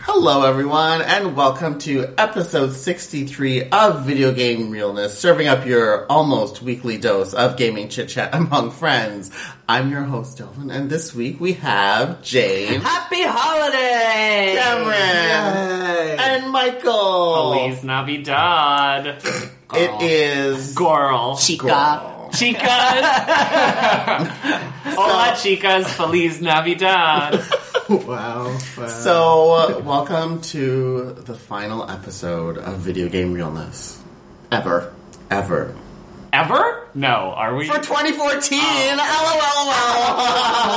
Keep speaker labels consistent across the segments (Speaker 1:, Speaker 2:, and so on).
Speaker 1: Hello, everyone, and welcome to episode 63 of Video Game Realness, serving up your almost weekly dose of gaming chit chat among friends. I'm your host, Delvin, and this week we have Jane,
Speaker 2: Happy holiday!
Speaker 1: Cameron, and Michael.
Speaker 3: Feliz Navidad.
Speaker 1: It is
Speaker 3: Girl.
Speaker 2: Chica.
Speaker 3: Chicas. Hola, chicas. Feliz Navidad.
Speaker 4: Wow. wow.
Speaker 1: So, uh, welcome to the final episode of Video Game Realness. Ever. Ever.
Speaker 3: Ever? No, are we?
Speaker 1: For 2014! Oh. LOL!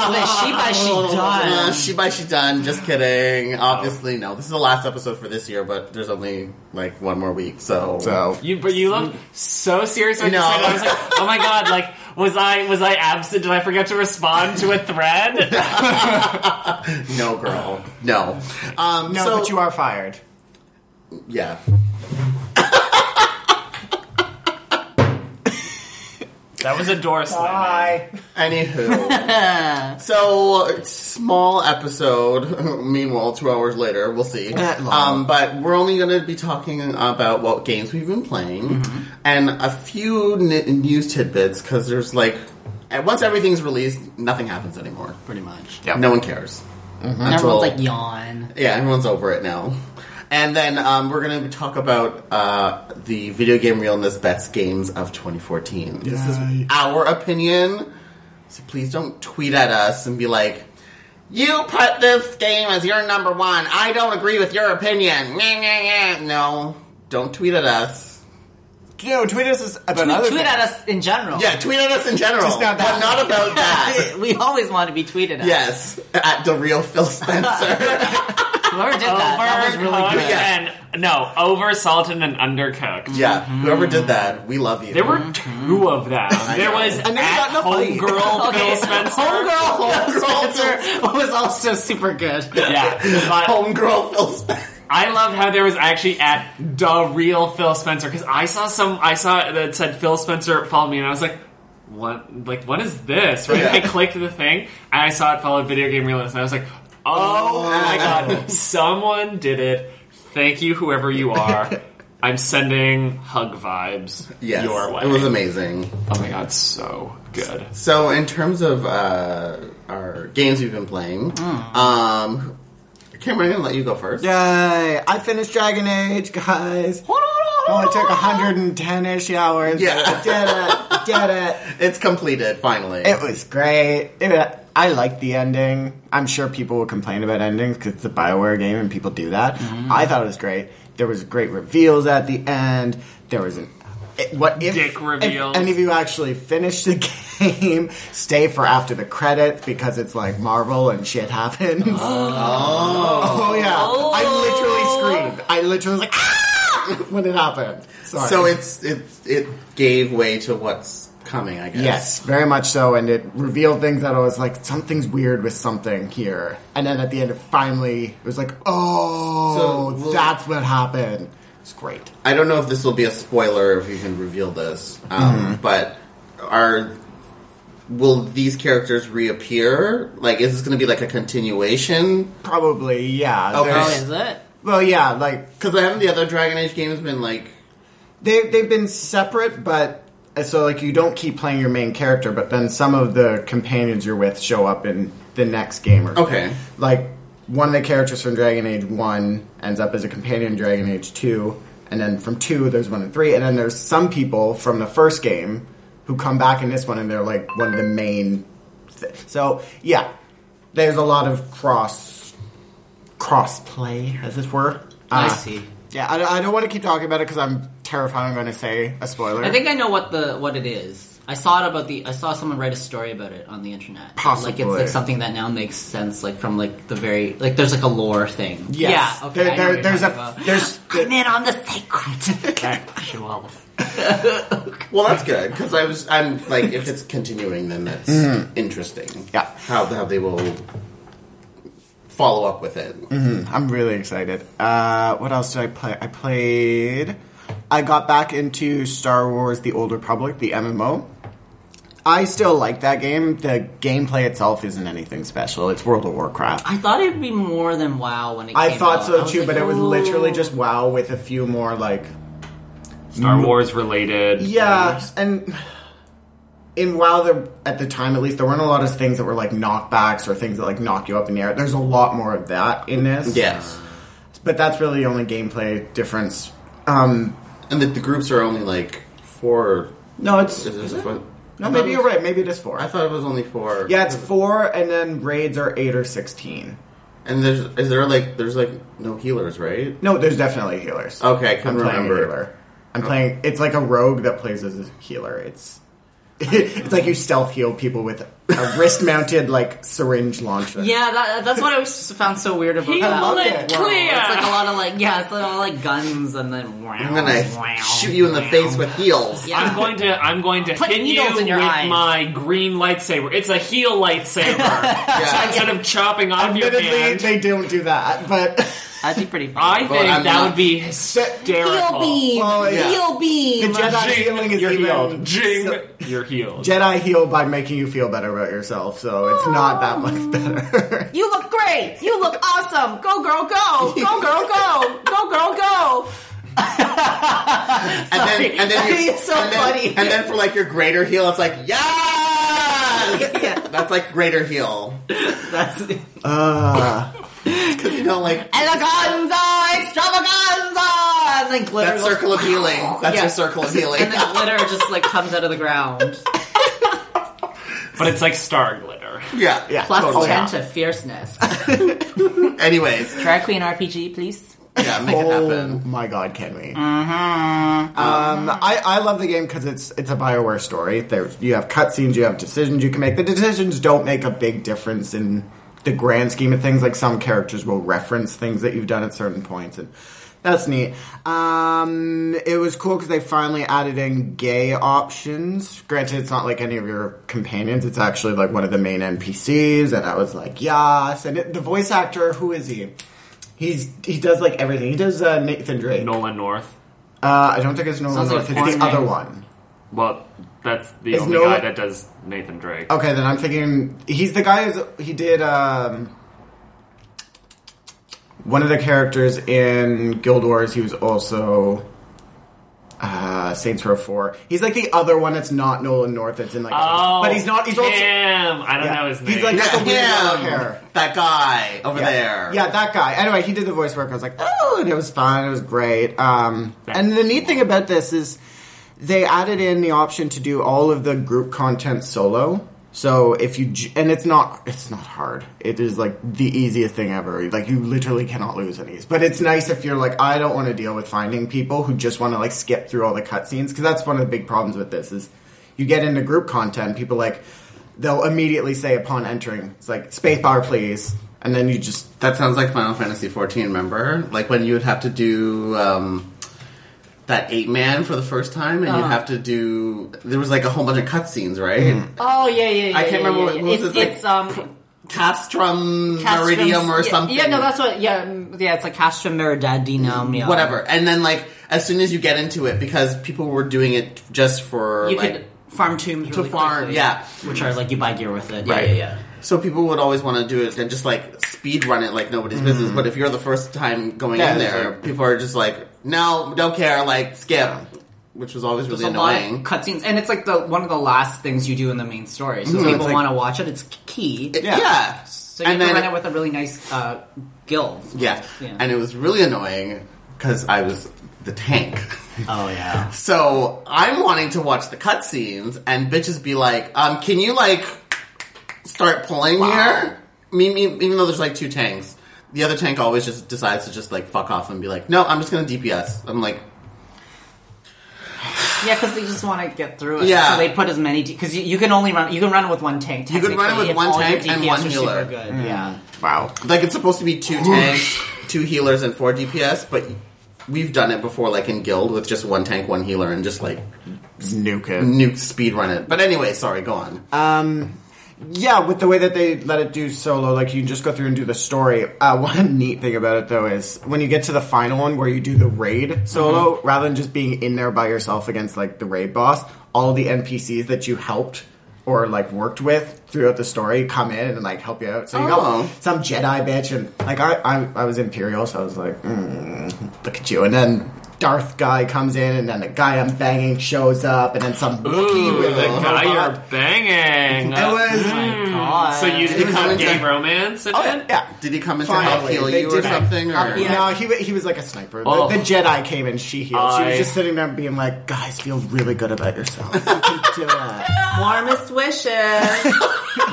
Speaker 2: Holy Oh, sheep, I she
Speaker 1: Uh,
Speaker 2: done.
Speaker 1: she by she done. Just kidding. Obviously, no. This is the last episode for this year, but there's only like one more week, so.
Speaker 4: So
Speaker 3: You, but you look so serious when
Speaker 1: No.
Speaker 3: you said it. I was like, oh my god, like, was I was I absent? Did I forget to respond to a thread?
Speaker 1: no, girl, no. Um,
Speaker 4: no,
Speaker 1: so,
Speaker 4: but you are fired.
Speaker 1: yeah.
Speaker 3: That was a door slam.
Speaker 1: Anywho, so small episode. Meanwhile, two hours later, we'll see.
Speaker 4: Not long.
Speaker 1: Um, but we're only going to be talking about what games we've been playing
Speaker 2: Mm-hmm.
Speaker 1: and a few n- news tidbits because there's like, and once everything's released, nothing happens anymore.
Speaker 2: Pretty much.
Speaker 4: Yep.
Speaker 1: No one cares.
Speaker 2: And
Speaker 1: Until-
Speaker 2: Mm-hmm. everyone's like, yawn.
Speaker 1: Yeah, everyone's over it now. And then um, we're going to talk about uh, the video game realness best games of 2014. This is
Speaker 4: Yay.
Speaker 1: our opinion, so please don't tweet at us and be like, "You put this game as your number one. I don't agree with your opinion." Nyeh, nyeh, nyeh. No, don't tweet at us.
Speaker 4: No, tweet us is about other
Speaker 2: tweet
Speaker 4: things.
Speaker 2: at us in general.
Speaker 1: Yeah, tweet at us in general,
Speaker 4: Just not
Speaker 1: but
Speaker 4: that.
Speaker 1: not about that.
Speaker 2: we always want to be tweeted at.
Speaker 1: yes, at the real Phil Spencer.
Speaker 2: Whoever did that,
Speaker 3: Over
Speaker 2: that was really
Speaker 3: cooked
Speaker 2: good.
Speaker 1: Yeah.
Speaker 3: and no, over salted and undercooked.
Speaker 1: yeah, whoever did that, we love you.
Speaker 3: There were two of them. There
Speaker 1: know.
Speaker 3: was
Speaker 4: And they got
Speaker 3: at
Speaker 4: enough money.
Speaker 3: homegirl Phil Spencer.
Speaker 2: Homegirl Phil
Speaker 1: Homegirl.
Speaker 2: Spencer was also super good.
Speaker 3: Yeah, but
Speaker 1: homegirl Phil Spencer.
Speaker 3: I love how there was actually at the real Phil Spencer because I saw some I saw that said Phil Spencer followed me and I was like, what? Like what is this? Right?
Speaker 1: Yeah.
Speaker 3: I clicked the thing and I saw it followed video game realist and I was like, oh my god, someone did it. Thank you, whoever you are. I'm sending hug vibes
Speaker 1: yes,
Speaker 3: your way.
Speaker 1: It was amazing.
Speaker 3: oh my god, so good.
Speaker 1: So, in terms of uh, our games we've been playing,
Speaker 3: Hmm.
Speaker 1: um, Cameron, I'm gonna let you go first.
Speaker 4: Yay! I finished Dragon Age, guys.
Speaker 2: Hold on, hold
Speaker 4: Only
Speaker 2: on,
Speaker 4: took
Speaker 2: hold on.
Speaker 4: 110 ish hours. but
Speaker 1: Yeah.
Speaker 4: I did it. Did
Speaker 1: It's completed finally.
Speaker 4: it. It was great. It wa- I liked the ending. I'm sure people will complain about endings because it's a Bioware game and people do that. I thought it was great. There was great reveals at the end. There was an it- what if,
Speaker 3: Dick
Speaker 4: if
Speaker 3: reveals.
Speaker 4: any of you actually finish the game, stay for after the credits because it's like Marvel and shit happens. Oh yeah, I literally screamed. I literally was like, ah! when it happened. Sorry.
Speaker 1: so it's it it gave way to what's coming, I guess.
Speaker 4: yes, very much so, and it revealed things that I was like, something's weird with something here. And then at the end, it finally it was like, oh,
Speaker 1: So, we'll-
Speaker 4: that's what happened. It's great.
Speaker 1: I don't know if this will be a spoiler if you can reveal this, um, but are will these characters reappear? Like, is this going to be like a continuation?
Speaker 4: Probably, yeah.
Speaker 1: Okay.
Speaker 2: Oh,
Speaker 4: There's-
Speaker 2: is it?
Speaker 4: Well, yeah, like
Speaker 1: Because haven't the other Dragon Age games been like?
Speaker 4: They they've been separate, but uh, so like you don't keep playing your main character, but then some of the companions you're with show up in the next game or
Speaker 1: Okay.
Speaker 4: Like one of the characters from Dragon Age One ends up as a companion in Dragon Age Two, and then from two there's one and three, and then there's some people from the first game who come back in this one and they're like one of the main. Th- so yeah, there's a lot of cross cross play, as it were.
Speaker 2: I
Speaker 4: Uh,
Speaker 2: see.
Speaker 4: yeah, I, I don't want to keep talking about it because I'm terrified I'm going to say a spoiler.
Speaker 2: I think I know what the what it is. I saw it about the. I saw someone write a story about it on the internet.
Speaker 4: Possibly.
Speaker 2: like it's like something that now makes sense, like from like the very like there's like a lore thing.
Speaker 4: Yes.
Speaker 2: Yeah, okay. I know
Speaker 4: There- there-
Speaker 2: what you're
Speaker 4: there's a
Speaker 2: talking about.
Speaker 4: there's
Speaker 2: I'm in on the sacred.
Speaker 3: Actual.
Speaker 1: Well, that's good because I was. I'm like, if it's continuing, then that's interesting.
Speaker 4: Yeah.
Speaker 1: how how they will follow up with it.
Speaker 4: I'm really excited. Uh, what else did I play? I played. I got back into Star Wars: The Old Republic, the MMO. I still like that game. The gameplay itself isn't anything special. It's World of Warcraft.
Speaker 2: I thought it'd be more than WoW when it.
Speaker 4: I
Speaker 2: came
Speaker 4: thought
Speaker 2: out.
Speaker 4: so
Speaker 2: was
Speaker 4: too,
Speaker 2: like,
Speaker 4: but it was
Speaker 2: "Ooh."
Speaker 4: literally just WoW with a few more like
Speaker 3: Star Wars related.
Speaker 4: yeah, and in WoW there at the time at least there weren't a lot of things that were like knockbacks or things that like knock you up in the air. There's a lot more of that in this.
Speaker 1: Yes.
Speaker 4: but that's really the only gameplay difference. Um,
Speaker 1: And that the groups are only like four.
Speaker 4: no, it's
Speaker 1: Is this a foot?
Speaker 4: no.
Speaker 1: I thought
Speaker 4: Maybe
Speaker 1: it
Speaker 4: you're
Speaker 1: was-
Speaker 4: right. Maybe it is four.
Speaker 1: I thought it was only four.
Speaker 4: yeah, it's four, and then raids are eight or sixteen.
Speaker 1: And there's is there like there's like no healers, right?
Speaker 4: No, there's definitely healers.
Speaker 1: Okay, I couldn't
Speaker 4: I'm playing a
Speaker 1: remember.
Speaker 4: healer. I'm playing. It's like a rogue that plays as a healer. It's it's like you stealth heal people with a wrist mounted like syringe launcher.
Speaker 2: Yeah, that, that's what I was found so weird about
Speaker 3: He
Speaker 2: that.
Speaker 4: love
Speaker 3: let
Speaker 4: it.
Speaker 3: it
Speaker 2: World.
Speaker 3: clear.
Speaker 2: It's like a lot of like yeah, it's like all like guns and then wow.
Speaker 1: I'm gonna
Speaker 2: wow,
Speaker 1: shoot you in the
Speaker 2: wow.
Speaker 1: face with heels.
Speaker 2: Yeah.
Speaker 3: I'm going to I'm going to
Speaker 2: Put
Speaker 3: hit you
Speaker 2: needles in your
Speaker 3: with
Speaker 2: eyes.
Speaker 3: my green lightsaber. It's a heel lightsaber. So instead of chopping off your
Speaker 4: Admittedly,
Speaker 3: hand,
Speaker 4: they don't do that, but
Speaker 2: That'd be pretty fun.
Speaker 3: I think
Speaker 1: Well, I'm
Speaker 3: that
Speaker 1: not-
Speaker 3: would be
Speaker 2: Heel
Speaker 3: hysterical.
Speaker 2: beam.
Speaker 4: Well, yeah.
Speaker 2: Heel
Speaker 4: the
Speaker 2: beam.
Speaker 4: Jedi
Speaker 3: Jing,
Speaker 4: healing is
Speaker 3: you're
Speaker 4: even
Speaker 3: healed. Jing,
Speaker 4: so-
Speaker 3: you're healed.
Speaker 4: Jedi heal by making you feel better about yourself, so it's not that much better.
Speaker 2: You look great. You look awesome. Go girl, go. Go girl, go. Go girl, go.
Speaker 1: And then and then you,
Speaker 2: Sorry. It's so
Speaker 1: and then,
Speaker 2: funny.
Speaker 1: And then for like your greater heal, it's like yes. That's like greater heal.
Speaker 2: That's and
Speaker 4: uh,
Speaker 1: You know, like
Speaker 2: eleganza, extravaganza, and then glitter.
Speaker 1: that
Speaker 2: goes-
Speaker 1: circle of healing. That's
Speaker 2: Yeah.
Speaker 1: your circle of healing.
Speaker 2: and then glitter just like comes out of the ground.
Speaker 3: But it's like star glitter.
Speaker 1: yeah,
Speaker 4: yeah,
Speaker 2: Plus
Speaker 4: totally.
Speaker 2: ten to fierceness.
Speaker 1: Anyways,
Speaker 2: Drag Queen RPG, please.
Speaker 1: yeah, make it
Speaker 4: Oh
Speaker 1: happen. Mm-hmm.
Speaker 4: my god, can we? Um, I, I love the game because it's it's a Bioware story. There you have cutscenes, you have decisions you can make. The decisions don't make a big difference in the grand scheme of things. Like some characters will reference things that you've done at certain points, and that's neat. Um, it was cool because they finally added in gay options. Granted, it's not like any of your companions. It's actually like one of the main NPCs, and I was like, yes. And it, the voice actor, who is he? He's he does like everything. He does uh, Nathan Drake.
Speaker 3: Nolan North.
Speaker 4: Uh, I don't think it's Nolan
Speaker 2: Sounds like
Speaker 4: North. it's
Speaker 2: porn
Speaker 4: the
Speaker 2: name.
Speaker 4: other one.
Speaker 3: Well, that's the
Speaker 4: Is
Speaker 3: only
Speaker 4: Nolan-
Speaker 3: guy that does Nathan Drake.
Speaker 4: Okay, then I'm thinking he's the guy who's he did um, one of the characters in Guild Wars. He was also uh, Saints Row Four. He's like the other one that's not Nolan North. That's in like,
Speaker 3: Oh,
Speaker 4: but he's not. He's also
Speaker 3: Cam. I don't
Speaker 4: Yeah.
Speaker 3: know his name.
Speaker 4: He's like- That's a weird yellow
Speaker 1: Him.
Speaker 4: hair.
Speaker 1: that guy over
Speaker 4: yeah.
Speaker 1: there.
Speaker 4: Yeah, that guy. Anyway, he did the voice work. I was like, oh, and it was fun. It was great. Um,
Speaker 3: That's
Speaker 4: and the neat thing about this is they added in the option to do all of the group content solo. So if you j- and it's not it's not hard. It is like the easiest thing ever. Like you literally cannot lose in these. But it's nice if you're like I don't want to deal with finding people who just want to like skip through all the cutscenes because that's one of the big problems with this is you get into group content people like they'll immediately say upon entering it's like spacebar please and then you just
Speaker 1: That sounds like Final Fantasy fourteen. Remember, like when you would have to do um, that eight man for the first time, and you'd
Speaker 2: Uh-huh.
Speaker 1: have to do. There was like a whole bunch of cutscenes, right?
Speaker 2: Oh yeah, yeah. yeah
Speaker 1: I can't
Speaker 2: yeah,
Speaker 1: remember
Speaker 2: yeah,
Speaker 1: what-
Speaker 2: yeah.
Speaker 1: what was
Speaker 2: it's,
Speaker 1: this, like,
Speaker 2: it's um
Speaker 1: Castrum,
Speaker 2: Castrum-
Speaker 1: Meridium, or
Speaker 2: yeah,
Speaker 1: something.
Speaker 2: Yeah, no, that's what. Yeah, mm, yeah. It's like Castrum Meridadinum. Yeah,
Speaker 1: whatever. And then like as soon as you get into it, because people were doing it just for
Speaker 2: You
Speaker 1: like
Speaker 2: could farm tombs
Speaker 1: to
Speaker 2: really
Speaker 1: farm,
Speaker 2: quickly,
Speaker 1: yeah.
Speaker 2: which are like you buy gear with it. Yeah,
Speaker 1: Right.
Speaker 2: yeah, yeah.
Speaker 1: So people would always want to do it and just like speed run it like nobody's business. But if you're the first time going
Speaker 4: Yeah,
Speaker 1: in
Speaker 4: it's
Speaker 1: there,
Speaker 4: like-
Speaker 1: people are just like, no, don't care, like skip, which was always really
Speaker 2: There's a lot of
Speaker 1: annoying.
Speaker 2: cutscenes, and it's like the one of the last things you do in the main story. So
Speaker 1: Mhm.
Speaker 2: if
Speaker 1: It's
Speaker 2: people
Speaker 1: like-
Speaker 2: want to watch it. It's key.
Speaker 1: yeah.
Speaker 4: Yeah.
Speaker 2: so you
Speaker 1: and
Speaker 2: have
Speaker 1: then
Speaker 2: to run it with a really nice uh, guild.
Speaker 1: yeah.
Speaker 2: Yeah.
Speaker 1: and it was really annoying because I was the tank.
Speaker 2: Oh yeah.
Speaker 1: So I'm wanting to watch the cutscenes, and bitches be like, um, "Can you like start pulling here?" Me, me, even though there's like two tanks, the other tank always just decides to just like fuck off and be like, "No, I'm just gonna DPS." I'm like,
Speaker 2: Yeah, because they just want to get through it.
Speaker 1: Yeah.
Speaker 2: So they put as many because you, you can only run you can run it with one tank.
Speaker 1: You can run it with
Speaker 2: technically, if
Speaker 1: one
Speaker 2: all your
Speaker 1: tank and
Speaker 2: DPS
Speaker 1: one
Speaker 2: are super
Speaker 1: healer.
Speaker 2: Good. Yeah.
Speaker 4: wow
Speaker 1: like it's supposed to be two tanks, two healers, and four DPS, but we've done it before, like in guild with just one tank, one healer, and just like
Speaker 4: nuke it.
Speaker 1: nuke speed run it. But anyway, sorry, go on.
Speaker 4: Um, yeah, with the way that they let it do solo, like you can just go through and do the story. Uh, one neat thing about it though is when you get to the final one where you do the raid solo,
Speaker 3: Mm-hmm.
Speaker 4: rather than just being in there by yourself against like the raid boss, all the NPCs that you helped or like worked with throughout the story come in and like help you out. So you
Speaker 1: Oh.
Speaker 4: got some Jedi bitch and like I I, I was Imperial, so I was like, mm, look at you, and then. Darth guy comes in, and then the guy I'm banging shows up, and then some Wookiee
Speaker 3: Ooh,
Speaker 4: with
Speaker 3: the
Speaker 4: a
Speaker 3: guy
Speaker 4: robot.
Speaker 3: you're banging.
Speaker 4: It was-
Speaker 3: Mm. So you
Speaker 1: It was
Speaker 3: become
Speaker 1: winter.
Speaker 3: gay romance? in
Speaker 4: Oh,
Speaker 3: it?
Speaker 4: yeah.
Speaker 1: Did he come in to
Speaker 4: Finally,
Speaker 1: help heal
Speaker 4: they
Speaker 1: you or
Speaker 4: did that.
Speaker 1: something?
Speaker 4: Um,
Speaker 1: Or
Speaker 4: No, he wa- he was like a sniper. The,
Speaker 3: Oh.
Speaker 4: the Jedi came and she healed. She
Speaker 3: I-
Speaker 4: was just sitting there being like, "Guys, feel really good about yourself. You can do it."
Speaker 5: Warmest wishes.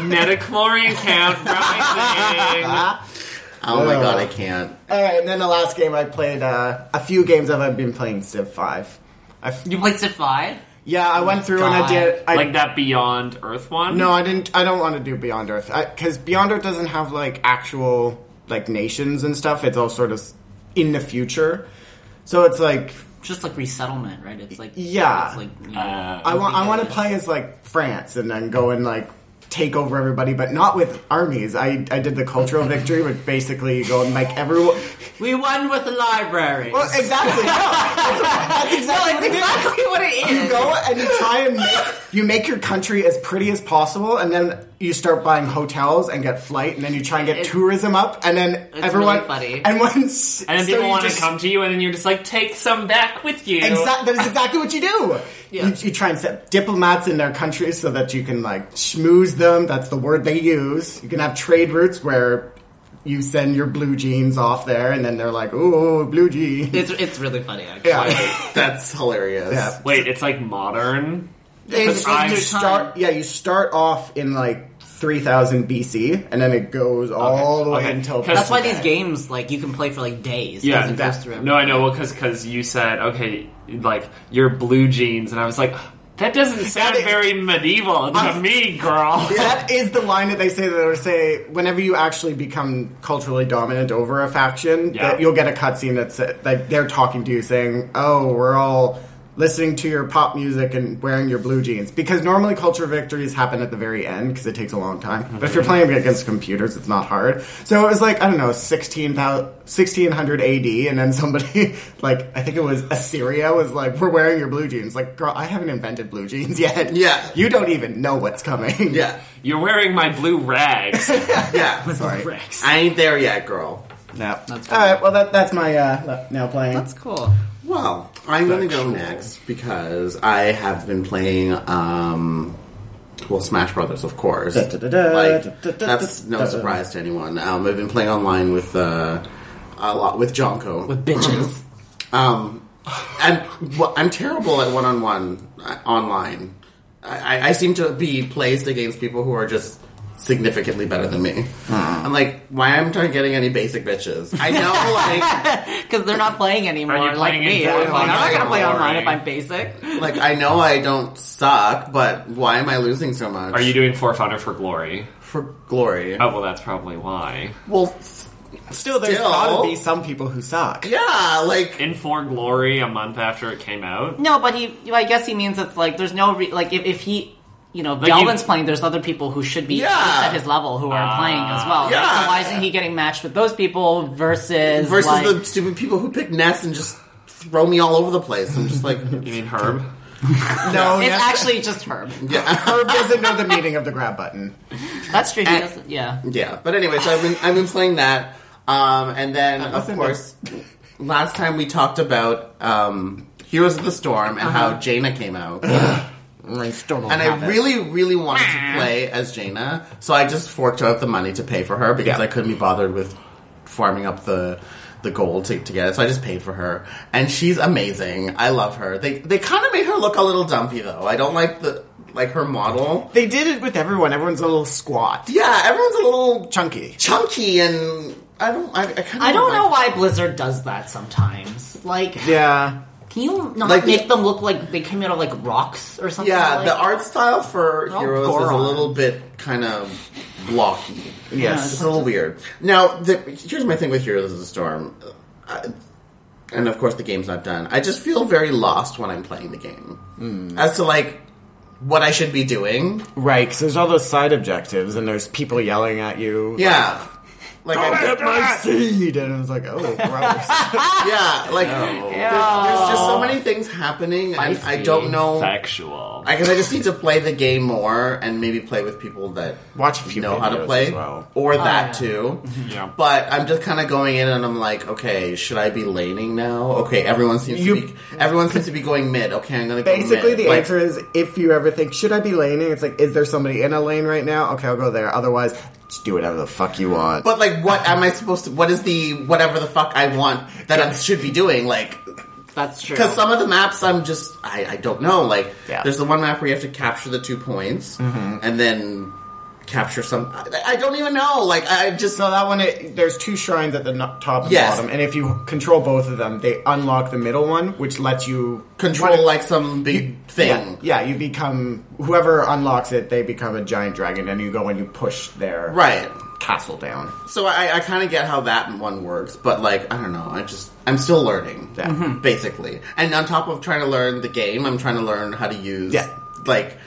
Speaker 3: Metachlorian count rising.
Speaker 1: oh my
Speaker 4: Ugh.
Speaker 1: god, I can't.
Speaker 4: All right, Ah. and then the last game I played, uh, a few games that I've been playing Civ Five. I f-
Speaker 2: You played Civ 5?
Speaker 4: yeah, I went through and I
Speaker 2: God.
Speaker 4: did. I,
Speaker 3: like that Beyond Earth one?
Speaker 4: No, I didn't. I don't want to do Beyond Earth because Beyond Earth doesn't have like actual like nations and stuff. It's all sort of s- in the future, so it's like
Speaker 2: Just like resettlement, right? It's like
Speaker 4: Yeah.
Speaker 2: It's like, you know,
Speaker 3: Uh,
Speaker 4: I want I want to
Speaker 2: Yes.
Speaker 4: play as like France and then go and like take over everybody, but not with armies. I I did the cultural victory, but basically you go and like everyone.
Speaker 2: we won with the libraries.
Speaker 4: Well, exactly. No, that's, that's exactly what it is.
Speaker 5: exactly what it
Speaker 4: You
Speaker 5: is.
Speaker 4: go and you try and make, you make your country as pretty as possible, and then you start buying hotels and get flight, and then you try and get
Speaker 2: It's-
Speaker 4: tourism up, and then
Speaker 2: really
Speaker 4: everyone
Speaker 2: funny.
Speaker 4: and once
Speaker 3: and then
Speaker 4: so
Speaker 3: people
Speaker 4: you
Speaker 3: want to
Speaker 4: just-
Speaker 3: come to you, and then you're just like, take some back with you.
Speaker 4: Exactly. That is exactly what you do.
Speaker 2: Yeah.
Speaker 4: You, you try and set diplomats in their countries so that you can like schmooze them. That's the word they use. You can have trade routes where you send your blue jeans off there, and then they're like, "Ooh, blue jeans."
Speaker 2: it's, it's really funny, actually.
Speaker 4: yeah.
Speaker 1: That's hilarious.
Speaker 4: Yeah.
Speaker 3: Wait, it's like modern?
Speaker 4: It's-
Speaker 3: But I
Speaker 4: you start, yeah, you start off in like 3000 BC, and then it goes all the way
Speaker 3: Okay.
Speaker 4: until.
Speaker 3: That's
Speaker 2: That's why
Speaker 4: present
Speaker 2: these
Speaker 4: day.
Speaker 2: games, like, you can play for, like, days.
Speaker 3: Yeah,
Speaker 2: as it
Speaker 4: that-
Speaker 2: goes through
Speaker 3: No, I know. Well, because you said okay, like your blue jeans, and I was like, that doesn't sound
Speaker 4: That is-
Speaker 3: very medieval to me, girl.
Speaker 4: that is the line that they say that they say whenever you actually become culturally dominant over a faction,
Speaker 3: Yeah.
Speaker 4: that you'll get a cutscene that's uh, like they're talking to you saying, "Oh, we're all listening to your pop music and wearing your blue jeans," because normally culture victories happen at the very end because it takes a long time. But if you're playing against computers, it's not hard. So it was like I don't know, 16, 1600 AD, and then somebody like I think it was Assyria was like, "We're wearing your blue jeans." Like, girl, I haven't invented blue jeans yet.
Speaker 1: Yeah.
Speaker 4: you don't even know what's coming.
Speaker 1: Yeah.
Speaker 3: You're wearing my blue rags.
Speaker 1: Yeah.
Speaker 4: Sorry.
Speaker 2: Rex.
Speaker 1: I ain't there yet, girl.
Speaker 4: No.
Speaker 2: That's
Speaker 4: All right. Well, that, that's my uh, le- now playing.
Speaker 2: That's cool.
Speaker 1: Well, I'm going to go next because I have been playing, um, well, Smash Brothers, of course.
Speaker 4: Da, da, da, da, da, da, da,
Speaker 1: Like, that's
Speaker 4: da,
Speaker 1: no
Speaker 4: da.
Speaker 1: surprise to anyone. Um, I've been playing online with uh, a lot with Jonko.
Speaker 2: With bitches.
Speaker 1: Um, and well, I'm terrible at one-on-one uh, online. I, I- I seem to be placed against people who are just significantly better than me. I'm like, why am I getting any basic bitches? I know, like.
Speaker 2: Because they're not playing anymore,
Speaker 3: Are you
Speaker 2: like
Speaker 3: playing
Speaker 2: me.
Speaker 3: in
Speaker 2: I'm like, I'm not going to play
Speaker 3: Fortnite?
Speaker 2: online if I'm basic.
Speaker 1: Like I know I don't suck, but why am I losing so much?
Speaker 3: Are you doing for fun or for glory?
Speaker 1: for glory?
Speaker 3: Oh well, that's probably why.
Speaker 1: Well,
Speaker 4: still, there's
Speaker 1: Still-
Speaker 4: gotta be some people who suck.
Speaker 1: yeah, like
Speaker 3: In for glory, a month after it came out.
Speaker 2: No, but he. I guess he means it's like there's no re- like if, if he. You know, if
Speaker 3: Like you-
Speaker 2: Galvin's playing. There's other people who should be
Speaker 1: Yeah.
Speaker 2: at his level who are
Speaker 3: Ah.
Speaker 2: playing as well.
Speaker 1: Yeah.
Speaker 2: So why isn't he getting matched with those people versus
Speaker 1: versus
Speaker 2: like,
Speaker 1: the stupid people who pick nests and just throw me all over the place. I'm just like,
Speaker 3: You mean Herb?
Speaker 4: No,
Speaker 2: It's
Speaker 4: no.
Speaker 2: actually just Herb.
Speaker 1: yeah,
Speaker 4: Herb doesn't know the meaning of the grab button.
Speaker 2: That's true. He
Speaker 1: And-
Speaker 2: doesn't. Yeah.
Speaker 1: yeah. But anyway, so I've been I've been playing that, um, and then of
Speaker 4: wasn't
Speaker 1: course, last time we talked about um, Heroes of the Storm and how Jaina came out.
Speaker 4: I still don't
Speaker 1: And
Speaker 4: Uh-huh. have
Speaker 1: I
Speaker 4: it.
Speaker 1: really, really wanted to play as Jaina, so I just forked out the money to pay for her because
Speaker 4: Yeah.
Speaker 1: I couldn't be bothered with farming up the the gold to, to get it. So I just paid for her, and she's amazing. I love her. They they kind of made her look a little dumpy though. I don't like the like her model.
Speaker 4: They did it with everyone. Everyone's a little squat,
Speaker 1: Yeah, everyone's a little
Speaker 4: chunky.
Speaker 1: chunky, and I don't. I, I kind of
Speaker 2: I don't know why Blizzard does that sometimes. Like,
Speaker 4: Yeah.
Speaker 2: can you not
Speaker 1: Like the-
Speaker 2: make them look like they came out of like rocks or something?
Speaker 1: Yeah,
Speaker 2: like
Speaker 1: the art style for
Speaker 2: Oh,
Speaker 1: Heroes is a
Speaker 2: Goron.
Speaker 1: little bit kind of blocky. It's
Speaker 4: Yes.
Speaker 1: a little weird. Now, the, here's my thing with Heroes of the Storm, I, and of course the game's not done. I just feel very lost when I'm playing the game
Speaker 2: Hmm.
Speaker 1: as to like what I should be doing.
Speaker 4: Right. Because there's all those side objectives, and there's people yelling at you.
Speaker 1: Yeah, like, Like I
Speaker 4: Get my seed, and I was like, oh, gross.
Speaker 1: yeah, like there's, there's just so many things happening, and I
Speaker 2: Spicy.
Speaker 1: don't know.
Speaker 3: Sexual.
Speaker 1: I guess I just need to play the game more and maybe play with people that
Speaker 4: Watch a few
Speaker 1: know how to
Speaker 4: videos
Speaker 1: play,
Speaker 4: as well. Mm-hmm.
Speaker 1: or that
Speaker 2: yeah.
Speaker 1: too.
Speaker 3: Yeah.
Speaker 1: But I'm just kind of going in and I'm like, okay, should I be laning now? Okay, everyone seems
Speaker 4: You-
Speaker 1: to be everyone seems to be going mid. Okay, I'm gonna go
Speaker 4: Basically,
Speaker 1: mid.
Speaker 4: the
Speaker 1: Like,
Speaker 4: answer is if you ever think, should I be laning? It's like, is there somebody in a lane right now? Okay, I'll go there. Otherwise, just do whatever the fuck you want.
Speaker 1: But like, what am I supposed to? What is the whatever the fuck I want that I should be doing? Like,
Speaker 2: That's true.
Speaker 1: because some of the maps I'm just I, I don't know. Like,
Speaker 4: Yeah.
Speaker 1: there's the one map where you have to capture the two points
Speaker 4: Mm-hmm.
Speaker 1: and then capture some. I, I don't even know. Like, I just
Speaker 4: So that one, it, there's two shrines at the no- top and
Speaker 1: Yes.
Speaker 4: bottom, and if you control both of them, they unlock the middle one, which lets you
Speaker 1: control
Speaker 4: one-
Speaker 1: like some big
Speaker 4: Yeah,
Speaker 1: thing.
Speaker 4: yeah, you become whoever unlocks it. They become a giant dragon, and you go and you push their
Speaker 1: Right.
Speaker 4: castle down.
Speaker 1: So I, I kind of get how that one works, but like I don't know. I just I'm still learning,
Speaker 4: Yeah.
Speaker 2: Mm-hmm.
Speaker 4: Mhm.
Speaker 1: basically. And on top of trying to learn the game, I'm trying to learn how to use
Speaker 4: Yeah.
Speaker 1: like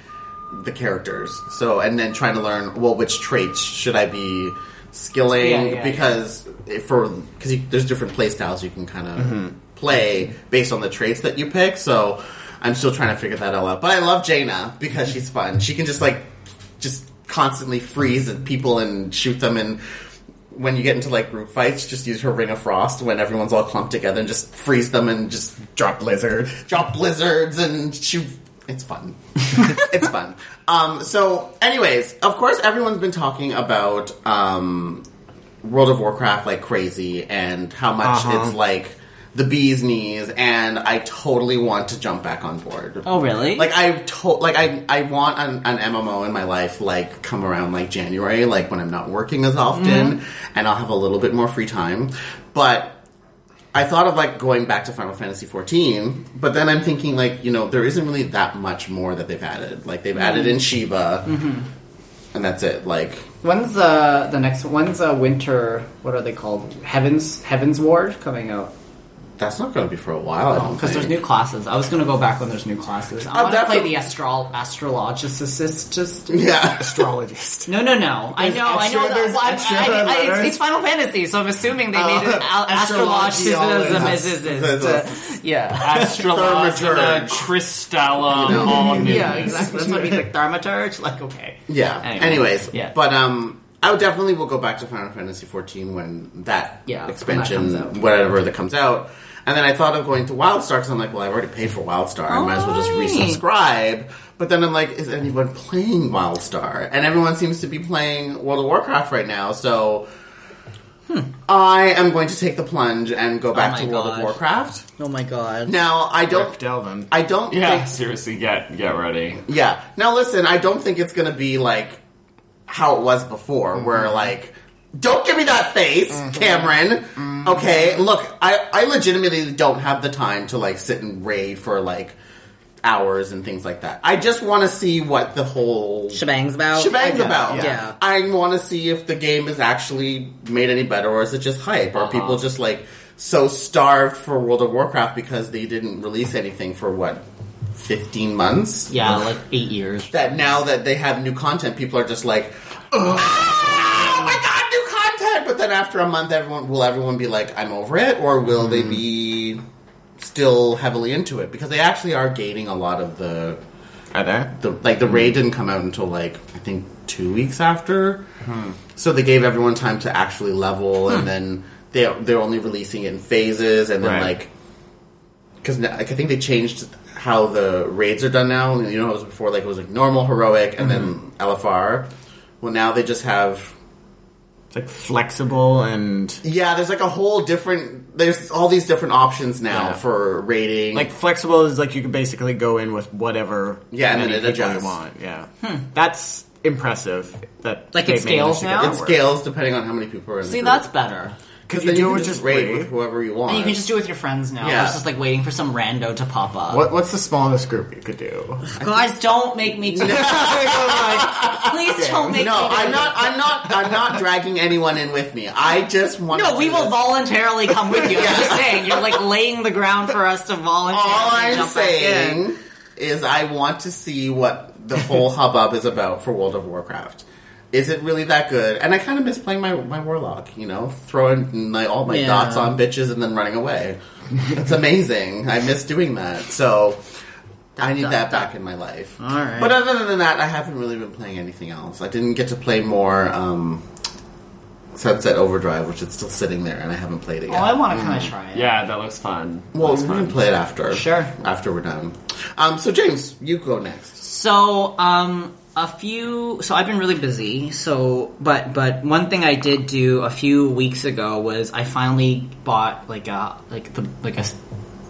Speaker 1: the characters. So and then trying to learn well which traits should I be skilling
Speaker 2: Yeah, yeah,
Speaker 1: because if for because there's different play styles you can kind of play based on the traits that you pick. So I'm still trying to figure that all out. But I love Jaina because she's fun. She can just like just constantly freeze at people and shoot them and when you get into like group fights, just use her ring of frost when everyone's all clumped together and just freeze them and just
Speaker 4: Drop blizzard.
Speaker 1: drop blizzards and shoot. It's fun. it's fun. Um, so, anyways, of course, everyone's been talking about um, World of Warcraft like crazy and how much
Speaker 4: Uh-huh.
Speaker 1: it's like the bee's knees, and I totally want to jump back on board.
Speaker 2: oh, really?
Speaker 1: Like I to- like I I want an, an MMO in my life like come around like January like when I'm not working as often
Speaker 2: Mm-hmm.
Speaker 1: and I'll have a little bit more free time. But I thought of like going back to Final Fantasy 14, but then I'm thinking like, you know, there isn't really that much more that they've added. Like they've added
Speaker 2: Mm-hmm.
Speaker 1: in Shiva. And that's it. Like
Speaker 6: When's the the next? When's uh, winter? What are they called? Heavens Heavens Ward coming out?
Speaker 1: that's not going to be for a while. I don't
Speaker 2: because there's
Speaker 1: think.
Speaker 2: new classes. I was gonna go back when there's new classes. I
Speaker 1: Oh,
Speaker 2: want to play
Speaker 1: definitely.
Speaker 2: the astral astrologist. Just
Speaker 1: yeah.
Speaker 4: Astrologist.
Speaker 2: no, no, no. I know, I
Speaker 4: extra-
Speaker 2: know. That,
Speaker 4: there's
Speaker 2: well, I,
Speaker 4: extra
Speaker 2: I, I,
Speaker 4: letters.
Speaker 2: it's, it's Final Fantasy, so I'm assuming they made it
Speaker 1: Uh,
Speaker 2: al- astrologicism.
Speaker 4: astrologiology.
Speaker 2: Is, is, is, uh, yeah,
Speaker 3: Astrologina,
Speaker 1: Thermaturge.
Speaker 3: Crystallum,
Speaker 1: You know.
Speaker 3: all new.
Speaker 2: yeah, exactly. That's what I mean. Like thaumaturge. Like okay,
Speaker 1: Yeah.
Speaker 2: Anyway.
Speaker 1: Anyways,
Speaker 2: Yeah.
Speaker 1: but um, I would definitely will go back to Final Fantasy fourteen when that
Speaker 2: Yeah, when that
Speaker 1: expansion,
Speaker 2: comes out.
Speaker 1: whatever that comes out. And then I thought of going to WildStar because I'm like, well, I've already paid for WildStar. I might as well just
Speaker 2: Alright.
Speaker 1: resubscribe. But then I'm like, is anyone playing WildStar? And everyone seems to be playing World of Warcraft right now, so. I am going to take the plunge and go back
Speaker 2: Hmm. Oh my
Speaker 1: to World of
Speaker 2: God.
Speaker 1: Warcraft.
Speaker 2: Oh my god.
Speaker 1: Now I
Speaker 4: Rick
Speaker 1: don't,
Speaker 4: Delvin.
Speaker 1: I don't
Speaker 3: Yeah,
Speaker 1: think
Speaker 3: seriously, get get ready.
Speaker 1: yeah. Now listen, I don't think it's gonna be like how it was before, where like, don't give me that face, Cameron. Okay, look, I, I legitimately don't have the time to like sit and raid for like hours and things like that. I just want to see what the whole
Speaker 2: Shebang's about.
Speaker 1: shebang's
Speaker 4: yeah,
Speaker 1: about.
Speaker 4: yeah.
Speaker 2: Yeah.
Speaker 1: I want to see if the game is actually made any better, or is it just hype? Are people just like so starved for World of Warcraft because they didn't release anything for what? 15 months?
Speaker 2: Yeah, like eight years.
Speaker 1: that now that they have new content, people are just like, oh my god, new content! But then after a month, everyone will everyone be like, I'm over it, or will they be still heavily into it because they actually are gaining a lot of the
Speaker 4: Are there?
Speaker 1: the like the raid didn't come out until like I think two weeks after,
Speaker 4: Hmm.
Speaker 1: so they gave everyone time to actually level, and then they they're only releasing it in phases, and then
Speaker 4: Right.
Speaker 1: like because I think they changed how the raids are done now. You know, it was before like it was like normal, heroic, and
Speaker 4: Hmm.
Speaker 1: then LFR. Well, now they just have
Speaker 4: It's like flexible and
Speaker 1: yeah. There's like a whole different. There's all these different options now
Speaker 4: Yeah.
Speaker 1: for raiding.
Speaker 4: like flexible is like you can basically go in with whatever
Speaker 1: Yeah, and
Speaker 4: many
Speaker 1: then it
Speaker 4: people
Speaker 1: adjusts.
Speaker 4: you want. Yeah, that's impressive. That
Speaker 2: Hmm. Like
Speaker 4: they
Speaker 2: it
Speaker 4: managed to
Speaker 2: scales
Speaker 4: get
Speaker 2: now?
Speaker 4: that
Speaker 1: it
Speaker 4: work.
Speaker 1: scales depending on how many people are in the
Speaker 2: See,
Speaker 1: group.
Speaker 2: that's better.
Speaker 4: because
Speaker 1: then
Speaker 4: you do it
Speaker 1: can
Speaker 4: with just
Speaker 1: raid
Speaker 4: three.
Speaker 1: with whoever you want.
Speaker 2: And you can just do it with your friends now.
Speaker 1: Yeah.
Speaker 2: It's just like waiting for some rando to pop up.
Speaker 4: What, what's the smallest group you could do?
Speaker 2: Guys, don't make me do this. Please don't make
Speaker 1: No,
Speaker 2: me do
Speaker 1: I'm
Speaker 2: this.
Speaker 1: not. I'm not. I'm not dragging anyone in with me. I just want.
Speaker 2: No, we will voluntarily come with you. I'm just saying, you're like laying the ground for us to voluntarily.
Speaker 1: All I'm
Speaker 2: jump back in.
Speaker 1: saying is, I want to see what the whole hubbub is about for World of Warcraft. is it really that good? And I kind of miss playing my, my warlock, you know, throwing my, all my
Speaker 2: Yeah.
Speaker 1: dots on bitches and then running away. It's amazing. I miss doing that. So I need that back in my life. All
Speaker 2: right.
Speaker 1: But other than that, I haven't really been playing anything else. I didn't get to play more um, Sunset Overdrive, which is still sitting there, and I haven't played it
Speaker 2: Oh,
Speaker 1: yet.
Speaker 2: I want to kind of try it.
Speaker 3: Yeah, that looks fun.
Speaker 1: well,
Speaker 3: looks
Speaker 1: we can
Speaker 3: fun.
Speaker 1: play it after.
Speaker 2: Sure.
Speaker 1: After we're done. Um, so, James, you go next.
Speaker 2: So, um, a few. So I've been really busy. So, but but one thing I did do a few weeks ago was I finally bought like a like the like a.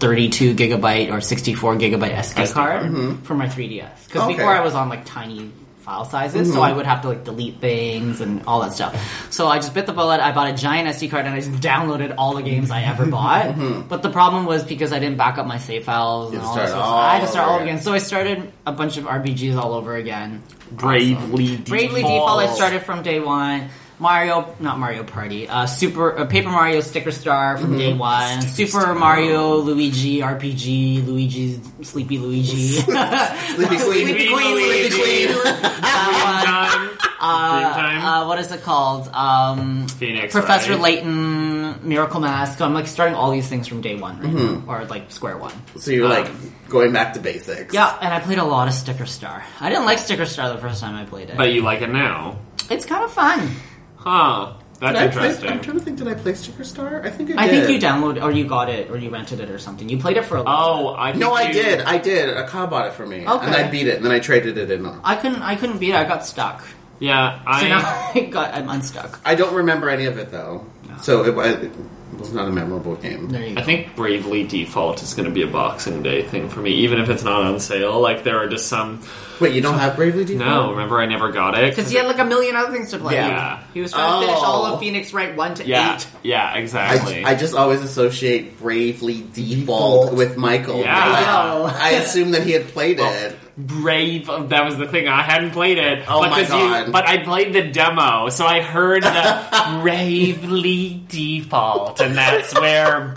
Speaker 2: 32 gigabyte or 64 gigabyte SD, card for my 3DS. Because
Speaker 1: Okay.
Speaker 2: before I was on like tiny file sizes, so I would have to like delete things and all that stuff. So I just bit the bullet. I bought a giant SD card and I just downloaded all the games I ever bought. But the problem was because I didn't back up my save files and
Speaker 1: You
Speaker 2: all
Speaker 1: start
Speaker 2: this stuff.
Speaker 1: all
Speaker 2: I had to start
Speaker 1: over
Speaker 2: all
Speaker 1: again.
Speaker 2: again. So I started a bunch of RPGs all over again.
Speaker 3: Bravely Default.
Speaker 2: Bravely Default, I started from day one. Mario, not Mario Party, uh, Super uh, Paper Mario Sticker Star from day one. Super Mario Luigi RPG, Luigi's Sleepy Luigi.
Speaker 1: Sleepy Queen.
Speaker 2: Sleepy Queen, Sleepy Queen. That one.
Speaker 3: Time. Dreamtime.
Speaker 2: Uh, what is it called? Um,
Speaker 3: Phoenix.
Speaker 2: Professor
Speaker 3: right?
Speaker 2: Layton, Miracle Mask. So I'm like starting all these things from day one, right now, or like square one.
Speaker 1: So you're like
Speaker 2: Um,
Speaker 1: going back to basics.
Speaker 2: Yeah, and I played a lot of Sticker Star. I didn't like Sticker Star the first time I played it.
Speaker 3: But you like it now.
Speaker 2: it's kind of fun.
Speaker 3: Huh. That's
Speaker 1: Did I play-
Speaker 3: interesting.
Speaker 1: I'm trying to think. Did I play Sticker Star? I think I did.
Speaker 2: I think you downloaded or you got it or you rented it or something. You played it for a long time.
Speaker 3: oh, I think
Speaker 1: No, I
Speaker 3: you-
Speaker 1: did. I did. A cow bought it for me,
Speaker 2: Okay.
Speaker 1: and I beat it, and then I traded it in.
Speaker 2: I couldn't. I couldn't beat it. I got stuck.
Speaker 3: Yeah, I
Speaker 2: So now I got. I'm unstuck.
Speaker 1: I don't remember any of it though, so it, wa- it was not a memorable game.
Speaker 2: There you
Speaker 3: I
Speaker 2: go.
Speaker 3: think Bravely Default is going to be a Boxing Day thing for me, even if it's not on sale. Like there are just some.
Speaker 1: Wait, you don't have Bravely Default?
Speaker 3: No, remember I never got it.
Speaker 2: Because he had like a million other things to play.
Speaker 3: Yeah.
Speaker 2: He, he was trying to finish all
Speaker 1: Oh.
Speaker 2: of Phoenix Wright one to
Speaker 3: yeah,
Speaker 2: eight.
Speaker 3: yeah,
Speaker 1: I,
Speaker 3: exactly.
Speaker 1: I just always associate Bravely Default
Speaker 4: Default.
Speaker 1: with Michael.
Speaker 3: Yeah.
Speaker 1: Like,
Speaker 2: Yo.
Speaker 1: I assume that he had played
Speaker 2: Oh.
Speaker 3: Well,
Speaker 1: it.
Speaker 3: Brave. That was the thing. I hadn't played it.
Speaker 1: Oh
Speaker 3: but
Speaker 1: my
Speaker 3: 'cause you-
Speaker 1: God.
Speaker 3: but I played the demo, so I heard the Bravely Default, and that's where.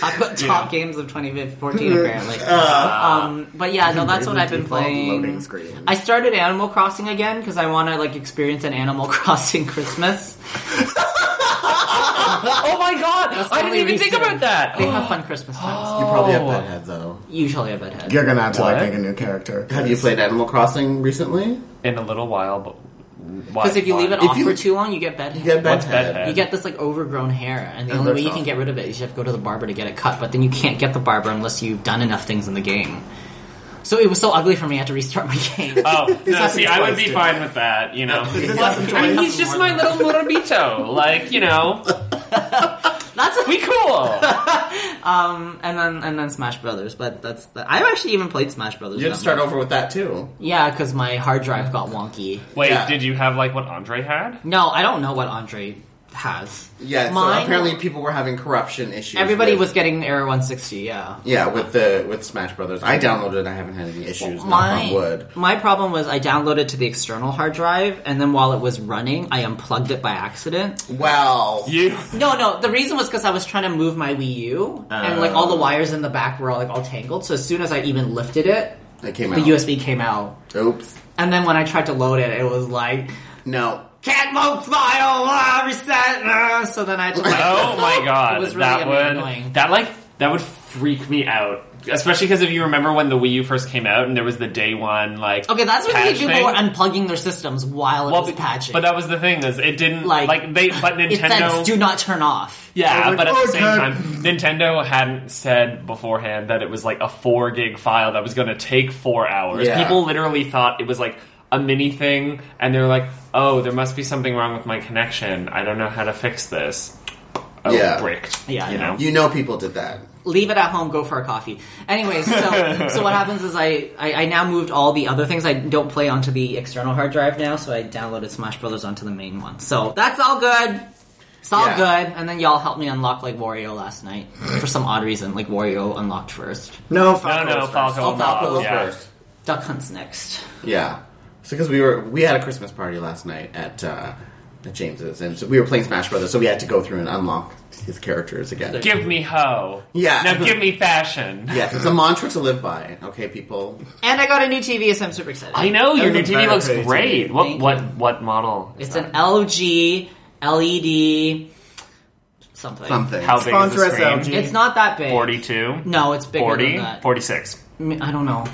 Speaker 2: Top, top games of 2014 apparently.
Speaker 3: Uh.
Speaker 2: um, but yeah, no, that's what I've been
Speaker 4: Default
Speaker 2: playing.
Speaker 4: Loading screen.
Speaker 2: I started Animal Crossing again because I want to like experience an Animal Crossing Christmas.
Speaker 3: Oh my God! I didn't
Speaker 2: only
Speaker 3: even think
Speaker 2: recent.
Speaker 3: about that. Oh.
Speaker 2: They have fun Christmas times.
Speaker 1: You probably have Bedhead though.
Speaker 2: Usually a bedhead.
Speaker 4: You're gonna have to like
Speaker 3: What?
Speaker 4: make a new character.
Speaker 1: Have you played Animal Crossing recently?
Speaker 3: in a little while, but
Speaker 2: Because if you leave it
Speaker 1: If
Speaker 2: off
Speaker 1: you-
Speaker 2: for too long, you get bedhead.
Speaker 1: You get
Speaker 3: What's
Speaker 1: Bedhead.
Speaker 3: Bedhead?
Speaker 2: You get this like overgrown hair, and the
Speaker 1: And
Speaker 2: only way
Speaker 1: that's
Speaker 2: you can
Speaker 1: awful.
Speaker 2: get rid of it is you have to go to the barber to get it cut. But then you can't get the barber unless you've done enough things in the game. So it was so ugly for me. I had to restart my game.
Speaker 1: Uh,
Speaker 3: Oh no! See, I would be
Speaker 4: twice, too.
Speaker 3: fine with that. You know,
Speaker 1: Plus, happened
Speaker 3: I mean, he's just my little Morabito. Like, you know,
Speaker 2: That's a
Speaker 3: we cool.
Speaker 2: and then and then Smash Brothers. But that's the, I've actually even played Smash Brothers.
Speaker 1: You had to
Speaker 2: that
Speaker 1: start
Speaker 2: much.
Speaker 1: over with that too.
Speaker 2: Yeah, because my hard drive got wonky.
Speaker 3: Wait,
Speaker 1: Yeah.
Speaker 3: did you have like what Andre had?
Speaker 2: No, I don't know what Andre has.
Speaker 1: Yeah.
Speaker 2: Mine-
Speaker 1: So apparently, people were having corruption issues.
Speaker 2: Everybody
Speaker 1: with-
Speaker 2: was getting error 160. Yeah.
Speaker 1: Yeah, with the with Smash Brothers, I downloaded. it. I haven't had any issues. knock
Speaker 2: My
Speaker 1: on wood.
Speaker 2: my problem was I downloaded to the external hard drive, and then while it was running, I unplugged it by accident.
Speaker 1: Wow.
Speaker 3: You
Speaker 2: No, no. The reason was because I was trying to move my Wii U, and like all the wires in the back were all like all tangled. So as soon as I even lifted it,
Speaker 1: It came
Speaker 2: the
Speaker 1: out.
Speaker 2: USB came out.
Speaker 1: Oops.
Speaker 2: And then when I tried to load it, it was like
Speaker 1: No.
Speaker 2: can't load file uh, reset. uh," So then I had to like,
Speaker 3: Oh my god,
Speaker 2: It was really
Speaker 3: that would
Speaker 2: annoying.
Speaker 3: that like that would freak me out. Especially because if you remember when the Wii U first came out and there was the day one like
Speaker 2: okay, that's what they
Speaker 3: patch
Speaker 2: do
Speaker 3: thing.
Speaker 2: for unplugging their systems while it
Speaker 3: Well,
Speaker 2: was
Speaker 3: but-
Speaker 2: patching.
Speaker 3: But that was the thing is it didn't
Speaker 2: Like,
Speaker 3: like, they but
Speaker 2: it says
Speaker 3: Nintendo
Speaker 2: do not turn off.
Speaker 3: yeah,
Speaker 4: like,
Speaker 3: but at the same
Speaker 4: okay.
Speaker 3: time, Nintendo hadn't said beforehand that it was like a four gig file that was going to take four hours.
Speaker 1: Yeah.
Speaker 3: People literally thought it was like a mini thing, and they're like, "Oh, there must be something wrong with my connection. I don't know how to fix this." Oh,
Speaker 1: Yeah.
Speaker 3: bricked.
Speaker 2: Yeah, I
Speaker 3: you
Speaker 2: know.
Speaker 3: know.
Speaker 1: You know people did that.
Speaker 2: leave it at home, go for a coffee. Anyway, so so what happens is I, I I now moved all the other things I don't play onto the external hard drive now, so I downloaded Smash Brothers onto the main one. So that's all good. It's all
Speaker 1: Yeah.
Speaker 2: good, and then y'all helped me unlock like Wario last night for some odd reason. Like Wario unlocked first.
Speaker 4: No,
Speaker 3: No,
Speaker 4: Falco
Speaker 3: no, no,
Speaker 4: was
Speaker 3: Falco.
Speaker 2: Oh, Falco
Speaker 3: Mob,
Speaker 2: was
Speaker 3: yeah.
Speaker 1: first.
Speaker 2: Duck Hunt's next.
Speaker 1: Yeah. So because we were we had a Christmas party last night at uh, that James is, and so we were playing Smash Brothers, so we had to go through and unlock his characters again.
Speaker 3: Give me hoe.
Speaker 1: Yeah.
Speaker 3: Now give me fashion.
Speaker 1: Yes, it's a mantra to live by. Okay, people.
Speaker 2: And I got a new TV, so I'm super excited.
Speaker 3: I know your new
Speaker 4: Everything's
Speaker 3: TV
Speaker 4: better
Speaker 3: looks
Speaker 4: for your
Speaker 3: great.
Speaker 2: TV.
Speaker 3: What
Speaker 2: Thank
Speaker 3: what what model? is
Speaker 2: It's
Speaker 3: that?
Speaker 2: an LG LED E something.
Speaker 1: Something.
Speaker 3: how big is
Speaker 4: Sponsor
Speaker 3: the
Speaker 4: us,
Speaker 3: screen?
Speaker 4: LG.
Speaker 2: It's not that big.
Speaker 3: 42?
Speaker 2: No, it's bigger
Speaker 3: 40?
Speaker 2: than that.
Speaker 3: 46.
Speaker 2: I mean, I don't know.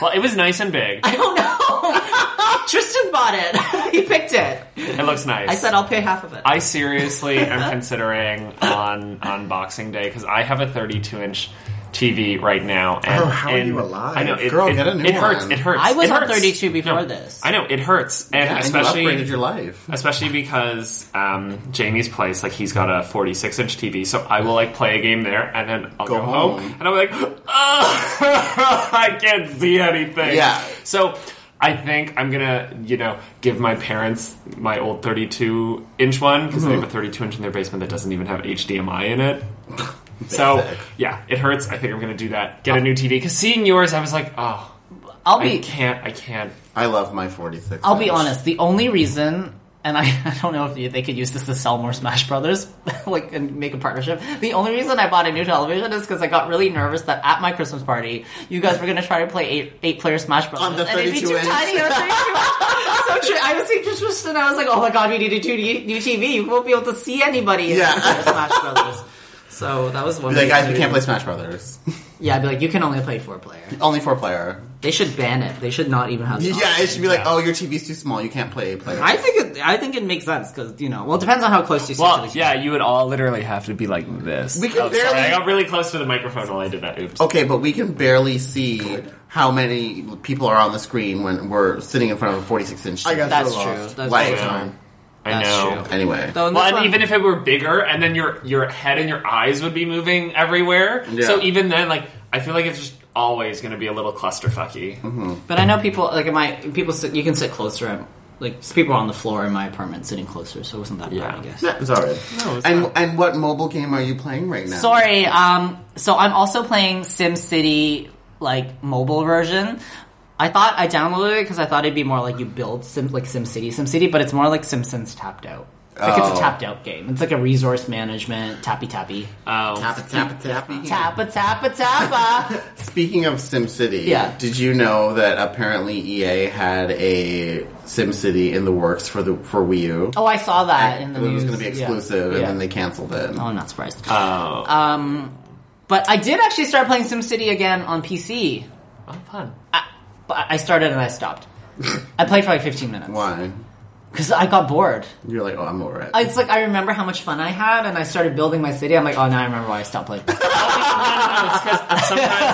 Speaker 3: Well, it was nice and big.
Speaker 2: I don't know. Tristan bought it. he picked it.
Speaker 3: It looks nice.
Speaker 2: I said I'll pay half of it.
Speaker 3: I seriously am considering on on Boxing Day because I have a 32 inch TV right now. And,
Speaker 4: Oh, how are
Speaker 3: and
Speaker 4: you alive?
Speaker 3: I know it,
Speaker 1: Girl,
Speaker 3: it,
Speaker 1: get a new
Speaker 3: it hurts.
Speaker 1: one.
Speaker 3: It hurts.
Speaker 2: I was
Speaker 3: It
Speaker 2: on
Speaker 3: hurts.
Speaker 2: 32 before
Speaker 3: No,
Speaker 2: this.
Speaker 3: I know it hurts, and
Speaker 1: Yeah, and
Speaker 3: especially
Speaker 1: you upgraded your life.
Speaker 3: especially because um, Jamie's place, like he's got a 46 inch TV, so I will like play a game there, and then I'll go,
Speaker 1: Go
Speaker 3: home.
Speaker 1: home.
Speaker 3: and I'm like, oh, I can't see anything.
Speaker 1: Yeah.
Speaker 3: So I think I'm gonna, you know, give my parents my old 32 inch one because they have
Speaker 1: Mm-hmm.
Speaker 3: a 32 inch in their basement that doesn't even have HDMI in it. So
Speaker 1: Basic.
Speaker 3: yeah, it hurts. I think I'm gonna do that. Get a new TV because seeing yours, I was like, oh,
Speaker 2: I'll
Speaker 3: I
Speaker 2: be.
Speaker 3: can't, I can't.
Speaker 1: I love my 46.
Speaker 2: I'll be
Speaker 1: inch.
Speaker 2: honest. The only reason, and I, I don't know if you- they could use this to sell more Smash Brothers, like and make a partnership. The only reason I bought a new television is because I got really nervous that at my Christmas party, you guys were going to try to play eight eight player Smash Brothers,
Speaker 1: On the
Speaker 2: and it'd be
Speaker 1: 32
Speaker 2: too
Speaker 1: inch.
Speaker 2: tiny. on the 32 inch. so tr- I was thinking just and I was like, oh my god, we need a new, new TV. We won't be able to see anybody in
Speaker 1: Yeah.
Speaker 2: eight-player Smash Brothers. So that was one.
Speaker 1: Be like,
Speaker 2: reason.
Speaker 1: guys, we can't play Smash Brothers.
Speaker 2: Yeah, I'd be like, you can only play four player.
Speaker 1: Only four player.
Speaker 2: They should ban it. They should not even have. this
Speaker 1: Yeah,
Speaker 2: option.
Speaker 1: it should be like, oh, your TV's too small. You can't play player.
Speaker 2: I think it. I think it makes sense because you know. Well, it depends on how close you sit to
Speaker 3: Well,
Speaker 2: the
Speaker 3: yeah, you would all literally have to be like this.
Speaker 1: We could
Speaker 3: oh, sorry,
Speaker 1: barely-
Speaker 3: I got really close to the microphone while I did that. Oops.
Speaker 1: Okay, but we can barely see how many people are on the screen when we're sitting in front of a 46 inch.
Speaker 4: I got
Speaker 2: That's
Speaker 4: so
Speaker 2: true.
Speaker 4: lost.
Speaker 2: That's
Speaker 1: Like-
Speaker 2: true.
Speaker 3: I know. I
Speaker 2: That's
Speaker 3: know.
Speaker 2: true.
Speaker 1: Anyway.
Speaker 2: So in
Speaker 3: Well,
Speaker 2: this
Speaker 3: and
Speaker 2: one-
Speaker 3: even if it were bigger, and then your your head and your eyes would be moving everywhere.
Speaker 1: Yeah.
Speaker 3: So even then, like, I feel like it's just always going to be a little clusterfucky.
Speaker 2: but I know people like in my people sit. You can sit closer. I'm, like people on the floor in my apartment sitting closer, so it wasn't that
Speaker 3: Yeah.
Speaker 2: bad, I guess.
Speaker 1: Yeah, it's alright.
Speaker 3: No, it's
Speaker 1: and
Speaker 3: not.
Speaker 1: and what mobile game are you playing right now?
Speaker 2: Sorry. Um. So I'm also playing SimCity like mobile version. I thought I downloaded it because I thought it'd be more like you build Sim like SimCity, SimCity, but it's more like Simpsons tapped out. It's Like it's
Speaker 1: Oh.
Speaker 2: a tapped out game. It's like a resource management tappy tappy.
Speaker 3: Oh.
Speaker 1: Tap, tap, tap.
Speaker 2: Tappa tappa tappa.
Speaker 1: Speaking of SimCity,
Speaker 2: Yeah.
Speaker 1: did you know that apparently EA had a SimCity in the works for the for Wii U?
Speaker 2: Oh, I saw that in the
Speaker 1: it
Speaker 2: news.
Speaker 1: was going to be
Speaker 2: Yeah.
Speaker 1: exclusive,
Speaker 2: Yeah.
Speaker 1: and then they canceled it.
Speaker 2: Oh, I'm not surprised. Um,
Speaker 3: Oh.
Speaker 2: But I did actually start playing SimCity again on PC.
Speaker 3: Oh, fun.
Speaker 2: I, but I started and I stopped. I played for like 15 minutes.
Speaker 1: Why?
Speaker 2: Because I got bored.
Speaker 1: You're like, oh, I'm over it.
Speaker 2: It's like I remember how much fun I had, and I started building my city. I'm like, oh, now I remember why I stopped playing.
Speaker 3: Sometimes,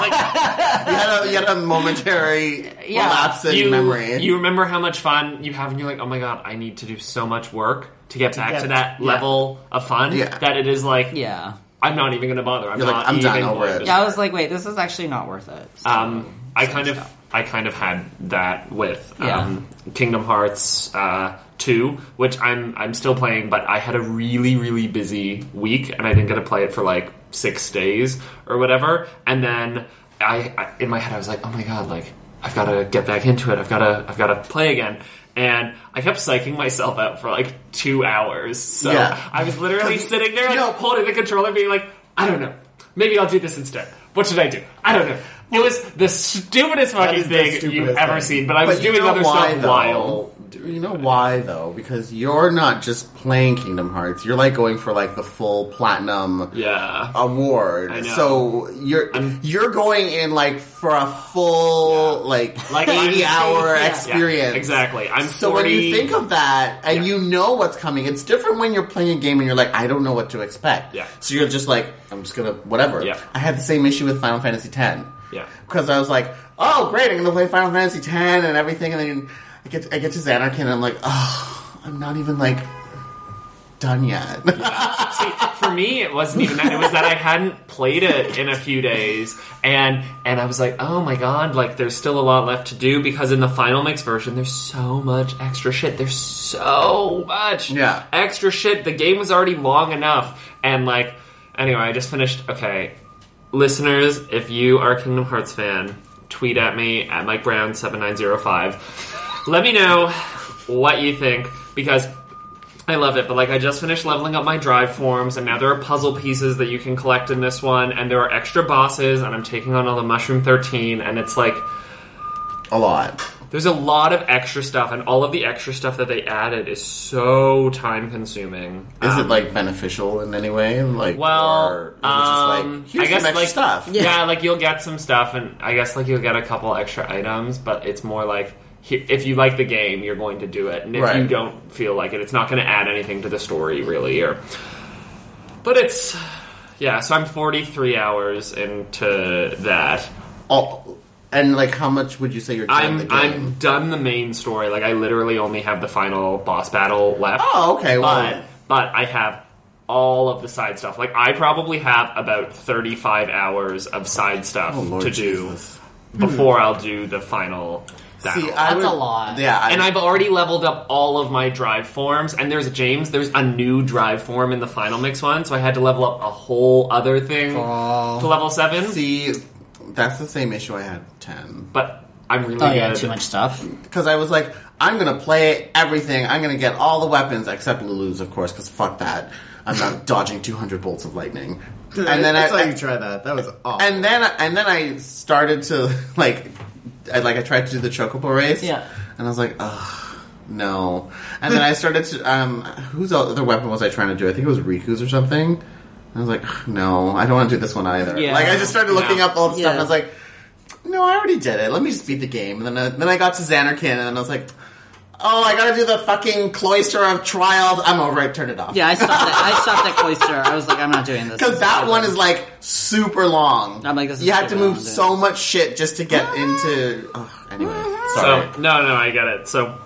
Speaker 3: like,
Speaker 1: you, had a, you had a momentary
Speaker 2: Yeah.
Speaker 1: lapse in
Speaker 3: you,
Speaker 1: memory.
Speaker 3: you remember how much fun you have, and you're like, oh my god, I need to do so much work to get back
Speaker 4: get-
Speaker 3: to that
Speaker 4: yeah.
Speaker 3: level of fun
Speaker 1: Yeah.
Speaker 3: that it is like,
Speaker 2: yeah.
Speaker 3: I'm not even going to bother. I'm
Speaker 1: You're like,
Speaker 3: not
Speaker 1: I'm
Speaker 3: even
Speaker 1: done over
Speaker 3: going
Speaker 1: it.
Speaker 3: to
Speaker 2: Yeah, I was like, wait, this is actually not worth it. So-
Speaker 1: Uh,
Speaker 3: Um, I kind of, I kind of had that with um, Kingdom Hearts uh, two, which I'm I'm still playing, but I had a really really busy week and I didn't get to play it for like six days or whatever, and then I, I in my head I was like, oh my god, like I've got to get back into it. I've got to I've got to play again. And I kept psyching myself out for like two hours. So
Speaker 1: Yeah.
Speaker 3: I was literally sitting there, like,
Speaker 1: No.
Speaker 3: holding the controller, being like, I don't know. Maybe I'll do this instead. What should I do? I don't know. It was the stupidest fucking
Speaker 4: is the
Speaker 3: thing you've
Speaker 4: stupidest
Speaker 3: ever
Speaker 4: thing.
Speaker 3: seen, but I was
Speaker 1: But you
Speaker 3: doing
Speaker 1: know
Speaker 3: other
Speaker 1: why,
Speaker 3: stuff
Speaker 1: though?
Speaker 3: while.
Speaker 1: Do You know why though? Because you're not just playing Kingdom Hearts. You're like going for like the full platinum
Speaker 3: Yeah.
Speaker 1: award.
Speaker 3: I know.
Speaker 1: So you're you're going in like for a full like
Speaker 3: Like,
Speaker 1: eighty
Speaker 3: I'm-
Speaker 1: hour
Speaker 2: yeah.
Speaker 1: experience.
Speaker 3: Yeah, exactly. I'm
Speaker 1: So
Speaker 3: 40.
Speaker 1: when you think of that and you know what's coming, it's different when you're playing a game and you're like, I don't know what to expect.
Speaker 3: Yeah.
Speaker 1: So you're just like, I'm just gonna whatever.
Speaker 3: Yeah.
Speaker 1: I had the same issue with Final Fantasy X.
Speaker 3: Yeah.
Speaker 1: Because I was like, oh great, I'm gonna play Final Fantasy X and everything, and then I get I get to Xanarkin and I'm like, oh, I'm not even like done yet.
Speaker 3: See, for me, it wasn't even that. It was that I hadn't played it in a few days, and and I was like, oh my god, like there's still a lot left to do because in the final mix version, there's so much extra shit. There's so much
Speaker 1: Yeah.
Speaker 3: extra shit. The game was already long enough, and like anyway, I just finished. Okay, listeners, if you are a Kingdom Hearts fan, tweet at me at Mike Brown seven nine zero five. Let me know what you think because I love it, but like I just finished leveling up my drive forms, and now there are puzzle pieces that you can collect in this one, and there are extra bosses, and I'm taking on all the Mushroom 13, and it's like
Speaker 1: A lot.
Speaker 3: there's a lot of extra stuff, and all of the extra stuff that they added is so time consuming.
Speaker 1: Is it like beneficial in any way? Like,
Speaker 3: Um, Well,
Speaker 1: or is it just
Speaker 3: um,
Speaker 1: like here's
Speaker 3: I guess
Speaker 1: some extra
Speaker 3: like
Speaker 1: stuff.
Speaker 3: Yeah. like you'll get some stuff, and I guess like you'll get a couple extra items, but it's more like he- if you like the game, you're going to do it, and if you
Speaker 1: Right.
Speaker 3: don't feel like it, it's not going to add anything to the story really. Or, but it's yeah. So I'm 43 hours into that.
Speaker 1: All, Oh, and like, how much would you say you're done the
Speaker 3: I'm
Speaker 1: game?
Speaker 3: I'm done the main story. Like I literally only have the final boss battle left.
Speaker 1: Oh, okay. Well,
Speaker 3: but but I have all of the side stuff. Like I probably have about thirty five hours of side stuff
Speaker 1: Oh, Lord
Speaker 3: to do
Speaker 1: Jesus. Hmm.
Speaker 3: before I'll do the final. Battle.
Speaker 1: see, I
Speaker 2: That's
Speaker 1: would-
Speaker 2: a lot.
Speaker 1: Yeah, I,
Speaker 3: and I've already leveled up all of my drive forms. And there's James. There's a new drive form in the final mix one, so I had to level up a whole other thing to level seven.
Speaker 1: see. That's the same issue I had with ten
Speaker 3: But I'm really
Speaker 2: Oh yeah,
Speaker 3: good.
Speaker 2: too much stuff.
Speaker 1: because I was like, I'm gonna play everything. I'm gonna get all the weapons except Lulu's, of course, because fuck that. I'm not dodging 200 bolts of lightning. And then
Speaker 4: I
Speaker 1: I,
Speaker 4: saw you try that. That was awful.
Speaker 1: and then and then I started to like, I, like I tried to do the chocobo race.
Speaker 2: Yeah.
Speaker 1: And I was like, ugh, no. And then I started to um, whose other weapon was I trying to do? I think it was Riku's or something. I was like, ugh, no, I don't want to do this one either.
Speaker 2: Yeah.
Speaker 1: Like I just started looking
Speaker 3: Yeah.
Speaker 1: up all the stuff.
Speaker 2: Yeah.
Speaker 1: And I was like, no, I already did it. Let me just beat the game. And then I, then I got to Xanarkin, and then I was like. Oh, I gotta do the fucking cloister of trials. I'm over it. Turn it off.
Speaker 2: Yeah, I stopped. That, I stopped that cloister. I was like, I'm not doing this.
Speaker 1: Because that one is like super long.
Speaker 2: I'm like, this is
Speaker 1: you have to
Speaker 2: super
Speaker 1: move
Speaker 2: long, dude.
Speaker 1: so much shit just to get into. Ugh, anyway, Oh sorry.
Speaker 3: So no, no, I get it. So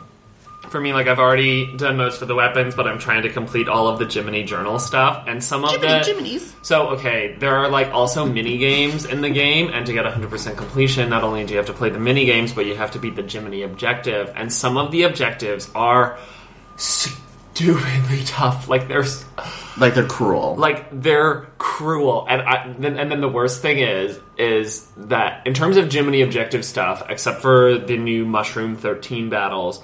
Speaker 3: for me, like I've already done most of the weapons, but I'm trying to complete all of the Jiminy Journal stuff and some of the
Speaker 5: Jiminy's.
Speaker 3: So okay, there are like also mini games in the game, and to get 100% completion, not only do you have to play the mini games, but you have to beat the Jiminy objective. And some of the objectives are stupidly tough. Like there's
Speaker 1: like they're cruel.
Speaker 3: like they're cruel and I, then, and then the worst thing is is that in terms of Jiminy objective stuff except for the new mushroom 13 battles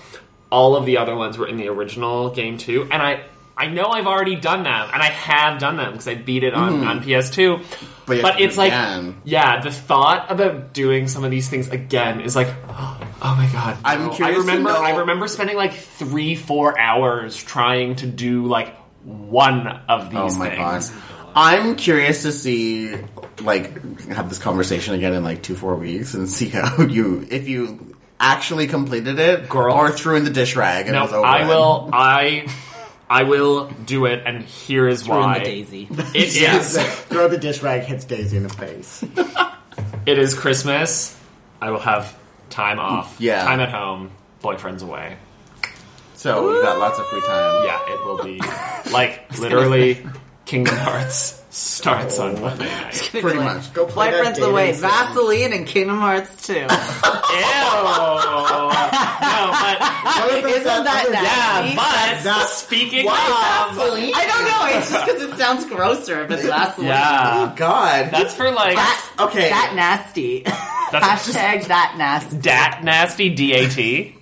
Speaker 3: all of the other ones were in the original game too and I I know I've already done them and I have done them because I beat it on, on PS2
Speaker 1: Hmm. But
Speaker 3: but,
Speaker 1: you have to do
Speaker 3: it's
Speaker 1: it
Speaker 3: like
Speaker 1: again.
Speaker 3: yeah the thought about doing some of these things again is like oh my god
Speaker 1: I'm
Speaker 3: no. I
Speaker 1: curious to
Speaker 3: remember
Speaker 1: know-
Speaker 3: I remember spending like 3 4 hours trying to do like one of these
Speaker 1: oh my
Speaker 3: things.
Speaker 1: god. I'm curious to see, like, have this conversation again in like two four weeks and see how you if you actually completed it,
Speaker 3: Girl.
Speaker 1: or threw in the dish rag and it was
Speaker 3: No,
Speaker 1: over.
Speaker 3: I
Speaker 1: it.
Speaker 3: will. I I will do it, and here is
Speaker 2: Ruin
Speaker 3: why.
Speaker 2: the daisy.
Speaker 3: It is.
Speaker 4: Throw the dish rag, hits Daisy in the face.
Speaker 3: It is Christmas. I will have time off.
Speaker 1: Yeah.
Speaker 3: time at home. Boyfriend's away.
Speaker 1: So you got lots of free time.
Speaker 3: Yeah, it will be like literally Kingdom Hearts starts
Speaker 1: Oh.
Speaker 3: on Monday night.
Speaker 1: pretty much.
Speaker 4: Go play
Speaker 6: My
Speaker 4: that
Speaker 6: friends away.
Speaker 4: dating sim.
Speaker 6: Vaseline and Kingdom Hearts 2.
Speaker 3: Ew. No, but
Speaker 4: What if it's
Speaker 6: Isn't that
Speaker 4: other-
Speaker 6: nasty?
Speaker 3: yeah, but
Speaker 4: That-
Speaker 3: speaking of.
Speaker 6: I don't know. It's just because it sounds grosser if it's Vaseline.
Speaker 1: Oh
Speaker 3: Yeah,
Speaker 1: God.
Speaker 3: that's for like
Speaker 6: That,
Speaker 1: Okay.
Speaker 6: That nasty.
Speaker 3: that's
Speaker 6: Hashtag that nasty.
Speaker 3: dat nasty dat.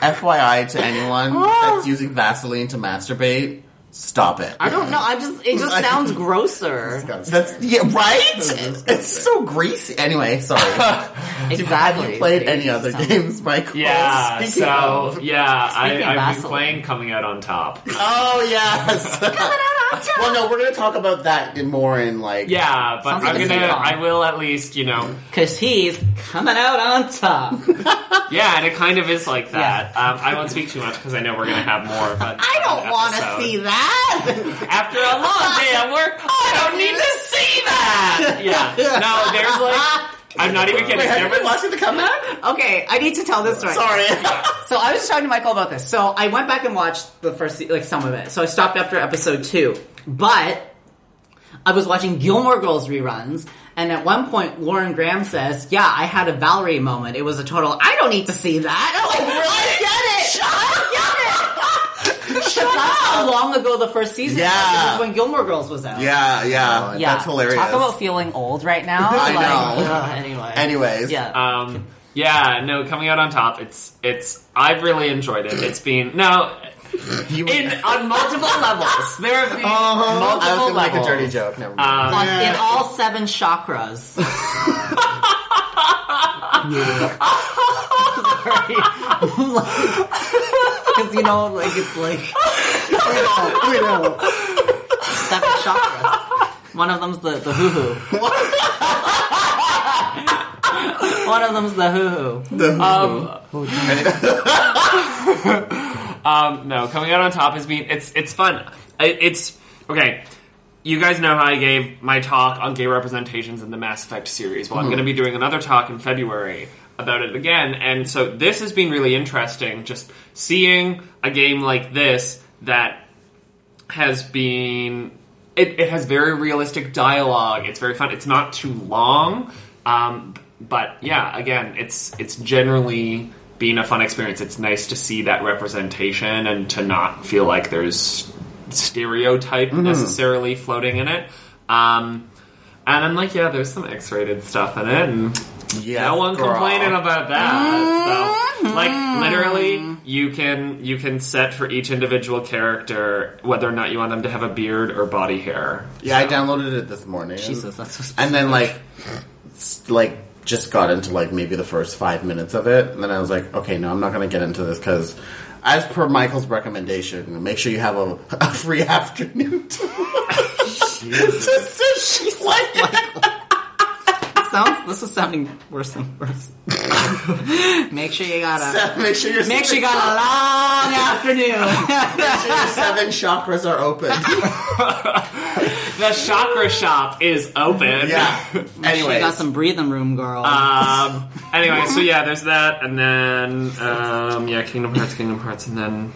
Speaker 1: FYI to anyone that's using Vaseline to masturbate, stop it.
Speaker 6: I don't know. I just it just sounds grosser.
Speaker 1: That's yeah, right. It's so greasy. Anyway, sorry.
Speaker 6: Exactly.
Speaker 1: Played
Speaker 6: See?
Speaker 1: any other games, Michael?
Speaker 3: Yeah,
Speaker 1: Speaking
Speaker 3: so
Speaker 1: of-
Speaker 3: yeah, I,
Speaker 6: Speaking of
Speaker 3: I've been
Speaker 6: Vaseline.
Speaker 3: playing Coming Out on Top.
Speaker 1: Oh yes. well, no, we're gonna talk about that in more in like.
Speaker 3: Yeah, but
Speaker 6: Sounds like
Speaker 3: I'm
Speaker 6: a
Speaker 3: gonna,
Speaker 6: sitcom.
Speaker 3: I will at least, you know,
Speaker 2: Because he's coming out on top.
Speaker 3: yeah, and it kind of is like that. Um, I won't speak too much because I know we're gonna have more. But
Speaker 6: I don't want to see that.
Speaker 3: after a long day at work. Oh, I don't need to see that. Yeah, no, there's like. I'm not even kidding.
Speaker 1: Wait, have
Speaker 3: There
Speaker 1: you been
Speaker 3: was-
Speaker 1: watching the comeback?
Speaker 6: okay, I need to tell this story.
Speaker 1: Sorry.
Speaker 6: So I was talking to Michael about this. So I went back and watched the first, se- like some of it. So I stopped after episode two, but I was watching Gilmore Girls reruns, and at one point Lauren Graham says, "Yeah, I had a Valerie moment. It was a total. I don't need to see that. I'm like, I get it. I get it. Shut That's how long ago the first season. was.
Speaker 1: Yeah.
Speaker 6: This is when Gilmore Girls was out.
Speaker 1: yeah, yeah,
Speaker 6: Yeah.
Speaker 1: That's hilarious.
Speaker 2: Talk about feeling old right now.
Speaker 1: I
Speaker 2: Like,
Speaker 1: know.
Speaker 2: ugh, anyway.
Speaker 1: Anyways.
Speaker 2: Yeah.
Speaker 3: Um, yeah, no, coming out on top. It's it's. I've really enjoyed it. It's been no.
Speaker 1: You
Speaker 2: in on multiple levels. There have been
Speaker 1: Oh. I was
Speaker 2: multiple
Speaker 1: gonna make a
Speaker 2: levels.
Speaker 1: dirty joke. Never mind.
Speaker 3: um,
Speaker 2: on- in all seven chakras. Because you know, like it's like
Speaker 4: we know.
Speaker 2: seven chakras. One of them's the the hoo hoo. One of them's the hoo hoo.
Speaker 3: Um, no, coming out on top has been it's it's fun. It, it's okay. You guys know how I gave my talk on gay representations in the Mass Effect series. Well, I'm going to be doing another talk in February about it again, and so this has been really interesting. Just seeing a game like this that has been it, it has very realistic dialogue. It's very fun. It's not too long, um, but yeah, again, it's it's generally been a fun experience. It's nice to see that representation and to not feel like there's stereotype necessarily floating in it. Um, and I'm like, yeah, there's some X-rated stuff in it, and
Speaker 1: Yes,
Speaker 3: no one
Speaker 1: girl.
Speaker 3: complaining about that. So,
Speaker 1: Mm-hmm.
Speaker 3: like literally, you can you can set for each individual character whether or not you want them to have a beard or body hair.
Speaker 1: Yeah, I downloaded it this morning.
Speaker 2: Jesus, that's so
Speaker 1: and then like, s- like just got into like maybe the first five minutes of it, and then I was like, okay, no, I'm not gonna get into this because, as per Michael's recommendation, make sure you have a, a free afternoon to, to sit. She's like,
Speaker 2: sounds. This is sounding worse and worse. Make sure you got a
Speaker 1: make sure your
Speaker 2: Uh, make sure you got a long afternoon.
Speaker 1: make sure your seven chakras are open.
Speaker 3: The chakra shop is open.
Speaker 1: yeah.
Speaker 2: Anyway,
Speaker 1: Anyway,
Speaker 2: got some breathing room, girl.
Speaker 3: Um, anyway, so yeah, there's that, and then um, yeah, Kingdom Hearts, Kingdom Hearts, and then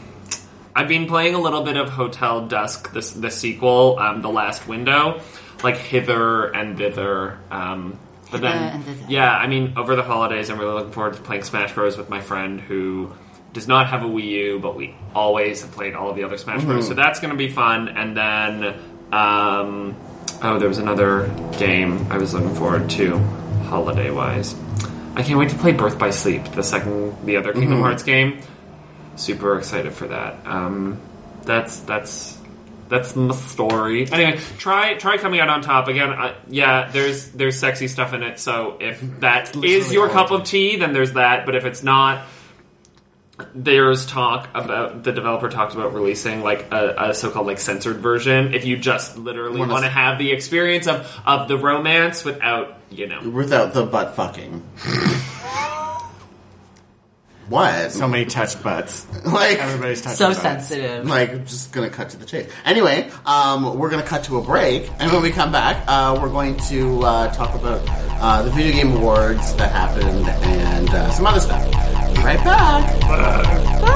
Speaker 3: I've been playing a little bit of Hotel Dusk, this the sequel, um, the Last Window, like hither and thither. Um, but then,
Speaker 2: and thither.
Speaker 3: yeah, I mean, over the holidays, I'm really looking forward to playing Smash Bros with my friend who does not have a Wii U, but we always have played all of the other Smash Bros. So that's going to be fun, and then. Um, Oh, there was another game I was looking forward to, holiday wise. I can't wait to play Birth by Sleep, the second, the other Kingdom Hearts game. Super excited for that. Um, that's that's that's my story. Anyway, try try coming out on top again. Uh, yeah, there's there's sexy stuff in it. So if that is your cup of tea, then there's that. But if it's not, there's talk about the developer talked about releasing like a, a so-called like censored version if you just literally
Speaker 1: Wanna-
Speaker 3: want to have the experience of of the romance without you know
Speaker 1: without the butt fucking. What?
Speaker 4: So many touched butts.
Speaker 1: like
Speaker 4: Everybody's touched
Speaker 2: so
Speaker 4: butts.
Speaker 2: sensitive.
Speaker 1: Like, just gonna cut to the chase. Anyway, um, we're gonna cut to a break, and when we come back, uh, we're going to uh, talk about uh, the video game awards that happened and uh, some other stuff. Be Right back. Bye.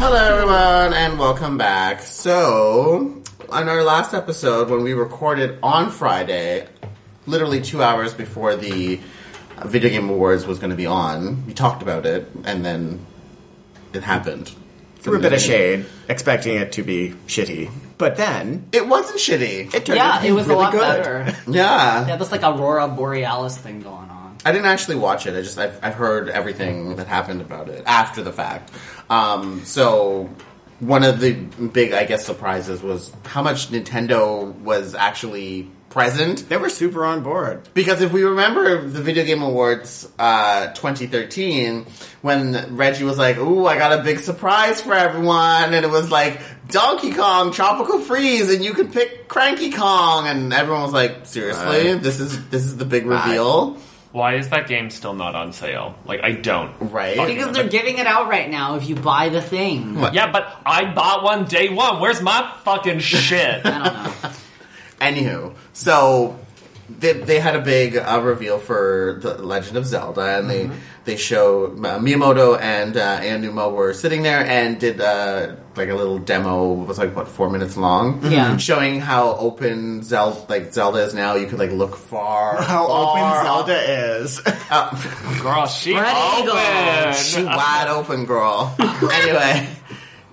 Speaker 1: Hello, everyone, and welcome back. So, on our last episode, when we recorded on Friday, literally two hours before the uh, Video Game Awards was going to be on, we talked about it, and then it happened.
Speaker 4: Threw a bit of shade, expecting it to be shitty. But then
Speaker 1: It wasn't shitty.
Speaker 4: it turned out
Speaker 2: yeah,
Speaker 4: to
Speaker 2: it
Speaker 4: be
Speaker 2: was
Speaker 4: really
Speaker 2: a lot
Speaker 4: good.
Speaker 2: better.
Speaker 1: Yeah.
Speaker 2: Yeah, that's like Aurora Borealis thing going on.
Speaker 1: I didn't actually watch it. I just I've, I've heard everything that happened about it after the fact. Um, so one of the big, I guess, surprises was how much Nintendo was actually present
Speaker 4: They were super on board.
Speaker 1: because if we remember the Video Game Awards uh, 2013, when Reggie was like, ooh, I got a big surprise for everyone, and it was like, Donkey Kong, Tropical Freeze, and you could pick Cranky Kong, and everyone was like, seriously? This is this is the big reveal?
Speaker 3: Why is that game still not on sale? Like, I don't.
Speaker 1: Right.
Speaker 3: fucking
Speaker 2: Because
Speaker 3: know.
Speaker 2: they're giving it out right now if you buy the thing.
Speaker 3: Yeah, but I bought one day one. Where's my fucking shit?
Speaker 1: Anywho, so they, they had a big uh, reveal for the Legend of Zelda, and they they show uh, Miyamoto and uh, Anuma were sitting there and did uh, like a little demo. It was like what four minutes long,
Speaker 2: Yeah.
Speaker 1: showing how open Zelda like Zelda is now. You could like look far,
Speaker 4: How
Speaker 1: far
Speaker 4: open
Speaker 1: up.
Speaker 4: Zelda is.
Speaker 3: Girl, she
Speaker 2: Spread eagle.
Speaker 3: open.
Speaker 1: She wide open girl. anyway,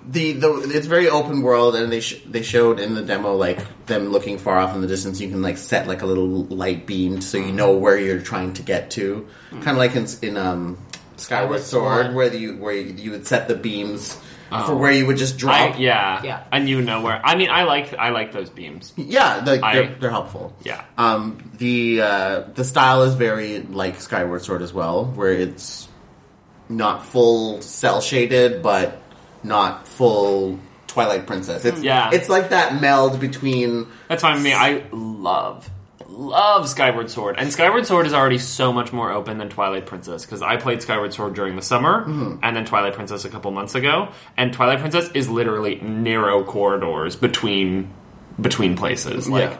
Speaker 1: the, the it's very open world, and they sh- they showed in the demo like them looking far off in the distance. You can like set like a little light beam so you know where you're trying to get to. Kind of like in, s- in um, Skyward Sword, where you where you, you would set the beams for where you would just drop.
Speaker 3: I, yeah,
Speaker 2: Yeah.
Speaker 3: and you know where. I mean, I like I like those beams.
Speaker 1: Yeah, like,
Speaker 3: I-
Speaker 1: they're, they're helpful.
Speaker 3: Yeah.
Speaker 1: Um, the uh, the style is very like Skyward Sword as well, where it's not full cell shaded, but not full Twilight Princess. It's
Speaker 3: Yeah.
Speaker 1: it's like that meld between
Speaker 3: That's why I mean, I love love Skyward Sword, and Skyward Sword is already so much more open than Twilight Princess because I played Skyward Sword during the summer, and then Twilight Princess a couple months ago, and Twilight Princess is literally narrow corridors between between places, like.
Speaker 1: Yeah.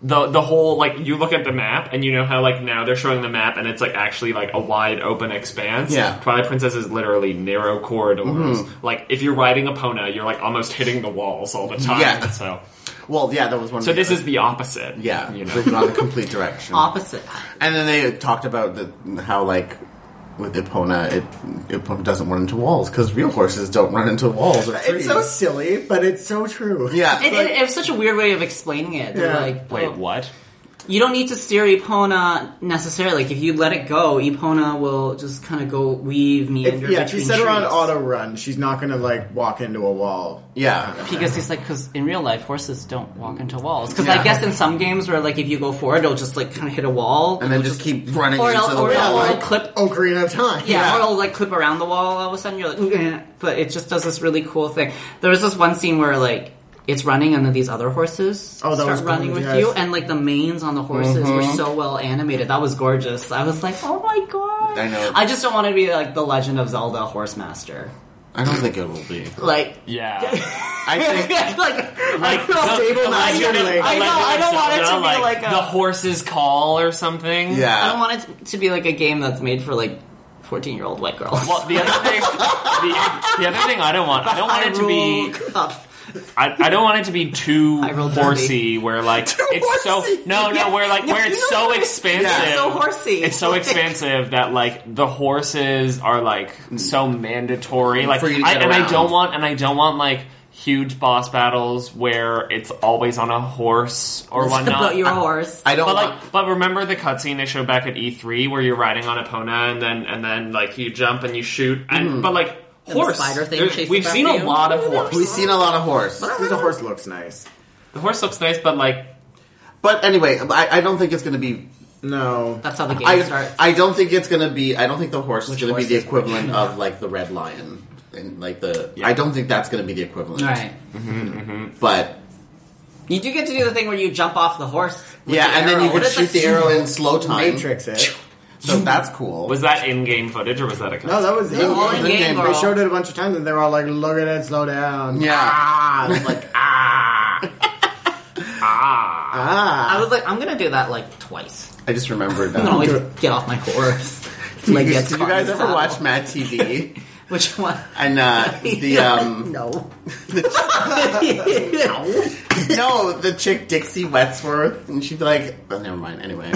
Speaker 3: The, the whole like you look at the map and you know how like now they're showing the map and it's like actually like a wide open expanse.
Speaker 1: Yeah.
Speaker 3: Twilight Princess is literally narrow corridors.
Speaker 2: Mm-hmm.
Speaker 3: Like if you're riding a Pona, you're like almost hitting the walls all the time.
Speaker 1: Yeah.
Speaker 3: So
Speaker 1: well, yeah, that was one. of
Speaker 3: so
Speaker 1: the
Speaker 3: this
Speaker 1: other-
Speaker 3: is the opposite.
Speaker 1: yeah,
Speaker 3: You
Speaker 1: moving
Speaker 3: know.
Speaker 1: on the complete direction.
Speaker 2: Opposite.
Speaker 1: And then they talked about the, how like. With Ipona, it Ipona doesn't run into walls because real horses don't run into walls. Or
Speaker 4: it's so
Speaker 1: trees.
Speaker 4: silly, but it's so true.
Speaker 1: yeah,
Speaker 2: It, it, it was such a weird way of explaining it. They're
Speaker 4: Yeah.
Speaker 2: like,
Speaker 3: Wait,
Speaker 2: oh,
Speaker 3: what?
Speaker 2: you don't need to steer Epona necessarily. Like, if you let it go, Epona will just kind of go weave me
Speaker 4: If,
Speaker 2: under
Speaker 4: yeah, if you
Speaker 2: between
Speaker 4: set her on
Speaker 2: trees.
Speaker 4: auto run, she's not gonna like walk into a wall.
Speaker 1: yeah.
Speaker 2: Because it's like, because in real life, horses don't walk into walls. Because I guess in some games where, like, if you go forward, it'll just, like, kind of hit a wall.
Speaker 1: and then just keep running
Speaker 2: or
Speaker 1: into
Speaker 2: it'll,
Speaker 1: the
Speaker 2: or, it'll,
Speaker 1: wall.
Speaker 2: or it'll clip.
Speaker 4: Ocarina of Time.
Speaker 2: Yeah, or it'll, like, clip around the wall all of a sudden. You're like, "Eh," but it just does this really cool thing. There was this one scene where, like, it's running and then these other horses
Speaker 4: Oh, that
Speaker 2: start
Speaker 4: was cool,
Speaker 2: running with
Speaker 4: yes. Mm-hmm.
Speaker 2: you. And, like, the manes on the horses were so well animated. That was gorgeous. I was like, oh my god.
Speaker 1: I know.
Speaker 2: I just don't want to be, like, the Legend of Zelda horse master.
Speaker 1: I don't think it will be.
Speaker 2: Like,
Speaker 3: Yeah,
Speaker 1: I think
Speaker 2: like, like,
Speaker 4: Stable Knight Journey.
Speaker 2: I know, I don't want it to be like a-
Speaker 3: the horse's call or something.
Speaker 1: yeah.
Speaker 2: I don't want it to be like a game that's made for like 14 year old white girls.
Speaker 3: Well, the other thing, the, the other thing I don't want, I don't want it to be,
Speaker 2: Up.
Speaker 3: I, I don't want it to be too
Speaker 2: I rolled
Speaker 3: horsey, where like it's so
Speaker 1: horsey.
Speaker 3: no, no, where like where it's so expansive,
Speaker 2: It's so horsey.
Speaker 3: It's so expansive that like the horses are like so mandatory.
Speaker 1: Mm.
Speaker 3: Like
Speaker 1: For you to
Speaker 3: I,
Speaker 1: get
Speaker 3: and I
Speaker 1: around.
Speaker 3: don't want and I don't want like huge boss battles where it's always on a horse or whatnot.
Speaker 2: about your horse.
Speaker 1: I don't
Speaker 3: But
Speaker 1: want-
Speaker 3: like, but remember the cutscene they showed back at E3 where you're riding on a Pona and then and then like you jump and you shoot and
Speaker 1: Mm.
Speaker 3: but like
Speaker 2: the
Speaker 3: horse.
Speaker 2: spider thing
Speaker 3: there-
Speaker 2: chases
Speaker 3: we've
Speaker 2: after
Speaker 3: seen a
Speaker 2: you.
Speaker 3: lot of
Speaker 1: We've
Speaker 3: horse.
Speaker 1: seen a lot of horse.
Speaker 4: the horse looks nice.
Speaker 3: The horse looks nice, but like
Speaker 1: But anyway, I, I don't think it's going to be.
Speaker 4: No.
Speaker 2: That's how the game
Speaker 1: I,
Speaker 2: starts.
Speaker 1: I don't think it's going to be. I don't think the horse is going to be
Speaker 2: horse
Speaker 1: the
Speaker 2: is-
Speaker 1: equivalent of like the red lion and like the. I don't think that's going to be the equivalent.
Speaker 2: Alright.
Speaker 1: But
Speaker 2: You do get to do the thing where you jump off the horse. with
Speaker 1: yeah,
Speaker 2: the
Speaker 1: and then
Speaker 2: arrow.
Speaker 1: you
Speaker 2: What
Speaker 1: can
Speaker 2: is
Speaker 1: shoot the
Speaker 2: that-
Speaker 1: arrow in slow time.
Speaker 4: Matrix it.
Speaker 1: So that's cool.
Speaker 3: was that in-game footage or was that a cutscene?
Speaker 4: No, that was
Speaker 2: It's all in
Speaker 1: They
Speaker 2: game,
Speaker 4: They
Speaker 2: girl.
Speaker 4: showed it a bunch of times and they were all like, look at it, slow down.
Speaker 1: yeah.
Speaker 4: Ah, I was like, ah,
Speaker 3: ah.
Speaker 2: I
Speaker 4: ah.
Speaker 2: was like, I'm gonna do that like twice.
Speaker 1: I just remembered that.
Speaker 2: I'm gonna always
Speaker 4: Do it.
Speaker 2: get off my horse.
Speaker 1: Did
Speaker 2: Like,
Speaker 1: you-
Speaker 2: gets
Speaker 1: did you
Speaker 2: caught in
Speaker 1: guys
Speaker 2: the
Speaker 1: ever
Speaker 2: saddle.
Speaker 1: watch Mad TV?
Speaker 2: Which one?
Speaker 1: And uh, the um,
Speaker 2: No.
Speaker 1: no, the chick Dixie Wetsworth, and she'd be like, oh, "Never mind." Anyway.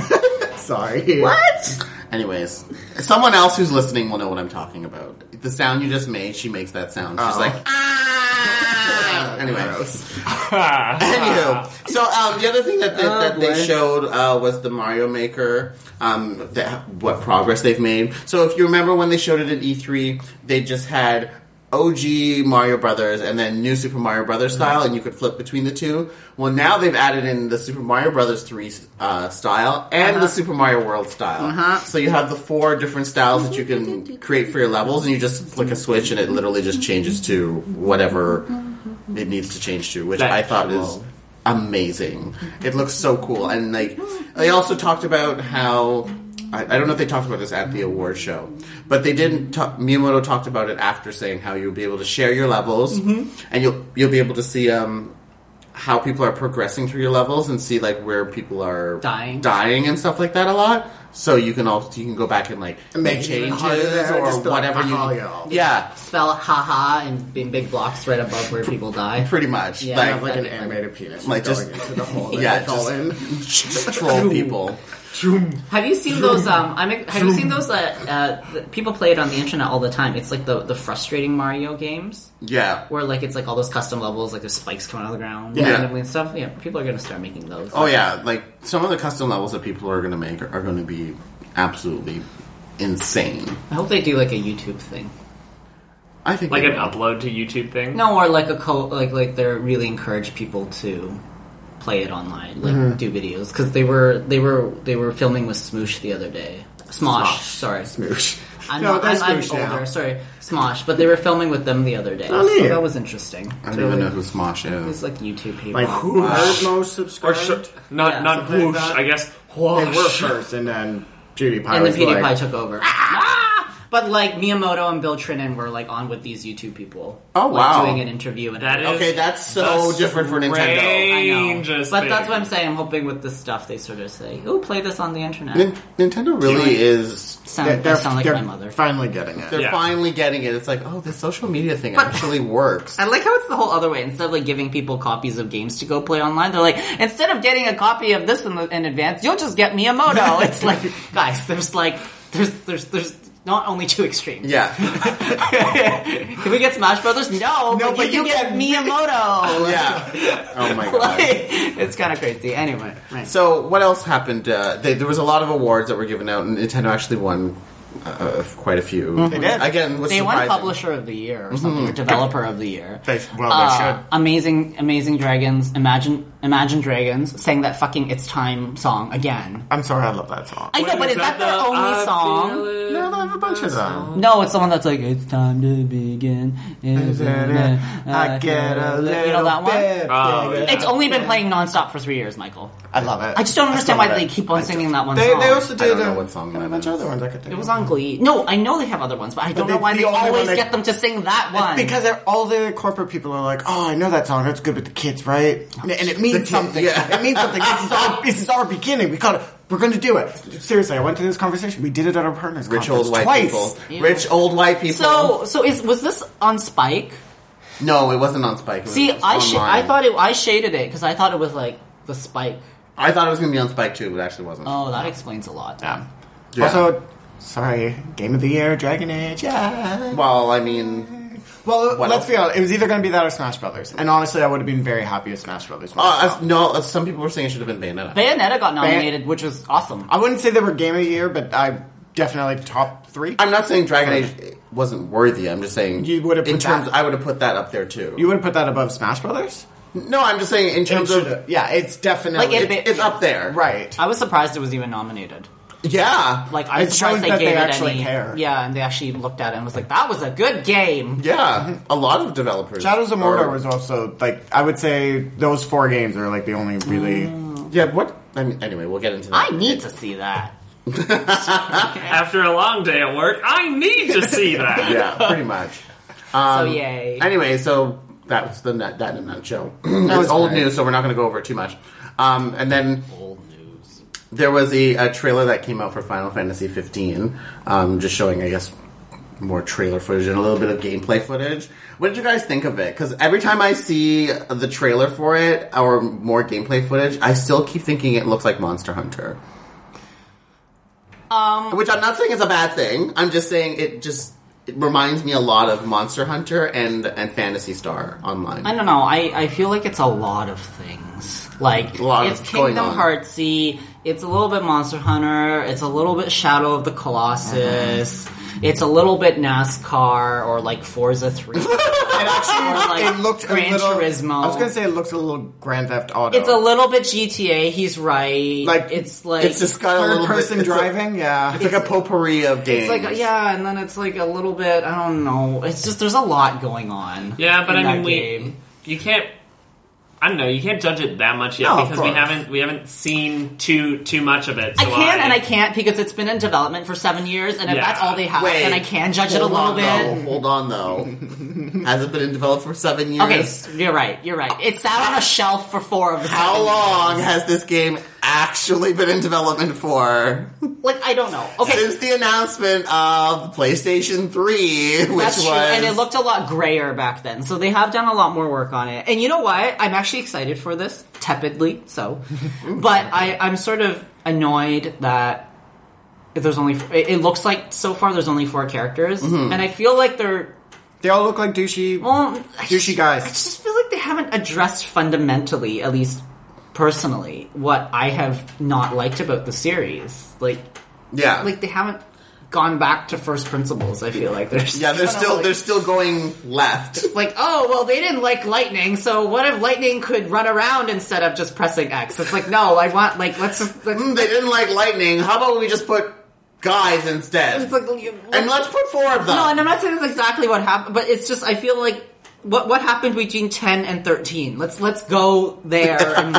Speaker 4: Sorry.
Speaker 2: What?
Speaker 1: Anyways, someone else who's listening will know what I'm talking about. The sound you just made, she makes that sound. She's like, ah! Anyway. Anywho, so um, the other thing that they, that
Speaker 2: boy.
Speaker 1: they showed uh, was the Mario Maker. Um, that, what progress they've made. So if you remember when they showed it at E3, they just had OG Mario Brothers and then New Super Mario Brothers style, and you could flip between the two. Well, now they've added in the Super Mario Brothers three uh, style and the Super Mario World style. So you have the four different styles that you can create for your levels, and you just flick a switch, and it literally just changes to whatever it needs to change to, which
Speaker 3: That
Speaker 1: I thought is
Speaker 3: will.
Speaker 1: amazing. It looks so cool, and like they also talked about how I, I don't know if they talked about this at the award show, but they didn't. Talk, Miyamoto talked about it after saying how you'll be able to share your levels, and you'll you'll be able to see um, how people are progressing through your levels and see like where people are
Speaker 2: Dying.
Speaker 1: dying and stuff like that a lot. So you can also you can go back and like
Speaker 4: make
Speaker 1: make
Speaker 4: it even
Speaker 1: changes
Speaker 4: harder there,
Speaker 1: or
Speaker 4: just be like,
Speaker 1: whatever
Speaker 4: "Ah,
Speaker 1: you
Speaker 4: y'all."
Speaker 1: yeah
Speaker 2: Spell haha and in big blocks right above where people die.
Speaker 1: pretty much
Speaker 2: Yeah,
Speaker 1: like
Speaker 4: have like an animated penis
Speaker 1: Like,
Speaker 4: like
Speaker 1: just-
Speaker 4: just going into the hole that
Speaker 1: Yeah,
Speaker 4: yeah, all in.
Speaker 1: just troll people.
Speaker 2: Have you seen those? Um, I'm, have you seen those that uh, that people play it on the internet all the time? It's like the the frustrating Mario games
Speaker 1: Yeah.
Speaker 2: where like it's like all those custom levels, like there's spikes coming out of the ground,
Speaker 1: Yeah.
Speaker 2: randomly and stuff. Yeah, people are gonna start making those.
Speaker 1: Oh yeah. Like some of the custom levels that people are going to make are going to be absolutely insane.
Speaker 2: I hope they do like a YouTube thing.
Speaker 1: I think
Speaker 3: like
Speaker 1: they
Speaker 3: an
Speaker 1: will.
Speaker 3: upload to YouTube thing.
Speaker 2: No, or like a co like like they really encourage people to play it online, like do videos because they were they were they were filming with Smoosh the other day. Smosh, sorry,
Speaker 4: Smoosh.
Speaker 2: I'm
Speaker 4: no,
Speaker 2: not,
Speaker 4: that's
Speaker 2: I'm, I'm
Speaker 4: Smoosh now.
Speaker 2: older, sorry, Smosh. But they were filming with them the other day.
Speaker 4: Oh, neat.
Speaker 2: so that was interesting.
Speaker 1: I don't even know who Smosh
Speaker 2: It's
Speaker 1: is.
Speaker 2: like YouTube people.
Speaker 4: Like who hurt most
Speaker 3: Or
Speaker 4: subscribed?
Speaker 3: sh- not
Speaker 2: Yeah,
Speaker 3: not
Speaker 4: something
Speaker 3: whoosh.
Speaker 4: like that.
Speaker 3: I guess
Speaker 4: They were
Speaker 3: whoosh.
Speaker 4: first, and then PewDiePie.
Speaker 2: Oh, and then
Speaker 4: was
Speaker 2: PewDiePie
Speaker 4: like,
Speaker 2: took over. Ah! But like Miyamoto and Bill Trinan were like on with these YouTube people.
Speaker 1: Oh,
Speaker 2: like,
Speaker 1: wow.
Speaker 2: doing an interview and
Speaker 3: That is
Speaker 1: Okay, that's so
Speaker 3: the
Speaker 1: different for Nintendo.
Speaker 2: I know.
Speaker 3: strangest
Speaker 2: But
Speaker 3: thing.
Speaker 2: that's what I'm saying. I'm hoping with this stuff they sort of say, "Oh, play this on the internet."
Speaker 1: Nin- Nintendo really is.
Speaker 2: sound,
Speaker 4: They're,
Speaker 2: I
Speaker 4: they're,
Speaker 2: sound like
Speaker 4: they're
Speaker 2: my mother.
Speaker 4: finally getting it.
Speaker 1: They're
Speaker 3: Yeah.
Speaker 1: finally getting it. It's like, oh, this social media thing actually works.
Speaker 2: I like how it's the whole other way. Instead of like giving people copies of games to go play online, they're like, instead of getting a copy of this in, the, in advance, you'll just get Miyamoto. it's like, guys, there's like, there's there's there's not only two extremes.
Speaker 1: Yeah,
Speaker 2: Can we get Smash Brothers? No, but,
Speaker 1: but you
Speaker 2: you, can get Miyamoto.
Speaker 1: yeah. Oh my
Speaker 2: Like,
Speaker 1: god.
Speaker 2: it's kind of crazy. Anyway, right.
Speaker 1: So what else happened? Uh, they, there was a lot of awards that were given out, and Nintendo actually won uh, quite a few. They
Speaker 4: did.
Speaker 1: Again, was
Speaker 2: they won
Speaker 1: surprising.
Speaker 2: Publisher of the Year or something, or Developer of the Year.
Speaker 4: Mm-hmm. They, well, they
Speaker 2: Uh,
Speaker 4: should.
Speaker 2: amazing, amazing dragons. Imagine, imagine dragons sang that fucking "It's Time" song again.
Speaker 4: I'm sorry, I love that song.
Speaker 2: I know, but is that, their only
Speaker 3: I
Speaker 2: song?
Speaker 3: feel it?
Speaker 4: no, they have a bunch of them.
Speaker 2: No, it's the one that's like "It's Time to Begin." Is it,
Speaker 4: I get a little
Speaker 2: You know that one?
Speaker 4: bit
Speaker 3: Oh,
Speaker 4: bigger.
Speaker 3: yeah.
Speaker 2: It's only been playing nonstop for three years, Michael.
Speaker 4: I love it.
Speaker 2: I just don't understand
Speaker 4: love
Speaker 2: why they
Speaker 4: it.
Speaker 2: keep on singing that one
Speaker 4: They,
Speaker 2: song.
Speaker 4: they also
Speaker 1: I
Speaker 4: did
Speaker 1: don't know
Speaker 4: um,
Speaker 1: what song
Speaker 4: and a
Speaker 1: that is.
Speaker 4: bunch of other ones I could think
Speaker 2: It was
Speaker 4: of.
Speaker 2: on Glee. No, I know they have other ones, but I don't
Speaker 4: they-
Speaker 2: know why
Speaker 4: the
Speaker 2: they
Speaker 4: only one
Speaker 2: always
Speaker 4: they-
Speaker 2: get them to sing that one.
Speaker 4: Because they're, all the corporate people are like, oh, I know that song. That's good with the kids, right? And, and it means something.
Speaker 1: yeah.
Speaker 4: It means something. This is our, this is our beginning. We got it. We're going to do it. Seriously, I went to this conversation. We did it at our partners'
Speaker 1: Rich
Speaker 4: conference
Speaker 1: old white
Speaker 4: twice.
Speaker 1: people. Rich old white people.
Speaker 2: so, so is was this on Spike?
Speaker 1: no, it wasn't on Spike. It was
Speaker 2: See, I sh-
Speaker 1: online.
Speaker 2: I thought it I shaded it because I thought it was like the Spike.
Speaker 1: I thought it was going to be on Spike too, but it actually wasn't.
Speaker 2: Oh, that explains a lot.
Speaker 4: Yeah.
Speaker 1: Yeah.
Speaker 4: Also, sorry, Game of the Year, Dragon Age. Yeah.
Speaker 1: well, I mean,
Speaker 4: Well,
Speaker 1: What
Speaker 4: let's
Speaker 1: else?
Speaker 4: be honest. It was either going to be that or Smash Brothers. And honestly, I would have been very happy if Smash Brothers. won.
Speaker 1: uh, uh, no. uh, Some people were saying it should have been Bayonetta.
Speaker 2: Bayonetta got nominated, which was awesome.
Speaker 4: I wouldn't say they were Game of the Year, but I definitely top three.
Speaker 1: I'm not saying Dragon Age wasn't worthy. I'm just saying
Speaker 4: You would've
Speaker 1: in
Speaker 4: put
Speaker 1: terms.
Speaker 4: that-
Speaker 1: I would have put that up there too.
Speaker 4: you would have put that above Smash Brothers.
Speaker 1: no, I'm just saying in terms of
Speaker 4: It- yeah, it's definitely
Speaker 2: Like, it-
Speaker 1: it's, it's up there,
Speaker 4: right.
Speaker 2: I was surprised it was even nominated.
Speaker 1: Yeah,
Speaker 2: Like I was
Speaker 4: It
Speaker 2: surprised
Speaker 4: shows
Speaker 2: they
Speaker 4: that
Speaker 2: gave
Speaker 4: they
Speaker 2: it
Speaker 4: actually
Speaker 2: any.
Speaker 4: care.
Speaker 2: Yeah, and they actually looked at it and was like, "That was a good game."
Speaker 1: yeah. A lot of developers.
Speaker 4: Shadows of Mordor
Speaker 1: are-
Speaker 4: was also like I would say those four games are like the only really.
Speaker 3: Mm.
Speaker 1: Yeah, what? I mean, anyway, we'll get into that.
Speaker 2: I need to see that.
Speaker 3: After a long day at work, I need to see that.
Speaker 1: Yeah, pretty much. Um,
Speaker 2: So, yay.
Speaker 1: Anyway, so that was the net, that in a nutshell.
Speaker 4: was
Speaker 1: it's old
Speaker 4: great.
Speaker 1: news, so we're not going to go over it too much. Um, and then there was a, a trailer that came out for Final Fantasy 15, um, just showing, I guess, more trailer footage and a little bit of gameplay footage. What did you guys think of it? Because every time I see the trailer for it or more gameplay footage, I still keep thinking it looks like Monster Hunter. Um, Which I'm not saying is a bad thing. I'm just saying it just it reminds me a lot of Monster Hunter and and Fantasy Star Online.
Speaker 2: I don't know. I, I feel like it's a lot of things. Like
Speaker 1: A lot
Speaker 2: it's
Speaker 1: of going
Speaker 2: Kingdom
Speaker 1: on.
Speaker 2: Heartsy. It's a little bit Monster Hunter. It's a little bit Shadow of the Colossus.
Speaker 1: Mm-hmm.
Speaker 2: It's a little bit NASCAR or like Forza Three. it actually
Speaker 4: it looked
Speaker 2: Gran
Speaker 4: a little.
Speaker 2: Turismo.
Speaker 4: I was gonna say it looks a little Grand Theft Auto.
Speaker 2: It's a little bit GTA. He's right.
Speaker 4: Like,
Speaker 2: it's like
Speaker 1: it's just got a
Speaker 4: third
Speaker 1: little
Speaker 4: person
Speaker 1: bit, it's a-
Speaker 4: driving. yeah,
Speaker 1: it's like a potpourri of games.
Speaker 2: it's like yeah, and then it's like a little bit. I don't know. It's just there's a lot going on.
Speaker 3: Yeah, but
Speaker 2: in
Speaker 3: I
Speaker 2: that
Speaker 3: mean,
Speaker 2: game.
Speaker 3: we, you can't. I don't know. You can't judge it that much yet
Speaker 1: No, of
Speaker 3: because we
Speaker 1: course.
Speaker 3: haven't we haven't seen too too much of it.
Speaker 2: I
Speaker 3: So
Speaker 2: can and I can't because it's been in development for seven years, and if
Speaker 3: Yeah.
Speaker 2: that's all they have,
Speaker 1: Wait,
Speaker 2: then I can judge it a
Speaker 1: Hold
Speaker 2: little
Speaker 1: on,
Speaker 2: bit.
Speaker 1: though. Hold on, though. Has it been in development for seven years?
Speaker 2: Okay, s- you're right. You're right. It's sat on a shelf for four of the
Speaker 1: How
Speaker 2: seven
Speaker 1: long has this game actually been in development for?
Speaker 2: years. Like I don't know. Okay,
Speaker 1: Since the announcement of PlayStation 3, which
Speaker 2: that's
Speaker 1: was.
Speaker 2: true. And it looked a lot grayer back then, so they have done a lot more work on it. And you know what? I'm actually excited for this, tepidly so, but I, I'm sort of annoyed that. If there's only it it looks like so far there's only four characters,
Speaker 1: Mm-hmm.
Speaker 2: and I feel like they're
Speaker 4: they all look like douchey.
Speaker 2: Well, I
Speaker 4: Douchey
Speaker 2: just-
Speaker 4: guys.
Speaker 2: I just feel like they haven't addressed fundamentally, at least personally, what I have not liked about the series. Like,
Speaker 1: yeah.
Speaker 2: like they haven't gone back to first principles. I feel like there's
Speaker 1: yeah, they're still they're still going left.
Speaker 2: like, oh well, they didn't like lightning, so what if lightning could run around instead of just pressing X? It's like, no, I want like let's just let's,
Speaker 1: Mm, they didn't like lightning. How about we just put guys instead?
Speaker 2: it's like you-
Speaker 1: and let's put four of them.
Speaker 2: No, and I'm not saying that's exactly what happened, but it's just I feel like what what happened between ten and thirteen. Let's let's go there and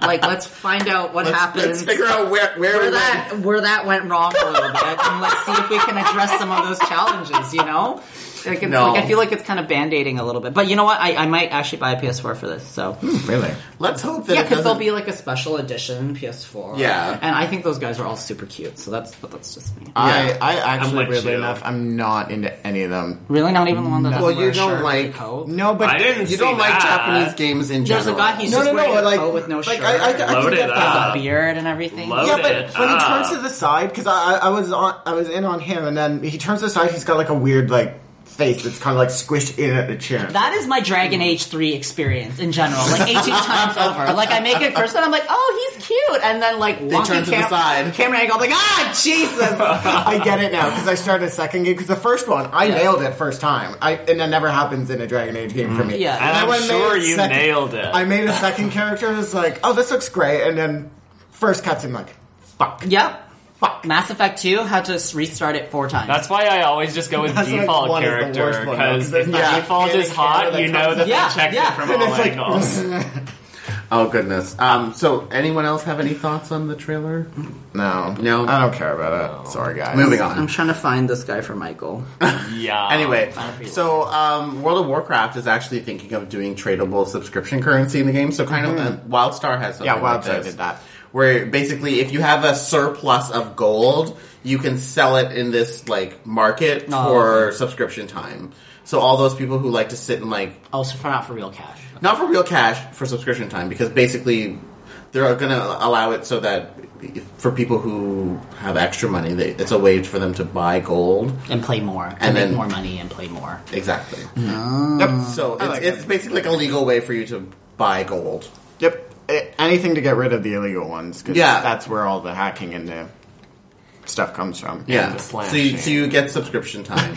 Speaker 2: like let's find out what
Speaker 1: let's,
Speaker 2: happened.
Speaker 1: let's figure out where where,
Speaker 2: where
Speaker 1: we
Speaker 2: that
Speaker 1: went.
Speaker 2: where that went wrong a little bit, and let's see if we can address some of those challenges. You know, like, it's,
Speaker 1: No.
Speaker 2: like I feel like it's kind of band aiding a little bit. But you know what? I, I might actually buy a PS4 for this. So
Speaker 4: Really?
Speaker 1: Let's hope that
Speaker 2: yeah,
Speaker 1: it
Speaker 2: because there'll
Speaker 1: doesn't
Speaker 2: be like a special edition PS4.
Speaker 1: Yeah.
Speaker 2: and I think those guys are all super cute. So that's but that's just me.
Speaker 1: Yeah.
Speaker 4: I, I actually,
Speaker 3: with
Speaker 4: weirdly
Speaker 3: you.
Speaker 4: enough, I'm not into any of them.
Speaker 2: Really, not even the one that doesn't
Speaker 1: Well, you
Speaker 2: wear a
Speaker 1: don't
Speaker 2: shirt and
Speaker 1: like-
Speaker 2: a coat?
Speaker 4: No, but
Speaker 3: I didn't.
Speaker 1: you don't
Speaker 3: see
Speaker 1: like
Speaker 3: that.
Speaker 1: Japanese games in
Speaker 2: There's a
Speaker 1: general.
Speaker 2: guy he's
Speaker 4: No,
Speaker 2: just
Speaker 4: no, no,
Speaker 2: wearing a
Speaker 4: like-
Speaker 2: coat with no
Speaker 4: like,
Speaker 2: shirt,
Speaker 4: I- I- I can
Speaker 3: Loaded
Speaker 4: get that.
Speaker 2: a
Speaker 3: up.
Speaker 2: beard and everything.
Speaker 3: Loaded
Speaker 4: Yeah, but when he
Speaker 3: up.
Speaker 4: turns to the side, because I, I I was on, I was in on him, and then he turns to the side. He's got like a weird like face that's kind of like squished in at the chin.
Speaker 2: That is my Dragon
Speaker 3: Hmm.
Speaker 2: Age 3 experience in general, like 18 times over. Like, I make it first and I'm like, oh, he's cute. And then, like, wonky
Speaker 1: turn to the
Speaker 2: cam-
Speaker 1: side.
Speaker 2: camera angle, I'm like, ah, Jesus.
Speaker 4: I get it now because I started a second game because the first one I nailed it first time. I and that never happens in a Dragon Age game for me.
Speaker 2: Yeah.
Speaker 3: And
Speaker 2: And
Speaker 3: Mm.
Speaker 4: then
Speaker 3: I'm
Speaker 4: when I made
Speaker 3: sure
Speaker 4: a
Speaker 3: you
Speaker 4: second-
Speaker 3: nailed it.
Speaker 4: I made a second character and was like, oh, this looks great, and then first cuts him like, fuck,
Speaker 2: yep.
Speaker 4: fuck.
Speaker 2: Mass Effect 2 had to s- restart it four times.
Speaker 3: That's why I always just go with
Speaker 4: That's like
Speaker 3: default
Speaker 4: one is the
Speaker 3: character
Speaker 4: worst one, though, 'cause
Speaker 3: because
Speaker 4: there's
Speaker 3: if the
Speaker 1: not
Speaker 3: default
Speaker 4: any
Speaker 3: is
Speaker 4: character
Speaker 3: hot,
Speaker 4: that
Speaker 3: you know
Speaker 4: comes
Speaker 3: that
Speaker 2: Yeah,
Speaker 3: they checked
Speaker 2: yeah.
Speaker 3: it from
Speaker 2: And
Speaker 3: all
Speaker 4: it's like,
Speaker 3: angles.
Speaker 1: Oh goodness. Um so anyone else have any thoughts on the trailer?
Speaker 4: No, Uh,
Speaker 1: No.
Speaker 4: I don't care
Speaker 3: Oh.
Speaker 4: about it. Sorry, guys.
Speaker 1: Moving
Speaker 2: I'm
Speaker 1: on.
Speaker 2: trying to find this guy for Michael.
Speaker 3: yeah.
Speaker 1: Anyway,
Speaker 2: Battlefield.
Speaker 1: so um, World of Warcraft is actually thinking of doing tradable subscription currency in the game. So kind of uh, WildStar has something
Speaker 4: Mm-hmm. Yeah,
Speaker 1: like
Speaker 4: WildStar
Speaker 1: this,
Speaker 4: did that.
Speaker 1: where basically if you have a surplus of gold, you can sell it in this like market
Speaker 2: Oh,
Speaker 1: for subscription time. So all those people who like to sit and like
Speaker 2: Also, for not for real cash.
Speaker 1: not for real cash for subscription time because basically they're going to allow it so that for people who have extra money, they, it's a way for them to buy gold.
Speaker 2: And play more. And,
Speaker 1: And
Speaker 2: make
Speaker 1: then-
Speaker 2: more money and play more.
Speaker 1: Exactly.
Speaker 4: Yep.
Speaker 1: So it's,
Speaker 4: like
Speaker 1: it's basically like a legal way for you to buy gold.
Speaker 4: Yep. A- anything to get rid of the illegal ones, because
Speaker 1: Yeah.
Speaker 4: that's where all the hacking and the stuff comes from.
Speaker 1: Yeah. So
Speaker 3: slash
Speaker 1: you,
Speaker 3: thing.
Speaker 1: so you get subscription time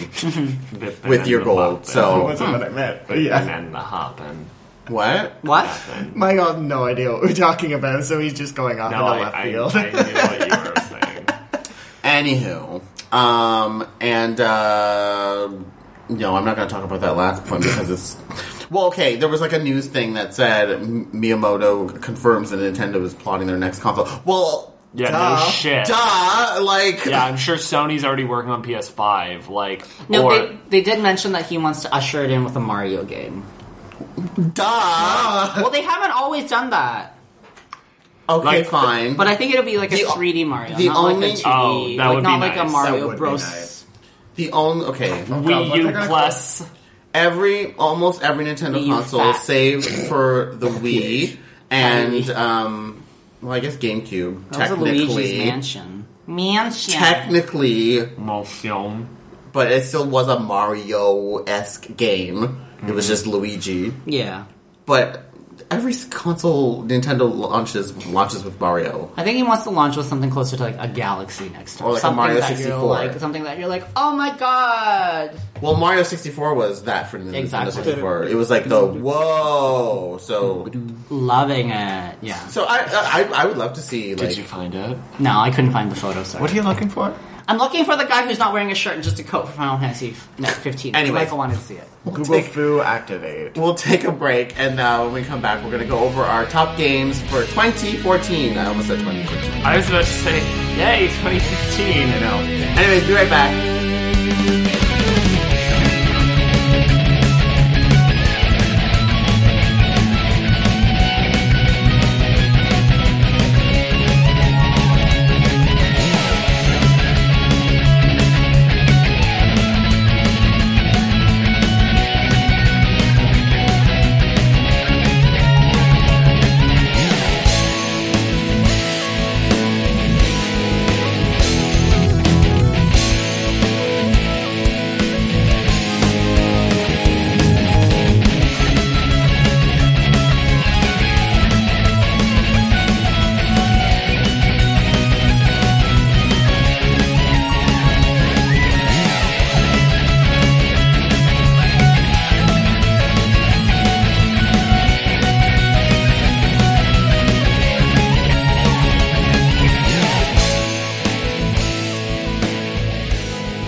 Speaker 1: with your gold. So
Speaker 4: Wasn't what I meant, Oh. Hmm. but
Speaker 3: And
Speaker 4: yeah.
Speaker 3: then the hop and
Speaker 1: what?
Speaker 2: What?
Speaker 4: Mike has no idea what we're talking about, so he's just going off
Speaker 3: no,
Speaker 4: in
Speaker 3: I,
Speaker 4: the left
Speaker 3: I, I knew
Speaker 4: field.
Speaker 3: what you were saying.
Speaker 1: Anywho, um, and uh, no, I'm not going to talk about that last point because it's well, okay. There was like a news thing that said M- Miyamoto confirms that Nintendo is plotting their next console. Well,
Speaker 3: Yeah,
Speaker 1: duh,
Speaker 3: no shit.
Speaker 1: duh, like
Speaker 3: Yeah, I'm sure Sony's already working on PS5. Like,
Speaker 2: No,
Speaker 3: or
Speaker 2: they, they did mention that he wants to usher it in with a Mario game.
Speaker 1: duh.
Speaker 2: well, they haven't always done that.
Speaker 1: Okay,
Speaker 3: Like,
Speaker 1: fine,
Speaker 2: But I think it'll be like a
Speaker 1: The o-
Speaker 2: 3D Mario,
Speaker 1: the
Speaker 2: not
Speaker 1: only-
Speaker 2: like a 2D,
Speaker 3: Oh, that
Speaker 2: like
Speaker 3: would
Speaker 2: not
Speaker 3: be
Speaker 2: like a
Speaker 3: nice.
Speaker 4: That would
Speaker 2: Mario
Speaker 4: be
Speaker 2: Bros.
Speaker 4: nice.
Speaker 1: the only okay.
Speaker 4: God, what
Speaker 3: Wii
Speaker 4: they're
Speaker 3: U
Speaker 4: gonna
Speaker 3: Plus.
Speaker 1: every almost every Nintendo
Speaker 2: Wii U
Speaker 1: console,
Speaker 2: fat.
Speaker 1: save for the Wii and um, well, I guess GameCube.
Speaker 2: That was a Luigi's
Speaker 1: Technically,
Speaker 2: Mansion. Mansion.
Speaker 1: technically,
Speaker 3: Motion.
Speaker 1: but it still was a Mario esque game. It
Speaker 3: Mhm.
Speaker 1: was just Luigi.
Speaker 2: Yeah.
Speaker 1: But every console Nintendo launches launches with Mario.
Speaker 2: I think he wants to launch with something closer to like a Galaxy next time,
Speaker 1: Or, like, a
Speaker 2: something
Speaker 1: Mario
Speaker 2: that
Speaker 1: 64.
Speaker 2: You're like something that you're like, oh my god!
Speaker 1: Well, Mario 64 was that for Nintendo
Speaker 2: Exactly.
Speaker 1: 64. It was like the whoa. So,
Speaker 2: Loving it. Yeah.
Speaker 1: so I, I I would love to see like
Speaker 3: Did you find it?
Speaker 2: No, I couldn't find the photo. Sorry.
Speaker 4: What are you looking for?
Speaker 2: I'm looking for the guy who's not wearing a shirt and just a coat for Final Fantasy f- no, 15.
Speaker 1: Anyway.
Speaker 2: Michael wanted to see it.
Speaker 4: Google Foo activate.
Speaker 1: We'll take a break, and uh, when we come back, we're going to go over our top games for 2014. I almost said 2014.
Speaker 3: I was about to say, yay, 2015.
Speaker 1: I know. Anyways, be right back.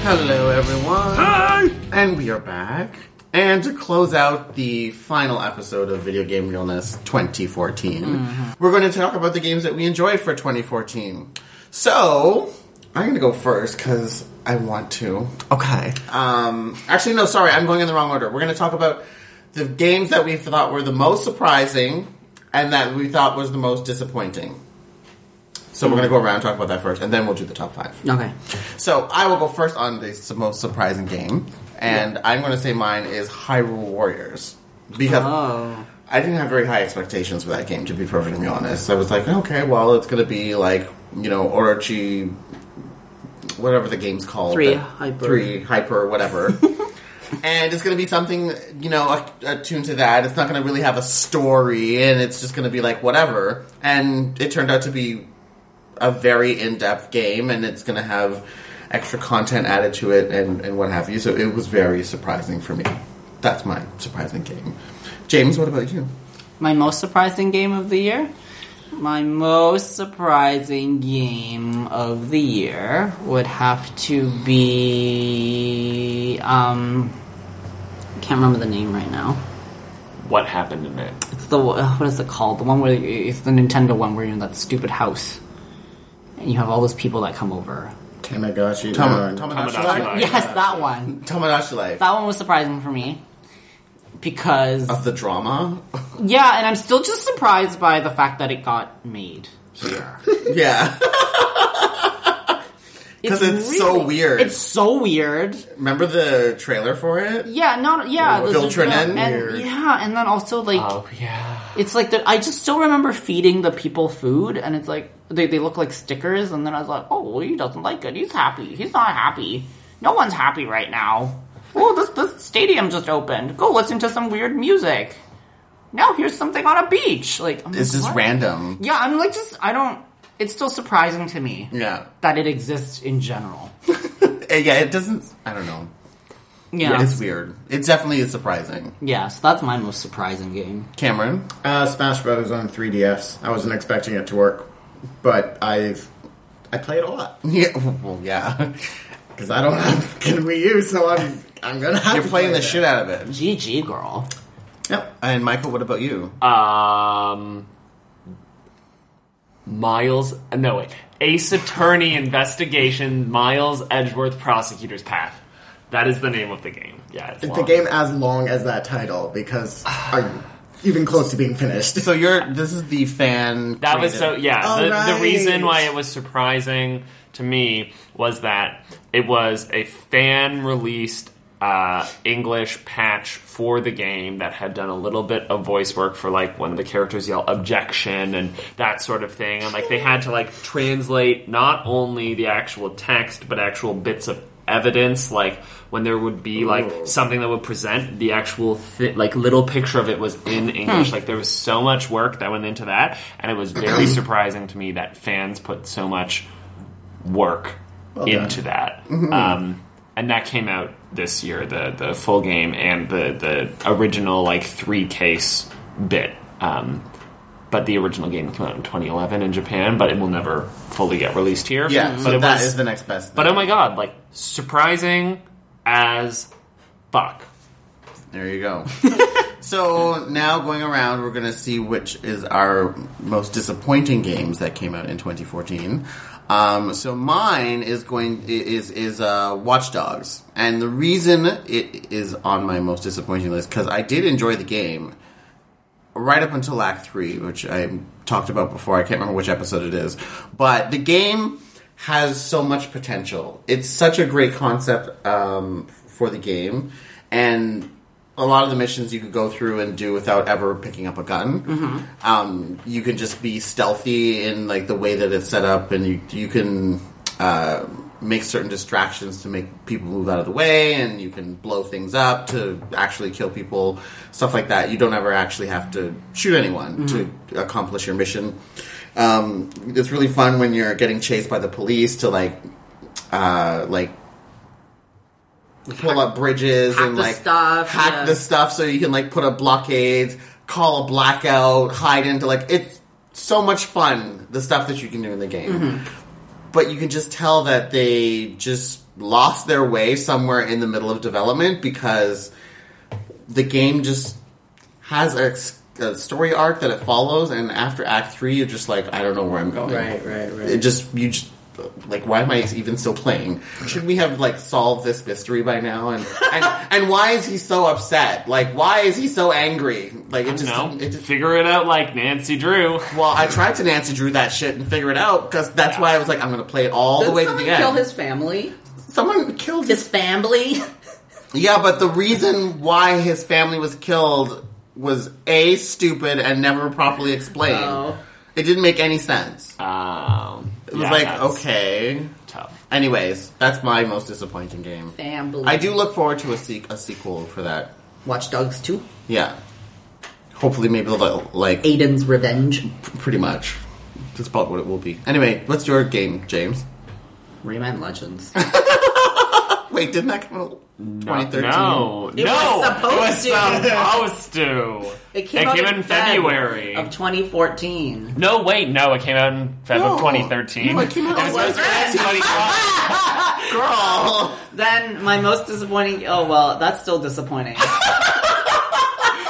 Speaker 1: Hello, everyone. Hi! And we are back. And to close out the final episode of Video Game Realness 2014, we're going to talk about the games that we enjoyed for 2014. So, I'm going to go first because I want to.
Speaker 4: Okay.
Speaker 1: Um, actually, no, sorry, I'm going in the wrong order. We're going to talk about the games that we thought were the most surprising and that we thought was the most disappointing. So we're going to go around and talk about that first, and then we'll do the top five.
Speaker 2: Okay.
Speaker 1: So I will go first on the s- most surprising game, and I'm going to say mine is Hyrule Warriors because
Speaker 2: Oh.
Speaker 1: I didn't have very high expectations for that game. To be perfectly honest, I was like, okay, well, it's going to be like you know Orochi, whatever the game's called,
Speaker 2: Three
Speaker 1: that-
Speaker 2: Hyper.
Speaker 1: three hyper, whatever. And it's going to be something, you know, a- attuned to that. It's not going to really have a story, and it's just going to be like whatever. And it turned out to be a very in-depth game and it's going to have extra content added to it and, and what have you so it was very surprising for me that's my surprising game james what about you
Speaker 2: My most surprising game of the year? My most surprising game of the year would have to be. Um. Can't remember the name right now.
Speaker 3: What happened in it?
Speaker 2: It's the uh, what is it called? The one where it's the Nintendo one where you're in that stupid house, and you have all those people that come over.
Speaker 4: Tamagotchi.
Speaker 1: Tama-
Speaker 4: Tama-
Speaker 1: Tamagotchi
Speaker 3: Tamagotchi
Speaker 1: Life?
Speaker 3: Life.
Speaker 2: Yes, that one.
Speaker 1: Tamagotchi life
Speaker 2: That one was surprising for me because
Speaker 1: of the drama
Speaker 2: yeah, and I'm still just surprised by the fact that it got made here.
Speaker 1: yeah because it's, so
Speaker 2: really-
Speaker 1: weird
Speaker 2: It's so weird.
Speaker 1: remember the trailer for it
Speaker 2: Yeah, not yeah.
Speaker 1: Yeah,
Speaker 2: the- the-
Speaker 1: filtering in
Speaker 2: and-
Speaker 1: weird.
Speaker 2: yeah, and then also like
Speaker 3: Oh yeah.
Speaker 2: it's like that. I just still remember feeding the people food, and it's like they, they look like stickers, and then I was like, oh, well, he doesn't like it. He's happy. He's not happy. No one's happy right now. Oh, this this stadium just opened. Go listen to some weird music. Now here's something on a beach. Like I'm
Speaker 1: it's
Speaker 2: like,
Speaker 1: just
Speaker 2: what?
Speaker 1: random
Speaker 2: Yeah, I'm like just I don't. It's still surprising to me
Speaker 1: yeah
Speaker 2: that it exists in general.
Speaker 1: And Uh, yeah it doesn't i don't know
Speaker 2: Yeah,
Speaker 1: it's weird it definitely is surprising
Speaker 2: yeah. So that's my most surprising game.
Speaker 1: cameron
Speaker 4: Uh, Smash Brothers on 3DS. I wasn't expecting it to work, but I've I play it a lot
Speaker 1: yeah well yeah
Speaker 4: because I don't have can Wii U, so I'm I'm gonna have
Speaker 1: you're
Speaker 4: to
Speaker 1: playing
Speaker 4: play
Speaker 1: the
Speaker 4: it.
Speaker 1: shit out of it
Speaker 2: GG, girl.
Speaker 4: Yep.
Speaker 1: and michael what about you
Speaker 3: Um. Miles. uh, No wait. Ace Attorney Investigation. Miles Edgeworth Prosecutor's Path. That is the name of the game. Yeah. It's
Speaker 4: It's a
Speaker 3: long.
Speaker 4: game as long as that title because I'm even close to being finished.
Speaker 1: So you're this is the fan.
Speaker 3: That was so
Speaker 1: created-
Speaker 3: yeah.
Speaker 4: All
Speaker 3: the,
Speaker 4: right.
Speaker 3: the reason why it was surprising to me was that it was a fan released uh, English patch for the game that had done a little bit of voice work for like one of the characters yell objection and that sort of thing. And like they had to like translate not only the actual text but actual bits of evidence, like when there would be
Speaker 4: Ooh.
Speaker 1: Oh.
Speaker 3: like something that would present the actual thi- like little picture of it was in English. Like there was so much work that went into that, and it was very surprising to me that fans put so much work into that.
Speaker 1: Mm-hmm.
Speaker 3: Um, and that came out this year, the the full game and the the original like three case bit. Um, but the original game came out in 2011 in Japan, but it will never fully get released here.
Speaker 1: Yeah,
Speaker 4: Mm-hmm.
Speaker 3: but
Speaker 1: so
Speaker 3: it
Speaker 1: that
Speaker 3: was-
Speaker 1: is the next best. Thing.
Speaker 3: But oh my god, like surprising as fuck.
Speaker 1: There you go. so now going around, we're going to see which is our most disappointing games that came out in 2014. Um, so mine is going i- is is uh, Watch Dogs, and the reason it is on my most disappointing list because I did enjoy the game right up until Act Three, which I talked about before. I can't remember which episode it is, but the game has so much potential. It's such a great concept um, for the game, and a lot of the missions you could go through and do without ever picking up a gun. Um, you can just be stealthy in like the way that it's set up, and you you can. Uh, make certain distractions to make people move out of the way and you can blow things up to actually kill people stuff like that you don't ever actually have to shoot anyone to accomplish your mission um, it's really fun when you're getting chased by the police to like uh, like pull up bridges
Speaker 2: hack
Speaker 1: and
Speaker 2: the
Speaker 1: like
Speaker 2: stuff,
Speaker 1: hack
Speaker 2: yeah.
Speaker 1: the stuff so you can like put up blockades call a blackout hide into like it's so much fun the stuff that you can do in the game
Speaker 2: Mm-hmm.
Speaker 1: but you can just tell that they just lost their way somewhere in the middle of development because the game just has a, s- a story arc that it follows, and after Act Three, you're just like, I don't know where I'm going.
Speaker 2: Right, right, right.
Speaker 1: It just you just like why am I even still playing? Should we have like solved this mystery by now? And and, and why is he so upset? Like why is he so angry? Like it just
Speaker 3: No,
Speaker 1: it just
Speaker 3: figure it out like Nancy Drew.
Speaker 1: well, I tried to Nancy Drew that shit and figure it out because that's why I was like, I'm gonna play it all the way to
Speaker 2: someone
Speaker 1: the end.
Speaker 2: kill his family?
Speaker 1: someone killed his
Speaker 2: Oh, His family?
Speaker 1: Yeah, but the reason why his family was killed was A, stupid and never properly explained.
Speaker 2: Oh.
Speaker 1: It didn't make any sense.
Speaker 3: Um,
Speaker 1: It was like, okay.
Speaker 3: tough.
Speaker 1: Anyways, that's my most disappointing game.
Speaker 2: family.
Speaker 1: I do look forward to a, se- a sequel for that.
Speaker 2: Watch Dogs 2.
Speaker 1: Yeah. Hopefully, maybe they'll, like,
Speaker 2: Aiden's Revenge.
Speaker 1: pretty much. That's about what it will be. Anyway, what's your game, James?
Speaker 2: Rayman Legends.
Speaker 1: Wait, didn't that come out in 2013?
Speaker 3: No,
Speaker 2: It
Speaker 3: no,
Speaker 2: was supposed
Speaker 3: it was
Speaker 2: to.
Speaker 3: supposed to.
Speaker 2: It came out
Speaker 3: in February.
Speaker 2: of 2014.
Speaker 3: No, wait, no, it came out in Feb
Speaker 1: No.
Speaker 3: of 2013.
Speaker 1: No, it came out-
Speaker 3: was supposed to be 2012.
Speaker 1: Girl!
Speaker 2: Then my most disappointing. Oh well, that's still disappointing.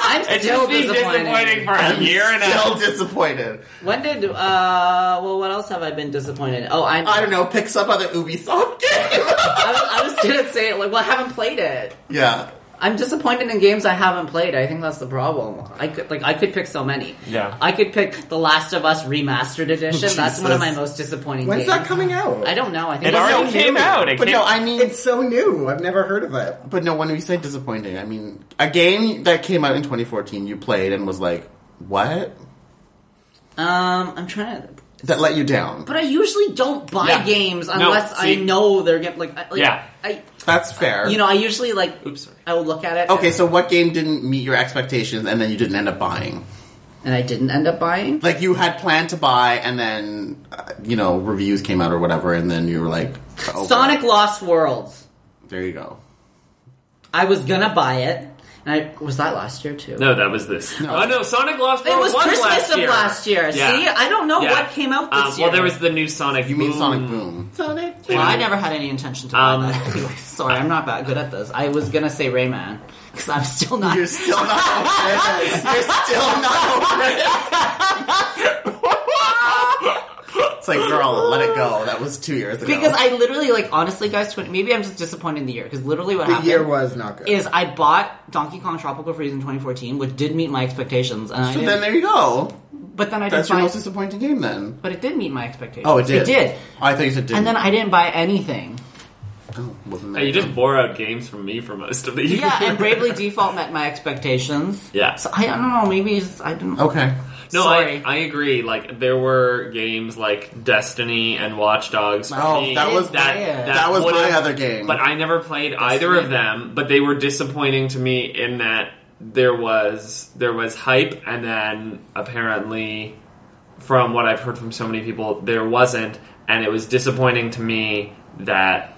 Speaker 2: I'm
Speaker 3: It's
Speaker 2: still
Speaker 3: just been
Speaker 2: disappointed.
Speaker 3: disappointing for a year and a
Speaker 1: Still disappointed.
Speaker 2: When did? Uh, well, what else have I been disappointed? Oh, I'm,
Speaker 1: I don't know, picks up other Ubisoft game.
Speaker 2: I, was, I was gonna say it like, well, I haven't played it.
Speaker 1: yeah.
Speaker 2: I'm disappointed in games I haven't played. I think that's the problem. I could like I could pick so many.
Speaker 3: Yeah.
Speaker 2: I could pick The Last of Us Remastered Edition. That's
Speaker 1: Jesus.
Speaker 2: one of my most disappointing.
Speaker 4: When's
Speaker 2: games.
Speaker 4: that coming out?
Speaker 2: I don't know. I think
Speaker 3: It
Speaker 2: it's-
Speaker 3: already
Speaker 4: no,
Speaker 3: came
Speaker 4: maybe.
Speaker 3: out. It
Speaker 1: But
Speaker 3: came,
Speaker 1: no, I mean,
Speaker 4: It's so new. I've never heard of it.
Speaker 1: but no, when we say disappointing, I mean, a game that came out in 2014 you played and was like, what?
Speaker 2: Um, I'm trying to.
Speaker 1: That let you down.
Speaker 2: But I usually don't buy
Speaker 3: Yeah.
Speaker 2: games
Speaker 3: No,
Speaker 2: unless I
Speaker 3: see.
Speaker 2: know they're getting like, I- like
Speaker 3: Yeah.
Speaker 2: I
Speaker 1: That's fair.
Speaker 2: you know I usually like
Speaker 3: Oops, sorry.
Speaker 2: I will look at it.
Speaker 1: Okay, so what game didn't meet your expectations and then you didn't end up buying?
Speaker 2: and I didn't end up buying.
Speaker 1: Like, you had planned to buy and then, uh, you know, reviews came out or whatever and then you were like, oh,
Speaker 2: Sonic Lost Worlds.
Speaker 1: There you go.
Speaker 2: I was gonna buy it, and I was that last year too.
Speaker 3: no, that was this.
Speaker 1: No.
Speaker 3: Oh no, Sonic Lost
Speaker 2: It
Speaker 3: World
Speaker 2: was Christmas
Speaker 3: last
Speaker 2: of
Speaker 3: year.
Speaker 2: last year.
Speaker 3: Yeah.
Speaker 2: See, I don't know
Speaker 3: Yeah.
Speaker 2: what came out this
Speaker 3: Um,
Speaker 2: year.
Speaker 3: Well, there was the new Sonic.
Speaker 1: You mean Sonic Boom?
Speaker 2: Sonic. Well, I never had any intention to buy
Speaker 3: Um,
Speaker 2: that. Anyway, sorry, I'm not that good at this. I was gonna say Rayman because I'm still not.
Speaker 1: You're still not over it. You're still not over it. It's like, girl, let it go. That was two years ago.
Speaker 2: because I literally like honestly, guys. Tw- maybe I'm just disappointed in the year because literally what
Speaker 4: The
Speaker 2: happened
Speaker 4: year was not good.
Speaker 2: is I bought Donkey Kong Tropical Freeze in 2014, which did meet my expectations, and I
Speaker 1: But
Speaker 2: didn't-
Speaker 1: then there you go.
Speaker 2: but then I didn't
Speaker 1: That's your
Speaker 2: buy.
Speaker 1: most disappointing game then.
Speaker 2: But it did meet my expectations.
Speaker 1: Oh, it did.
Speaker 2: It did.
Speaker 1: I think it did.
Speaker 2: And then I didn't buy anything.
Speaker 1: Oh, wasn't that
Speaker 3: Hey, you just bore out games from me for most of the year.
Speaker 6: Yeah, and Bravely Default met my expectations.
Speaker 3: Yeah.
Speaker 6: So I, I don't know. Maybe it's, I didn't.
Speaker 1: okay?
Speaker 3: No,
Speaker 6: Sorry.
Speaker 3: I, I agree. Like there were games like Destiny and Watch Dogs. for
Speaker 1: Oh,
Speaker 3: me
Speaker 1: that was
Speaker 3: that,
Speaker 6: my-
Speaker 3: that,
Speaker 1: That was
Speaker 3: would've-
Speaker 1: my other game.
Speaker 3: But I never played either of them. But they were disappointing to me in that there was there was hype, and then apparently, from what I've heard from so many people, there wasn't, and it was disappointing to me that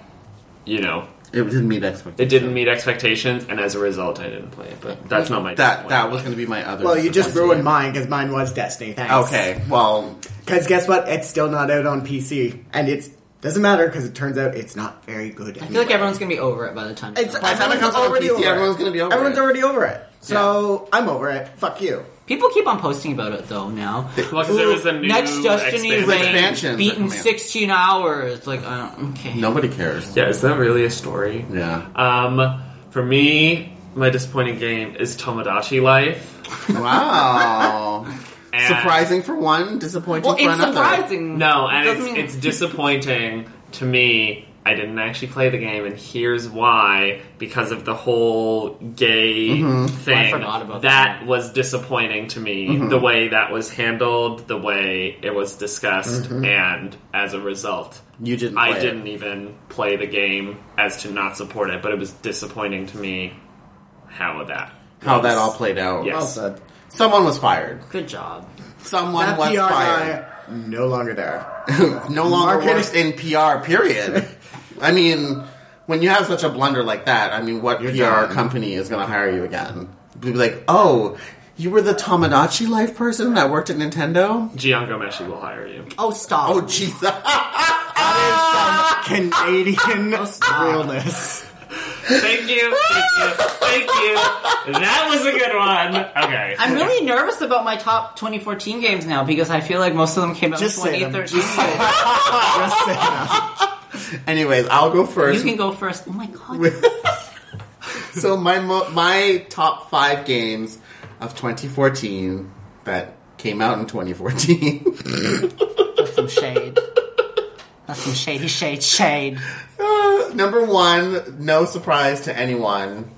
Speaker 3: you know
Speaker 1: it didn't meet expectations.
Speaker 3: it didn't meet expectations, and as a result, I didn't play it. But that's not my
Speaker 1: That that
Speaker 3: disappointment.
Speaker 1: was going to be my other.
Speaker 4: Well, you just
Speaker 1: disappointment.
Speaker 4: ruined mine because mine was Destiny. Thanks.
Speaker 1: Okay, well,
Speaker 4: Because guess what? It's still not out on PC, and it's doesn't matter because it turns out it's not very good.
Speaker 6: I feel like everyone's gonna be over it by the time.
Speaker 4: it's,
Speaker 6: It's,
Speaker 1: time it comes out on PC, everyone's gonna be over
Speaker 4: Everyone's
Speaker 1: it.
Speaker 4: already over it. So I'm over it. Fuck you.
Speaker 6: people keep on posting about it though now.
Speaker 3: Well, 'cause there was a new
Speaker 6: Next Destiny
Speaker 3: expansion.
Speaker 1: Expansions
Speaker 6: Reign
Speaker 1: are
Speaker 6: beaten
Speaker 1: coming out.
Speaker 6: sixteen hours. Like uh, okay.
Speaker 1: nobody cares.
Speaker 3: Yeah, is that really a story?
Speaker 1: Yeah.
Speaker 3: Um, for me, my disappointing game is Tomodachi Life.
Speaker 1: Wow.
Speaker 3: And-
Speaker 1: Surprising for one, disappointing
Speaker 6: Well,
Speaker 1: for
Speaker 6: it's
Speaker 1: another.
Speaker 6: surprising.
Speaker 3: No, and it's,
Speaker 6: Doesn't mean-
Speaker 3: it's disappointing to me. I didn't actually play the game, and here's why: because of the whole gay thing.
Speaker 6: I forgot about
Speaker 3: that was disappointing to me. The way that was handled, the way it was discussed, and as a result,
Speaker 1: You didn't.
Speaker 3: I
Speaker 1: play it.
Speaker 3: didn't even play the game as to not support it. But it was disappointing to me how that
Speaker 1: How that
Speaker 3: was.
Speaker 1: all played out.
Speaker 3: Yes.
Speaker 4: Well said.
Speaker 1: Someone was fired.
Speaker 6: Good job.
Speaker 1: Someone
Speaker 4: That
Speaker 1: was
Speaker 4: PR
Speaker 1: fired.
Speaker 4: guy no longer there.
Speaker 1: no longer
Speaker 4: Marketing.
Speaker 1: works in PR. Period. I mean, when you have such a blunder like that, I mean, what
Speaker 4: You're
Speaker 1: PR
Speaker 4: done.
Speaker 1: company is going to hire you again? Be like, oh, you were the Tomodachi Life person that worked at Nintendo.
Speaker 3: Gian Gomeshi will hire you.
Speaker 6: Oh stop.
Speaker 1: Oh, Jesus.
Speaker 4: Canadian
Speaker 6: stop.
Speaker 4: realness.
Speaker 3: Thank you, thank you, thank you. That was a good one. Okay.
Speaker 6: I'm really nervous about my top 2014 games now because I feel like most of them came out in
Speaker 4: Just say them.
Speaker 6: 2013.
Speaker 4: Just say that.
Speaker 1: Anyways, I'll go
Speaker 6: you
Speaker 1: first.
Speaker 6: can go first. Oh my god.
Speaker 1: so my mo- my top five games of 2014 that came out in 2014.
Speaker 6: some shade. That's some shady shade shade.
Speaker 1: Uh, number one, no surprise to anyone.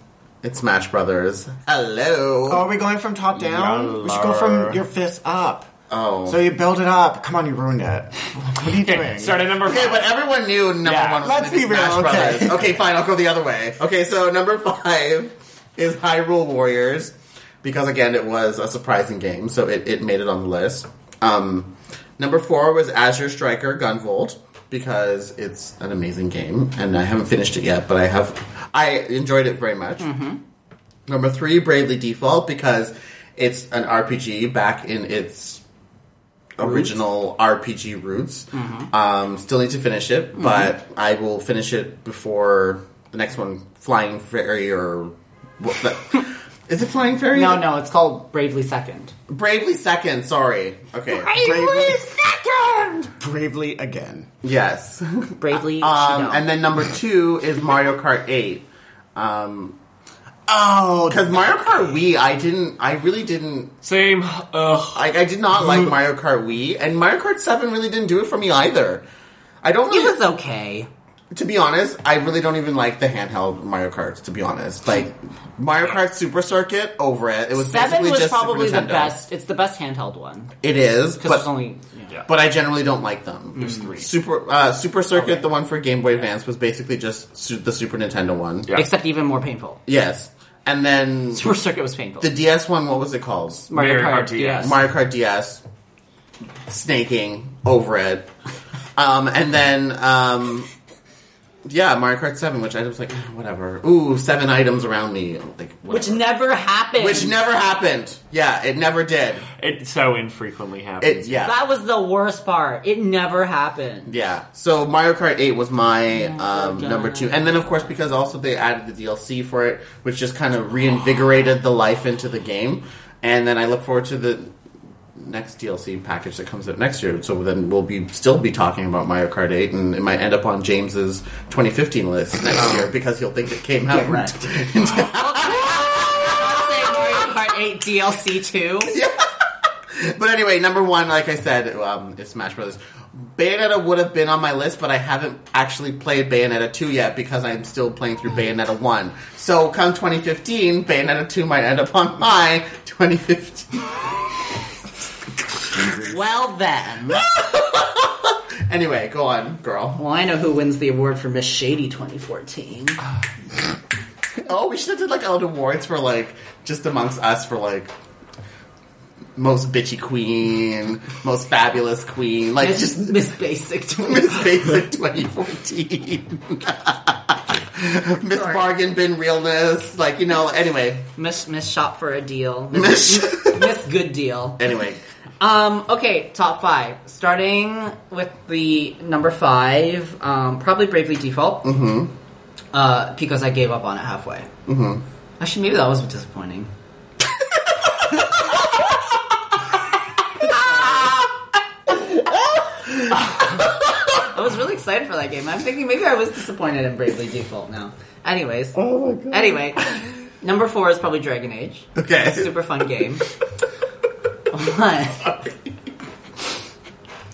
Speaker 1: It's Smash Brothers.
Speaker 4: Oh,
Speaker 1: Hello.
Speaker 4: are we going from top down? We should go
Speaker 1: Yallar.
Speaker 4: from your fist up.
Speaker 1: Oh.
Speaker 4: So you build it up. Come on, you ruined it. What are you doing?
Speaker 3: Okay, start at number
Speaker 1: Okay,
Speaker 3: five.
Speaker 1: but everyone knew number
Speaker 3: Yeah,
Speaker 1: one was
Speaker 4: let's
Speaker 1: gonna be
Speaker 4: be
Speaker 1: Smash
Speaker 4: real, okay.
Speaker 1: Brothers. Okay, fine, I'll go the other way. Okay, so number five is Hyrule Warriors, because again, it was a surprising game, so it, it made it on the list. Um, number four was Azure Striker Gunvolt, because it's an amazing game, and I haven't finished it yet, but I have, I enjoyed it very much. Number three, Bravely Default, because it's an RPG back in its original RPG roots.
Speaker 6: Mm-hmm.
Speaker 1: Um, still need to finish it, but I will finish it before the next one, Flying Fairy or what the, is it Flying Fairy?
Speaker 6: No, no, it's called Bravely Second.
Speaker 1: Bravely Second. Sorry. Okay.
Speaker 4: Bravely,
Speaker 6: Second.
Speaker 4: bravely again.
Speaker 1: Yes.
Speaker 6: Bravely.
Speaker 1: Um,
Speaker 6: Shido.
Speaker 1: and then number two is Mario Kart Eight. Um,
Speaker 4: Oh,
Speaker 1: because Mario Kart Wii, I didn't, I really didn't
Speaker 3: Same. Ugh.
Speaker 1: I, I did not like Mario Kart Wii, and Mario Kart 7 really didn't do it for me either. I don't
Speaker 6: it
Speaker 1: really,
Speaker 6: was okay.
Speaker 1: to be honest, I really don't even like the handheld Mario Karts, to be honest. Like, Mario Kart Super Circuit, over it. It was
Speaker 6: Seven
Speaker 1: basically
Speaker 6: was
Speaker 1: just Super
Speaker 6: probably the
Speaker 1: Nintendo.
Speaker 6: best. It's the best handheld one
Speaker 1: It is,
Speaker 6: because it's
Speaker 1: but,
Speaker 6: only. yeah.
Speaker 1: but I generally don't like them. There's
Speaker 3: three.
Speaker 1: Super, uh, Super Circuit, the one for Game Boy Advance, was basically just su- the Super Nintendo one.
Speaker 3: Yeah.
Speaker 6: Except even more painful.
Speaker 1: Yes. And then
Speaker 6: Super Circuit was painful.
Speaker 1: the DS one, what was it called?
Speaker 6: Mario
Speaker 3: Mario
Speaker 6: Kart
Speaker 3: Kart DS.
Speaker 6: DS.
Speaker 1: Mario Kart DS, snaking over it, um, and then um, yeah, Mario Kart Seven, which I was like, "Ah, whatever. Ooh, seven items around me, like
Speaker 6: which
Speaker 1: whatever.
Speaker 6: never happened.
Speaker 1: which never happened. Yeah, it never did.
Speaker 3: It so infrequently happens.
Speaker 1: It yeah.
Speaker 6: That was the worst part. It never happened.
Speaker 1: yeah, so Mario Kart 8 was my
Speaker 6: God.
Speaker 1: um, number two. And then, of course, because also they added the DLC for it, which just kind of reinvigorated the life into the game. And then I look forward to the next DLC package that comes out next year. So then we'll be still be talking about Mario Kart 8, and it might end up on James's 2015 list next year because he'll think it came out.
Speaker 6: Not saying Mario Kart 8 DLC 2.
Speaker 1: But anyway, number one, like I said, um, is Smash Brothers. Bayonetta would have been on my list, but I haven't actually played Bayonetta 2 yet because I'm still playing through Bayonetta 1. So come 2015, Bayonetta 2 might end up on my 2015.
Speaker 2: Well then.
Speaker 1: Anyway, go on, girl.
Speaker 2: Well, I know who wins the award for Miss Shady 2014.
Speaker 1: Oh, we should have did like old awards for like just amongst us for like most bitchy queen, most fabulous queen, like
Speaker 2: It's
Speaker 1: just
Speaker 2: just Miss Basic 2014.
Speaker 1: Miss Basic 2014. Miss Bargain Bin Realness. Like, you know, anyway.
Speaker 2: Miss Miss Shop for a Deal. Miss,
Speaker 1: Miss.
Speaker 2: Miss Good Deal.
Speaker 1: anyway.
Speaker 2: Um, okay, top five. Starting with the number five, um, probably Bravely Default. Mm-hmm. Uh, because I gave up on it halfway. Mm-hmm. Actually, maybe that was disappointing. I was really excited for that game. I'm thinking maybe I was disappointed in Bravely Default now. Anyways.
Speaker 1: Oh my god.
Speaker 2: Anyway, number four is probably Dragon Age.
Speaker 1: Okay.
Speaker 2: Super fun game. What?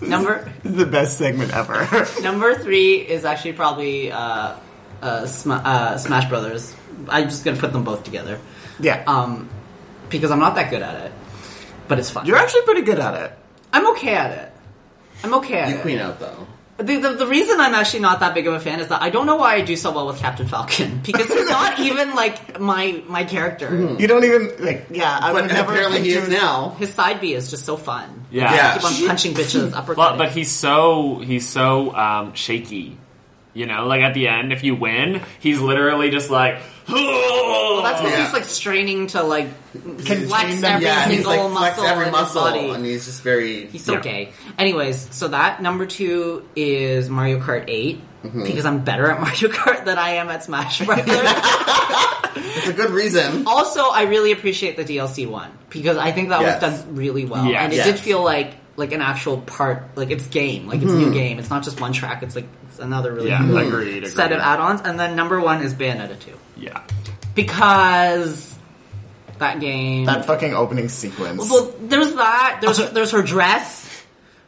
Speaker 2: number
Speaker 4: the best segment ever.
Speaker 2: number three is actually probably uh, uh, Sm- uh, Smash Brothers. I'm just gonna put them both together
Speaker 4: yeah.
Speaker 2: um, because I'm not that good at it, but it's fun.
Speaker 4: You're actually pretty good at it.
Speaker 2: I'm okay at it. I'm okay at
Speaker 1: You
Speaker 2: it.
Speaker 1: queen out though.
Speaker 2: The, the, the reason I'm actually not that big of a fan is that I don't know why I do so well with Captain Falcon because he's not even like my my character.
Speaker 4: You don't even like. Yeah, I
Speaker 1: But
Speaker 4: would never.
Speaker 1: apparently he
Speaker 4: picture-
Speaker 1: is now.
Speaker 2: His side B is just so fun.
Speaker 3: Yeah.
Speaker 1: Yeah.
Speaker 2: keep on punching bitches, uppercutting.
Speaker 3: But, but he's so he's so um, shaky. You know, like at the end, if you win, he's literally just like.
Speaker 2: Well, that's because
Speaker 1: Yeah.
Speaker 2: he's like straining to like flex
Speaker 4: Contain them,
Speaker 2: every
Speaker 1: Yeah, and he's
Speaker 2: single
Speaker 1: like flex
Speaker 2: muscle
Speaker 1: every
Speaker 2: in
Speaker 1: muscle,
Speaker 2: his body.
Speaker 1: and he's just very.
Speaker 2: He's so
Speaker 3: Yeah.
Speaker 2: gay. Anyways, so that number two is Mario Kart 8
Speaker 1: Mm-hmm.
Speaker 2: because I'm better at Mario Kart than I am at Smash Brothers.
Speaker 1: it's a good reason.
Speaker 2: also, I really appreciate the DLC one because I think that
Speaker 1: Yes.
Speaker 2: was done really well,
Speaker 3: Yes.
Speaker 2: and it
Speaker 1: Yes.
Speaker 2: did feel like like an actual part, like it's game, like it's
Speaker 1: Mm-hmm.
Speaker 2: new game. It's not just one track. It's like it's another really
Speaker 3: Yeah,
Speaker 2: cool
Speaker 3: agreed, agreed.
Speaker 2: set of add-ons. And then number one is Bayonetta two.
Speaker 3: Yeah.
Speaker 2: because that game.
Speaker 4: That fucking opening sequence.
Speaker 2: well, there's that. There's there's her dress.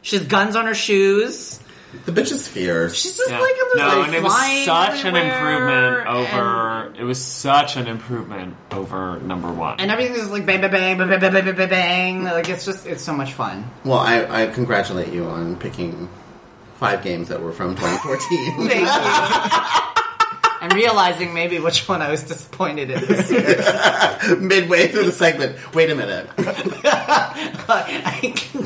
Speaker 2: She has guns on her shoes.
Speaker 1: The bitch is fierce.
Speaker 2: She's just
Speaker 3: Yeah.
Speaker 2: like a
Speaker 3: no,
Speaker 2: like,
Speaker 3: and it was
Speaker 2: flying
Speaker 3: such an
Speaker 2: everywhere,
Speaker 3: improvement over. It was such an improvement over number one.
Speaker 2: And, and everything is like bang, bang, bang, bang, bang, bang, bang, bang, bang, bang. Like it's just it's so much fun.
Speaker 1: Well, I, I congratulate you on picking five games that were from 2014.
Speaker 2: Thank you. and realizing maybe which one I was disappointed in this year.
Speaker 1: Midway through the segment. Wait a minute.
Speaker 2: I can-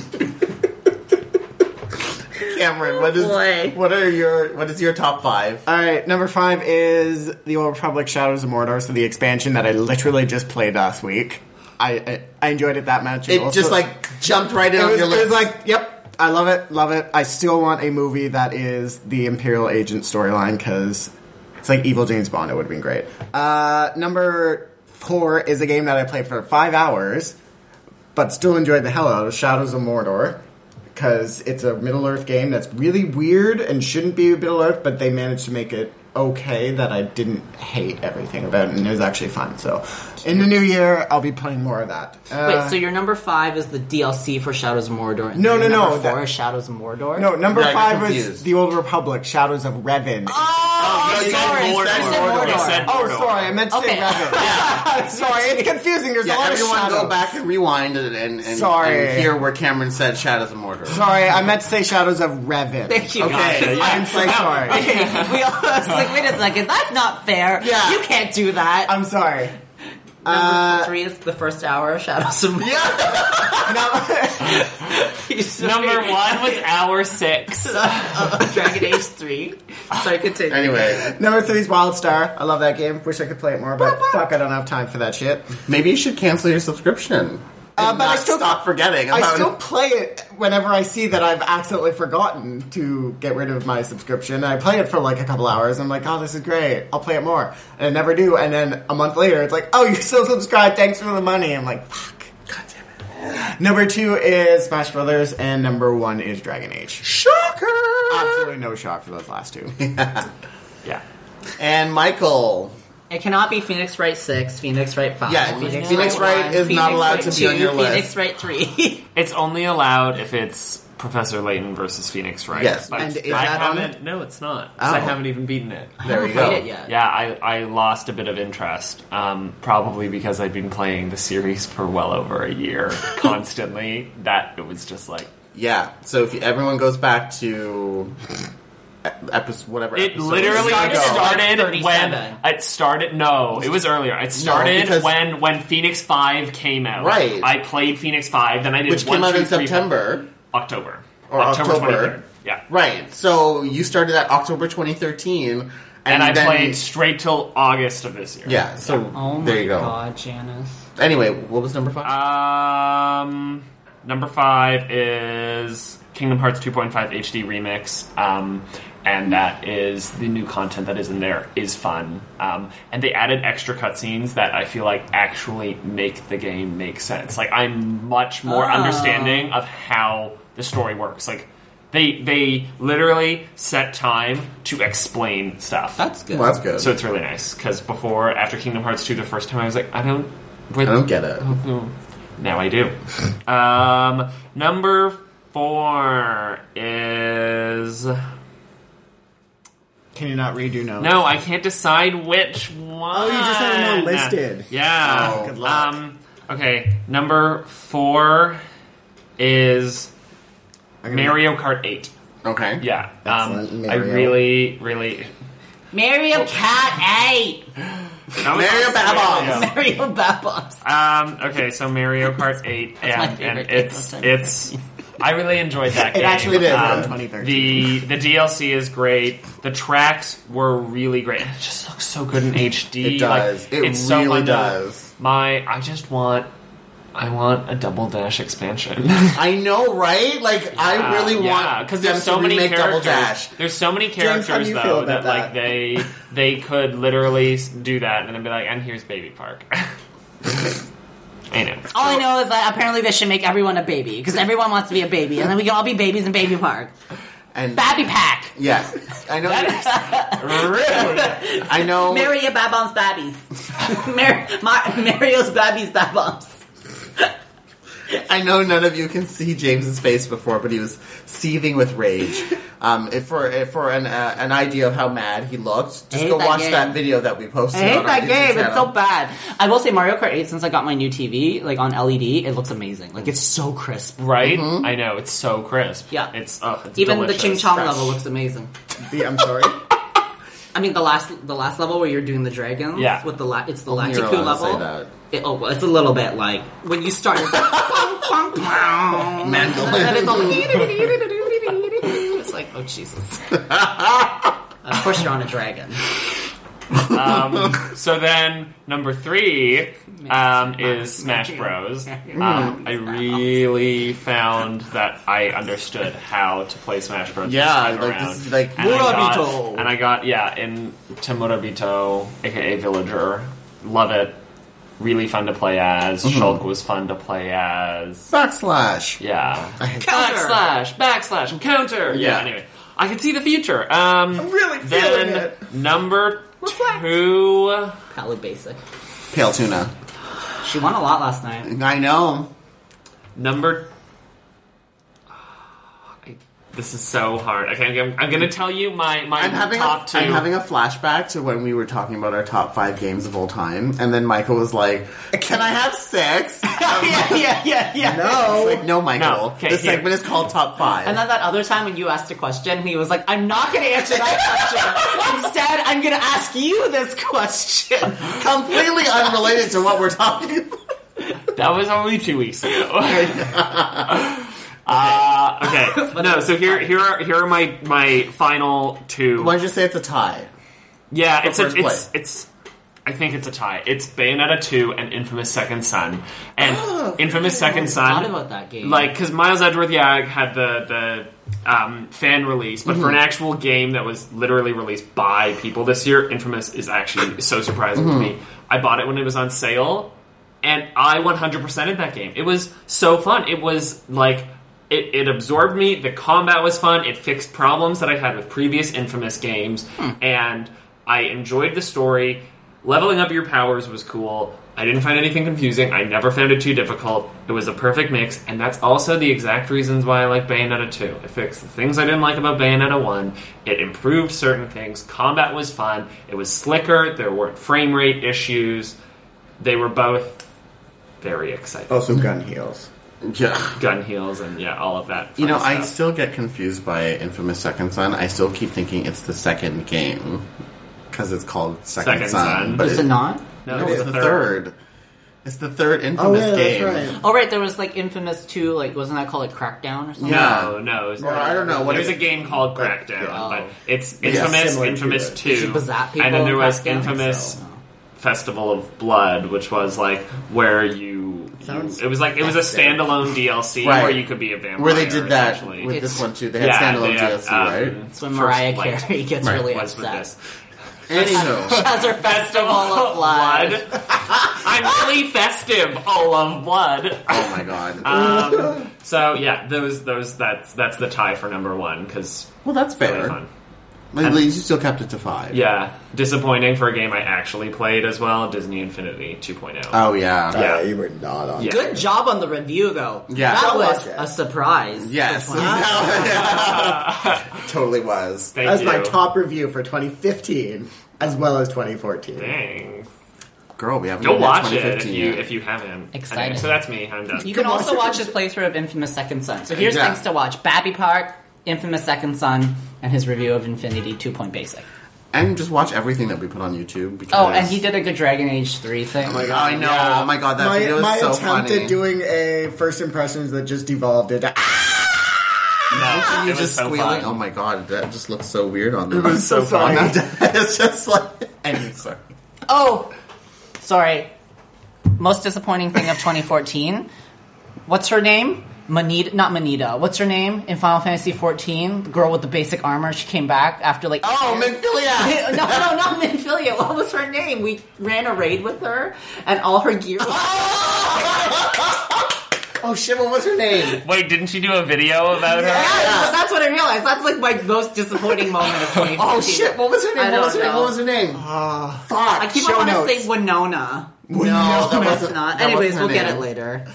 Speaker 1: Cameron, what is
Speaker 2: Boy.
Speaker 1: what are your what is your top five?
Speaker 4: All right, number five is the Old Republic Shadows of Mordor, so the expansion that I literally just played last week. I I, I enjoyed it that much.
Speaker 1: It
Speaker 4: also-
Speaker 1: just like jumped right in
Speaker 4: it
Speaker 1: on
Speaker 4: was,
Speaker 1: your
Speaker 4: it was
Speaker 1: list.
Speaker 4: like, yep, I love it, love it. I still want a movie that is the Imperial Agent storyline because it's like evil James Bond. It would have been great. Uh, number four is a game that I played for five hours, but still enjoyed the hell out of Shadows of Mordor. Because it's a Middle Earth game that's really weird and shouldn't be Middle Earth, but they managed to make it okay that I didn't hate everything about it, and it was actually fun. So, in the new year, I'll be playing more of that. Uh,
Speaker 2: Wait, so your number five is the DLC for Shadows of Mordor? And
Speaker 4: No,
Speaker 2: your
Speaker 4: no,
Speaker 2: number
Speaker 4: no, that-
Speaker 2: Four is Shadows of Mordor.
Speaker 4: No, number
Speaker 1: Yeah, I got
Speaker 4: five was
Speaker 1: confused.
Speaker 4: the Old Republic: Shadows of Revan. Oh,
Speaker 1: Oh, you said
Speaker 2: sorry,
Speaker 1: Mordor.
Speaker 2: I said Mordor.
Speaker 3: He said Mordor.
Speaker 4: sorry, I meant to say
Speaker 2: Okay.
Speaker 4: Revan. Yeah. sorry, it's confusing. There's a
Speaker 1: Yeah,
Speaker 4: lot of
Speaker 1: everyone
Speaker 4: shadows.
Speaker 1: go back and rewind and, and, and,
Speaker 4: Sorry.
Speaker 1: and hear where Cameron said Shadows of Mordor.
Speaker 4: Sorry, I meant to say Shadows of Revan.
Speaker 2: Thank you.
Speaker 1: Okay.
Speaker 4: I'm so sorry.
Speaker 2: we all I was like, wait a second, that's not fair.
Speaker 1: Yeah.
Speaker 2: You can't do that.
Speaker 4: I'm sorry.
Speaker 2: number three is the first hour of Shadows of Mordor.
Speaker 1: Uh, Yeah.
Speaker 3: number one was hour six.
Speaker 2: of Dragon Age 3. Sorry, continue.
Speaker 1: anyway,
Speaker 4: Number three is Wildstar. I love that game. Wish I could play it more, but fuck, I don't have time for that shit.
Speaker 1: maybe you should cancel your subscription.
Speaker 4: Uh,
Speaker 1: And
Speaker 4: but I
Speaker 1: not
Speaker 4: still-
Speaker 1: stop forgetting.
Speaker 4: I
Speaker 1: about-
Speaker 4: still play it whenever I see that I've accidentally forgotten to get rid of my subscription. I play it for like a couple hours. I'm like, oh, this is great. I'll play it more. And I never do. And then a month later, it's like, oh, you're still subscribed. Thanks for the money. I'm like, fuck. God damn it. Number two is Smash Brothers, and number one is Dragon Age.
Speaker 1: shocker.
Speaker 4: Absolutely no shock for those last two.
Speaker 3: Yeah.
Speaker 1: And Michael.
Speaker 2: It cannot be Phoenix Wright six, Phoenix Wright five.
Speaker 1: Yeah,
Speaker 2: Phoenix,
Speaker 1: Phoenix Wright
Speaker 2: one,
Speaker 1: is not
Speaker 2: Phoenix
Speaker 1: allowed
Speaker 2: Wright
Speaker 1: to be on
Speaker 2: two,
Speaker 1: your list.
Speaker 2: Phoenix Wright three.
Speaker 3: It's only allowed if it's Professor Layton versus Phoenix Wright.
Speaker 1: Yes.
Speaker 3: But
Speaker 4: And is
Speaker 3: I
Speaker 4: that on
Speaker 3: haven't. No, it's not. 'cause
Speaker 1: Oh.
Speaker 3: I haven't even beaten it.
Speaker 1: There you
Speaker 2: played
Speaker 1: go.
Speaker 2: it yet.
Speaker 3: Yeah, I, I lost a bit of interest, um, probably because I'd been playing the series for well over a year constantly. That it was just like
Speaker 1: Yeah. So if you, everyone goes back to
Speaker 4: e-,
Speaker 1: episode whatever,
Speaker 3: it
Speaker 1: episode
Speaker 3: literally
Speaker 1: ago.
Speaker 3: started,
Speaker 2: Like
Speaker 3: when
Speaker 2: 37.
Speaker 3: it started. No, it was earlier. It started
Speaker 1: because-
Speaker 3: when when Phoenix Five came out.
Speaker 1: Right.
Speaker 3: I played Phoenix Five, then I did
Speaker 1: which
Speaker 3: one,
Speaker 1: came out
Speaker 3: two,
Speaker 1: in
Speaker 3: three, four-
Speaker 1: September.
Speaker 3: October
Speaker 1: Or October.
Speaker 3: 23rd. Yeah.
Speaker 1: Right. So you started that October 2013, and,
Speaker 3: And, I
Speaker 1: then-
Speaker 3: played straight till August of this year.
Speaker 1: Yeah. So
Speaker 2: Oh my
Speaker 1: there you go.
Speaker 2: god, Janice.
Speaker 1: Anyway, what was number
Speaker 3: Uh,
Speaker 1: five?
Speaker 3: Um, number five is Kingdom Hearts 2.5 HD Remix. Um, and that is the new content that is in there is fun. Um, and they added extra cutscenes that I feel like actually make the game make sense. Like I'm much more
Speaker 1: Ah.
Speaker 3: understanding of how the story works. Like they they literally set time to explain stuff.
Speaker 7: That's good.
Speaker 1: well, that's good.
Speaker 3: So it's really nice because before, after Kingdom Hearts 2, the first time I was like, I don't,
Speaker 1: I don't get it.
Speaker 3: now I do. um, number four is
Speaker 4: Can you not redo now?
Speaker 3: no, I can't decide which one.
Speaker 4: Oh, you just have them all listed.
Speaker 3: Yeah.
Speaker 4: Oh, good luck.
Speaker 3: Um, okay, number four is
Speaker 4: I'm gonna-
Speaker 3: Mario Kart Eight.
Speaker 1: Okay.
Speaker 3: Yeah.
Speaker 4: Excellent,
Speaker 3: Um, I
Speaker 4: Mario.
Speaker 3: really, really.
Speaker 2: Mario Cat Eight.
Speaker 3: That was
Speaker 1: Mario
Speaker 3: Australia.
Speaker 2: Mario Babobs.
Speaker 3: Um, okay, so Mario Kart 8,
Speaker 2: my
Speaker 3: and, and
Speaker 2: favorite game
Speaker 3: it's
Speaker 2: of
Speaker 3: it's. I really enjoyed that game.
Speaker 4: actually did,
Speaker 3: Um,
Speaker 4: in
Speaker 3: the
Speaker 4: 2013.
Speaker 3: the DLC is great. The tracks were really great. And it just looks so good in HD.
Speaker 1: It
Speaker 3: Like,
Speaker 1: does. It
Speaker 3: it's so
Speaker 1: really
Speaker 3: fun to-
Speaker 1: does.
Speaker 3: My, I just want, I want a double dash expansion.
Speaker 1: I know, Oh, right? Like,
Speaker 3: Uh,
Speaker 1: I really
Speaker 3: yeah,
Speaker 1: want because
Speaker 3: because there's so
Speaker 1: to
Speaker 3: many
Speaker 1: remake
Speaker 3: characters.
Speaker 1: Double Dash.
Speaker 3: There's so many
Speaker 4: James,
Speaker 3: characters
Speaker 4: how do you
Speaker 3: though
Speaker 4: feel
Speaker 3: that,
Speaker 4: about
Speaker 3: like
Speaker 4: that?
Speaker 3: they they could literally s- do that and then be like, and here's Baby Park. I know.
Speaker 2: All I know is that apparently they should make everyone a baby because everyone wants to be a baby, and then we can all be babies in Baby Park.
Speaker 1: And
Speaker 2: Babby Pack.
Speaker 1: yeah, I know.
Speaker 3: Rude.
Speaker 1: I know.
Speaker 2: Mario Babobs Babbies. Mar- Mar- Mario's Babbies Babobs.
Speaker 1: I know none of you can see James's face before, but he was seething with rage. Um, if for if for an uh, an idea of how mad he looked, just
Speaker 2: hate
Speaker 1: go
Speaker 2: that
Speaker 1: watch
Speaker 2: game.
Speaker 1: that video that we posted.
Speaker 2: I hate
Speaker 1: on our
Speaker 2: that
Speaker 1: YouTube
Speaker 2: game. It's
Speaker 1: channel.
Speaker 2: so bad. I will say Mario Kart 8, since I got my new TV, like on LED, it looks amazing. Like it's so crisp.
Speaker 3: right? I know it's so crisp.
Speaker 2: Mm-hmm. Yeah.
Speaker 3: it's, oh, it's
Speaker 2: Even
Speaker 3: delicious.
Speaker 2: the Ching Chong
Speaker 3: Fresh.
Speaker 2: level looks amazing.
Speaker 4: The- I'm sorry.
Speaker 2: I mean, the last the last level where you're doing the dragons.
Speaker 3: Yeah.
Speaker 2: With the la- it's the
Speaker 1: You're
Speaker 2: Latiku
Speaker 1: allowed to say
Speaker 2: level.
Speaker 1: that.
Speaker 2: It, oh, well, it's a little bit like when you start. It's like, "Pong, pong, pong,"
Speaker 1: Mandolin.
Speaker 2: and it's all like, it's like, oh Jesus. of course, you're on a dragon.
Speaker 3: Um, so then number three um, is Smash Bros.
Speaker 2: Mm.
Speaker 3: Um, I really found that I understood how to play Smash Bros. this
Speaker 1: Yeah,
Speaker 3: time
Speaker 1: like,
Speaker 3: around.
Speaker 1: this is like-
Speaker 3: and I got-
Speaker 2: Murabito.
Speaker 3: and I got yeah in to Murabito, aka Villager. Love it. Really fun to play as.
Speaker 2: Mm-hmm.
Speaker 3: Shulk was fun to play as.
Speaker 1: Backslash.
Speaker 3: Yeah.
Speaker 2: Counter.
Speaker 3: Backslash, backslash, counter. Yeah.
Speaker 1: Yeah.
Speaker 3: Anyway, I can see the future. Um, I'm
Speaker 4: really
Speaker 3: then
Speaker 4: feeling it.
Speaker 3: number two.
Speaker 2: Probably basic.
Speaker 1: Pale tuna.
Speaker 2: She won a lot last night.
Speaker 1: I know.
Speaker 3: Number. I- This is so hard. Okay, I'm, I'm gonna tell you my my
Speaker 1: I'm having
Speaker 3: top
Speaker 1: a,
Speaker 3: 2
Speaker 1: I'm having a flashback to when we were talking about our top five games of all time, and then Michael was like, "Can I have six?
Speaker 2: yeah, yeah, yeah, yeah.
Speaker 1: no, like, no, Michael.
Speaker 3: No, okay,
Speaker 1: this
Speaker 3: here.
Speaker 1: segment is called Top Five.
Speaker 2: And then that other time when you asked a question, he was like, "I'm not going to answer that question. Instead, I'm going to ask you this question."
Speaker 1: completely unrelated to what we're talking. about.
Speaker 3: That was only two weeks ago. uh, okay. No. So here here are here are my my final two.
Speaker 1: Why don't you say it's a tie?
Speaker 3: Yeah, it's a,
Speaker 1: first
Speaker 3: it's
Speaker 1: play.
Speaker 3: it's. I think it's a tie. It's Bayonetta two and Infamous Second Son, and Infamous Second
Speaker 2: Thought
Speaker 3: Son.
Speaker 2: about that game.
Speaker 3: Like, because Miles Edward Yag had the the um, fan release, but for an actual game that was literally released by people this year, Infamous is actually so surprising to me. I bought it when it was on sale, and I 100% in that game. It was so fun. It was like. It, it absorbed me. The combat was fun. It fixed problems that I had with previous Infamous games, and I enjoyed the story Leveling up your powers was cool. I didn't find anything confusing. I never found it too difficult. It was a perfect mix, and that's also the exact reasons why I like Bayonetta 2. It fixed the things I didn't like about Bayonetta 1. It improved certain things. Combat was fun. It was slicker. There weren't frame rate issues. They were both very exciting.
Speaker 1: Oh.
Speaker 4: Also, Oh, gun heels.
Speaker 1: Yeah.
Speaker 3: Gun heels and yeah, all of that.
Speaker 1: You
Speaker 3: fun
Speaker 1: know, I
Speaker 3: stuff.
Speaker 1: still get confused by Infamous Second Son. I still keep thinking it's the second game because it's called Second,
Speaker 3: Second
Speaker 1: Son,
Speaker 3: Son.
Speaker 1: but
Speaker 2: Is it not?
Speaker 1: No,
Speaker 3: no, it was
Speaker 1: it's the third. It's the third Infamous game.
Speaker 2: Oh right, there was like Infamous Two. Like wasn't that called like Crackdown or something?
Speaker 3: No, no. it's
Speaker 1: Well,
Speaker 3: not.
Speaker 1: I don't know. What
Speaker 3: There's
Speaker 1: is
Speaker 3: a
Speaker 1: it?
Speaker 3: game called Crackdown,
Speaker 1: yeah.
Speaker 3: but it's
Speaker 1: yeah,
Speaker 3: Infamous,
Speaker 4: similar to
Speaker 3: Infamous
Speaker 4: it.
Speaker 3: Two,
Speaker 2: She bazap people
Speaker 3: and then there
Speaker 2: in
Speaker 3: was
Speaker 2: Crackdown?
Speaker 3: Infamous
Speaker 2: So, no.
Speaker 3: Festival of Blood, which was like where you.
Speaker 6: Sounds
Speaker 3: it was like it was a standalone DLC
Speaker 1: Right.
Speaker 3: where you could be a vampire.
Speaker 1: Where they did that
Speaker 3: essentially.
Speaker 1: with
Speaker 2: It's-
Speaker 1: this one too. They had
Speaker 3: Yeah,
Speaker 1: standalone
Speaker 3: they had,
Speaker 1: DLC,
Speaker 3: um,
Speaker 1: right?
Speaker 2: That's when
Speaker 3: First
Speaker 2: Mariah
Speaker 3: Light
Speaker 2: Carey gets
Speaker 1: Right.
Speaker 2: really
Speaker 3: was with
Speaker 2: upset.
Speaker 3: this
Speaker 1: Anywho,
Speaker 2: As her festival of blood.
Speaker 3: blood. I'm really festive, all of blood.
Speaker 1: oh my god.
Speaker 3: Um, so yeah, those those that's that's the tie for number one because
Speaker 1: well, that's
Speaker 3: really
Speaker 1: fair.
Speaker 3: fun.
Speaker 1: At least you still kept it to five.
Speaker 3: Yeah, disappointing for a game I actually played as well, Disney Infinity 2.0.
Speaker 1: Oh yeah.
Speaker 3: Yeah.
Speaker 4: Uh, you were not on.
Speaker 3: Yeah.
Speaker 6: Good job on the review, though.
Speaker 1: Yeah.
Speaker 6: that
Speaker 1: Don't
Speaker 6: was
Speaker 4: watch it.
Speaker 6: a surprise.
Speaker 1: Yes. It totally was.
Speaker 3: Thank
Speaker 4: That's
Speaker 3: you.
Speaker 4: my top review for 2015, as well as 2014.
Speaker 3: Dang.
Speaker 1: Girl, we haven't
Speaker 3: Go
Speaker 1: even hit
Speaker 3: watch it if
Speaker 1: 2015
Speaker 3: you
Speaker 1: yet.
Speaker 3: if you haven't.
Speaker 2: Excited.
Speaker 3: Anyway, so that's me. I'm done.
Speaker 6: You can
Speaker 4: can
Speaker 6: also watch
Speaker 4: watch
Speaker 6: his playthrough of Infamous Second Son. So here's
Speaker 1: Yeah.
Speaker 6: things to watch: Babby Park, Infamous Second Son, and his review of Infinity Two Point Basic.
Speaker 1: and just watch everything that we put on YouTube. Because
Speaker 6: Oh, and he did a good Dragon Age Three thing.
Speaker 1: Oh my god! I know.
Speaker 4: Yeah.
Speaker 1: Oh my god! That
Speaker 4: my
Speaker 1: video is
Speaker 4: my
Speaker 1: so
Speaker 4: attempt
Speaker 1: funny.
Speaker 4: at doing a first impressions that just devolved into ah,
Speaker 3: No,
Speaker 1: You're
Speaker 3: it was
Speaker 1: just
Speaker 3: so
Speaker 1: squealing.
Speaker 3: fun.
Speaker 1: Oh my god, that just looks so weird on them.
Speaker 4: was so
Speaker 1: On
Speaker 4: funny.
Speaker 1: that- it's just like. Anyway, sorry.
Speaker 6: Oh, sorry. Most disappointing thing of 2014. What's her name? Manita, not Manita. What's her name in Final Fantasy 14? The girl with the basic armor. She came back after like.
Speaker 1: Oh, Minfilia!
Speaker 6: no, no, not Minfilia. What was her name? We ran a raid with her, and all her gear.
Speaker 1: Oh shit, what was her name?
Speaker 3: Wait, didn't you do a video about her?
Speaker 6: Yeah, that's what I realized. That's like my most disappointing moment of 2014.
Speaker 1: Oh shit, what was her
Speaker 6: I
Speaker 1: name?
Speaker 6: don't
Speaker 1: What was her name?
Speaker 6: know.
Speaker 1: What was her name?
Speaker 4: ah.
Speaker 6: I
Speaker 1: Fuck!
Speaker 6: keep
Speaker 4: Show
Speaker 6: on wanting to
Speaker 4: notes.
Speaker 6: say Winona.
Speaker 1: no, that
Speaker 6: That's
Speaker 1: wasn't.
Speaker 6: not.
Speaker 1: that
Speaker 6: Anyways,
Speaker 1: wasn't Uh,
Speaker 6: we'll
Speaker 1: her
Speaker 6: get
Speaker 1: name.
Speaker 6: it later.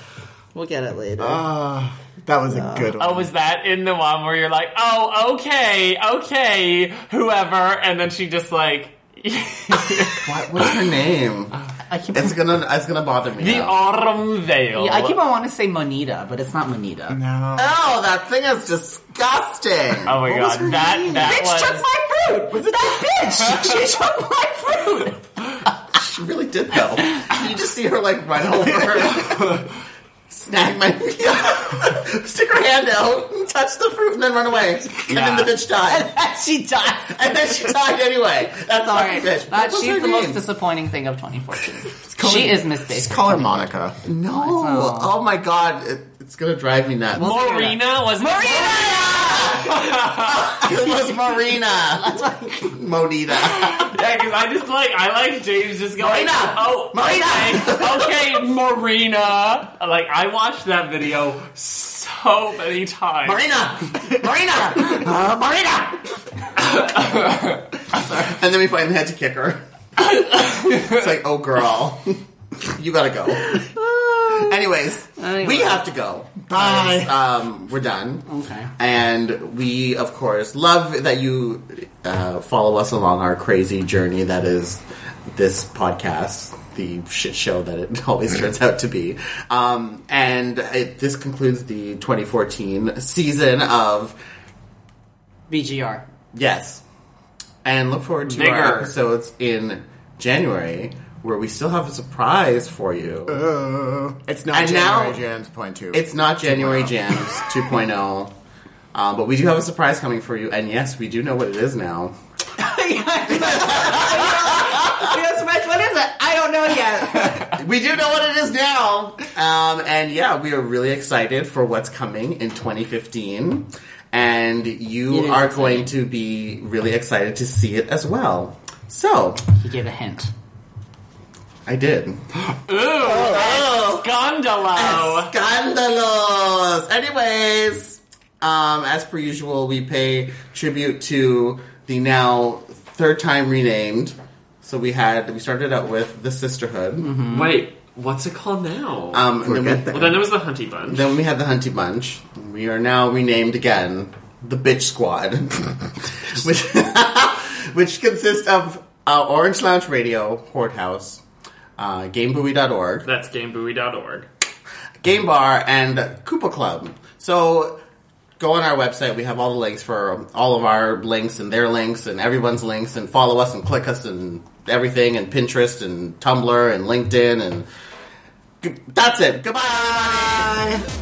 Speaker 6: We'll get it later.
Speaker 4: ah. that was a good one.
Speaker 3: Oh, was that in the one where you're like, oh, okay, okay, whoever, and then she just like. the
Speaker 1: What was her name?
Speaker 6: I keep,
Speaker 1: It's gonna, it's gonna bother me. now.
Speaker 3: autumn veil.
Speaker 6: yeah, I keep on wanting to say Monita, but it's not Monita.
Speaker 4: no.
Speaker 1: Oh, that thing is disgusting.
Speaker 3: Oh my god, that that
Speaker 6: Bitch
Speaker 3: was.
Speaker 6: took my fruit. that bitch? she took my fruit.
Speaker 1: She really did though. you just see her like run over, snag my, stick her hand out, and touch the fruit, and then run away. And then
Speaker 3: Yeah.
Speaker 1: the bitch died.
Speaker 6: she died.
Speaker 1: And then she died anyway. That's all
Speaker 6: Sorry,
Speaker 1: right. Bitch.
Speaker 6: Uh,
Speaker 1: What was her
Speaker 6: she's the
Speaker 1: name?
Speaker 6: most disappointing thing of 2014. she is Miss
Speaker 4: Just
Speaker 6: Basic.
Speaker 4: call her Monica.
Speaker 1: No. Oh my god. It, it's gonna drive me nuts.
Speaker 3: Marina was.
Speaker 1: it was Marina. Monita.
Speaker 3: Yeah, because I just like I like James just going.
Speaker 1: Marina!
Speaker 3: Oh,
Speaker 1: Marina!
Speaker 3: Okay, okay, Marina. Like I watched that video so many times.
Speaker 1: Marina! Marina! Uh, Marina! and then we finally had to kick her. it's like, oh girl, you gotta go. Anyways,
Speaker 6: Anyway.
Speaker 1: we have to go.
Speaker 4: Bye.
Speaker 1: Um, we're done.
Speaker 6: Okay.
Speaker 1: And we, of course, love that you uh, follow us along our crazy journey that is this podcast, the shit show that it always turns out to be. Um, and it, this concludes the 2014 season of
Speaker 6: BGR.
Speaker 1: Yes. And look forward to
Speaker 3: Bigger.
Speaker 1: our episodes in January where we still have a surprise for you.
Speaker 4: Uh, it's not
Speaker 1: And
Speaker 4: January
Speaker 1: now-
Speaker 4: Jan's point two.
Speaker 1: It's not January Jams 2.0. Um, but we do have a surprise coming for you, and yes, we do know what it is now.
Speaker 6: Yes, Mitch, what is it? I don't know yet.
Speaker 1: We do know what it is now. Um, and yeah, we are really excited for what's coming in 2015. And
Speaker 6: It
Speaker 1: you
Speaker 6: is
Speaker 1: are going to be really excited to see it as well. So,
Speaker 6: He gave a hint.
Speaker 1: I did.
Speaker 3: Ooh, oh, Gondolo.
Speaker 1: Scandalos! Anyways, um, as per usual, we pay tribute to the now third time renamed So we had we started out with the Sisterhood.
Speaker 3: Mm-hmm. Wait, what's it called now?
Speaker 1: Um, and
Speaker 4: We'll
Speaker 1: then,
Speaker 4: get
Speaker 1: we,
Speaker 4: there.
Speaker 3: well, then it was the Hunty Bunch.
Speaker 1: then we had the Hunty Bunch. We are now renamed again the Bitch Squad, which which consists of uh, Orange Lounge Radio, Horde House, uh, GameBuoy.org,
Speaker 3: That's GameBuoy.org.
Speaker 1: Game Bar, and Koopa Club. So go on our website. We have all the links for all of our links and their links and everyone's links and follow us and click us and everything and Pinterest and Tumblr and LinkedIn and that's it. Goodbye.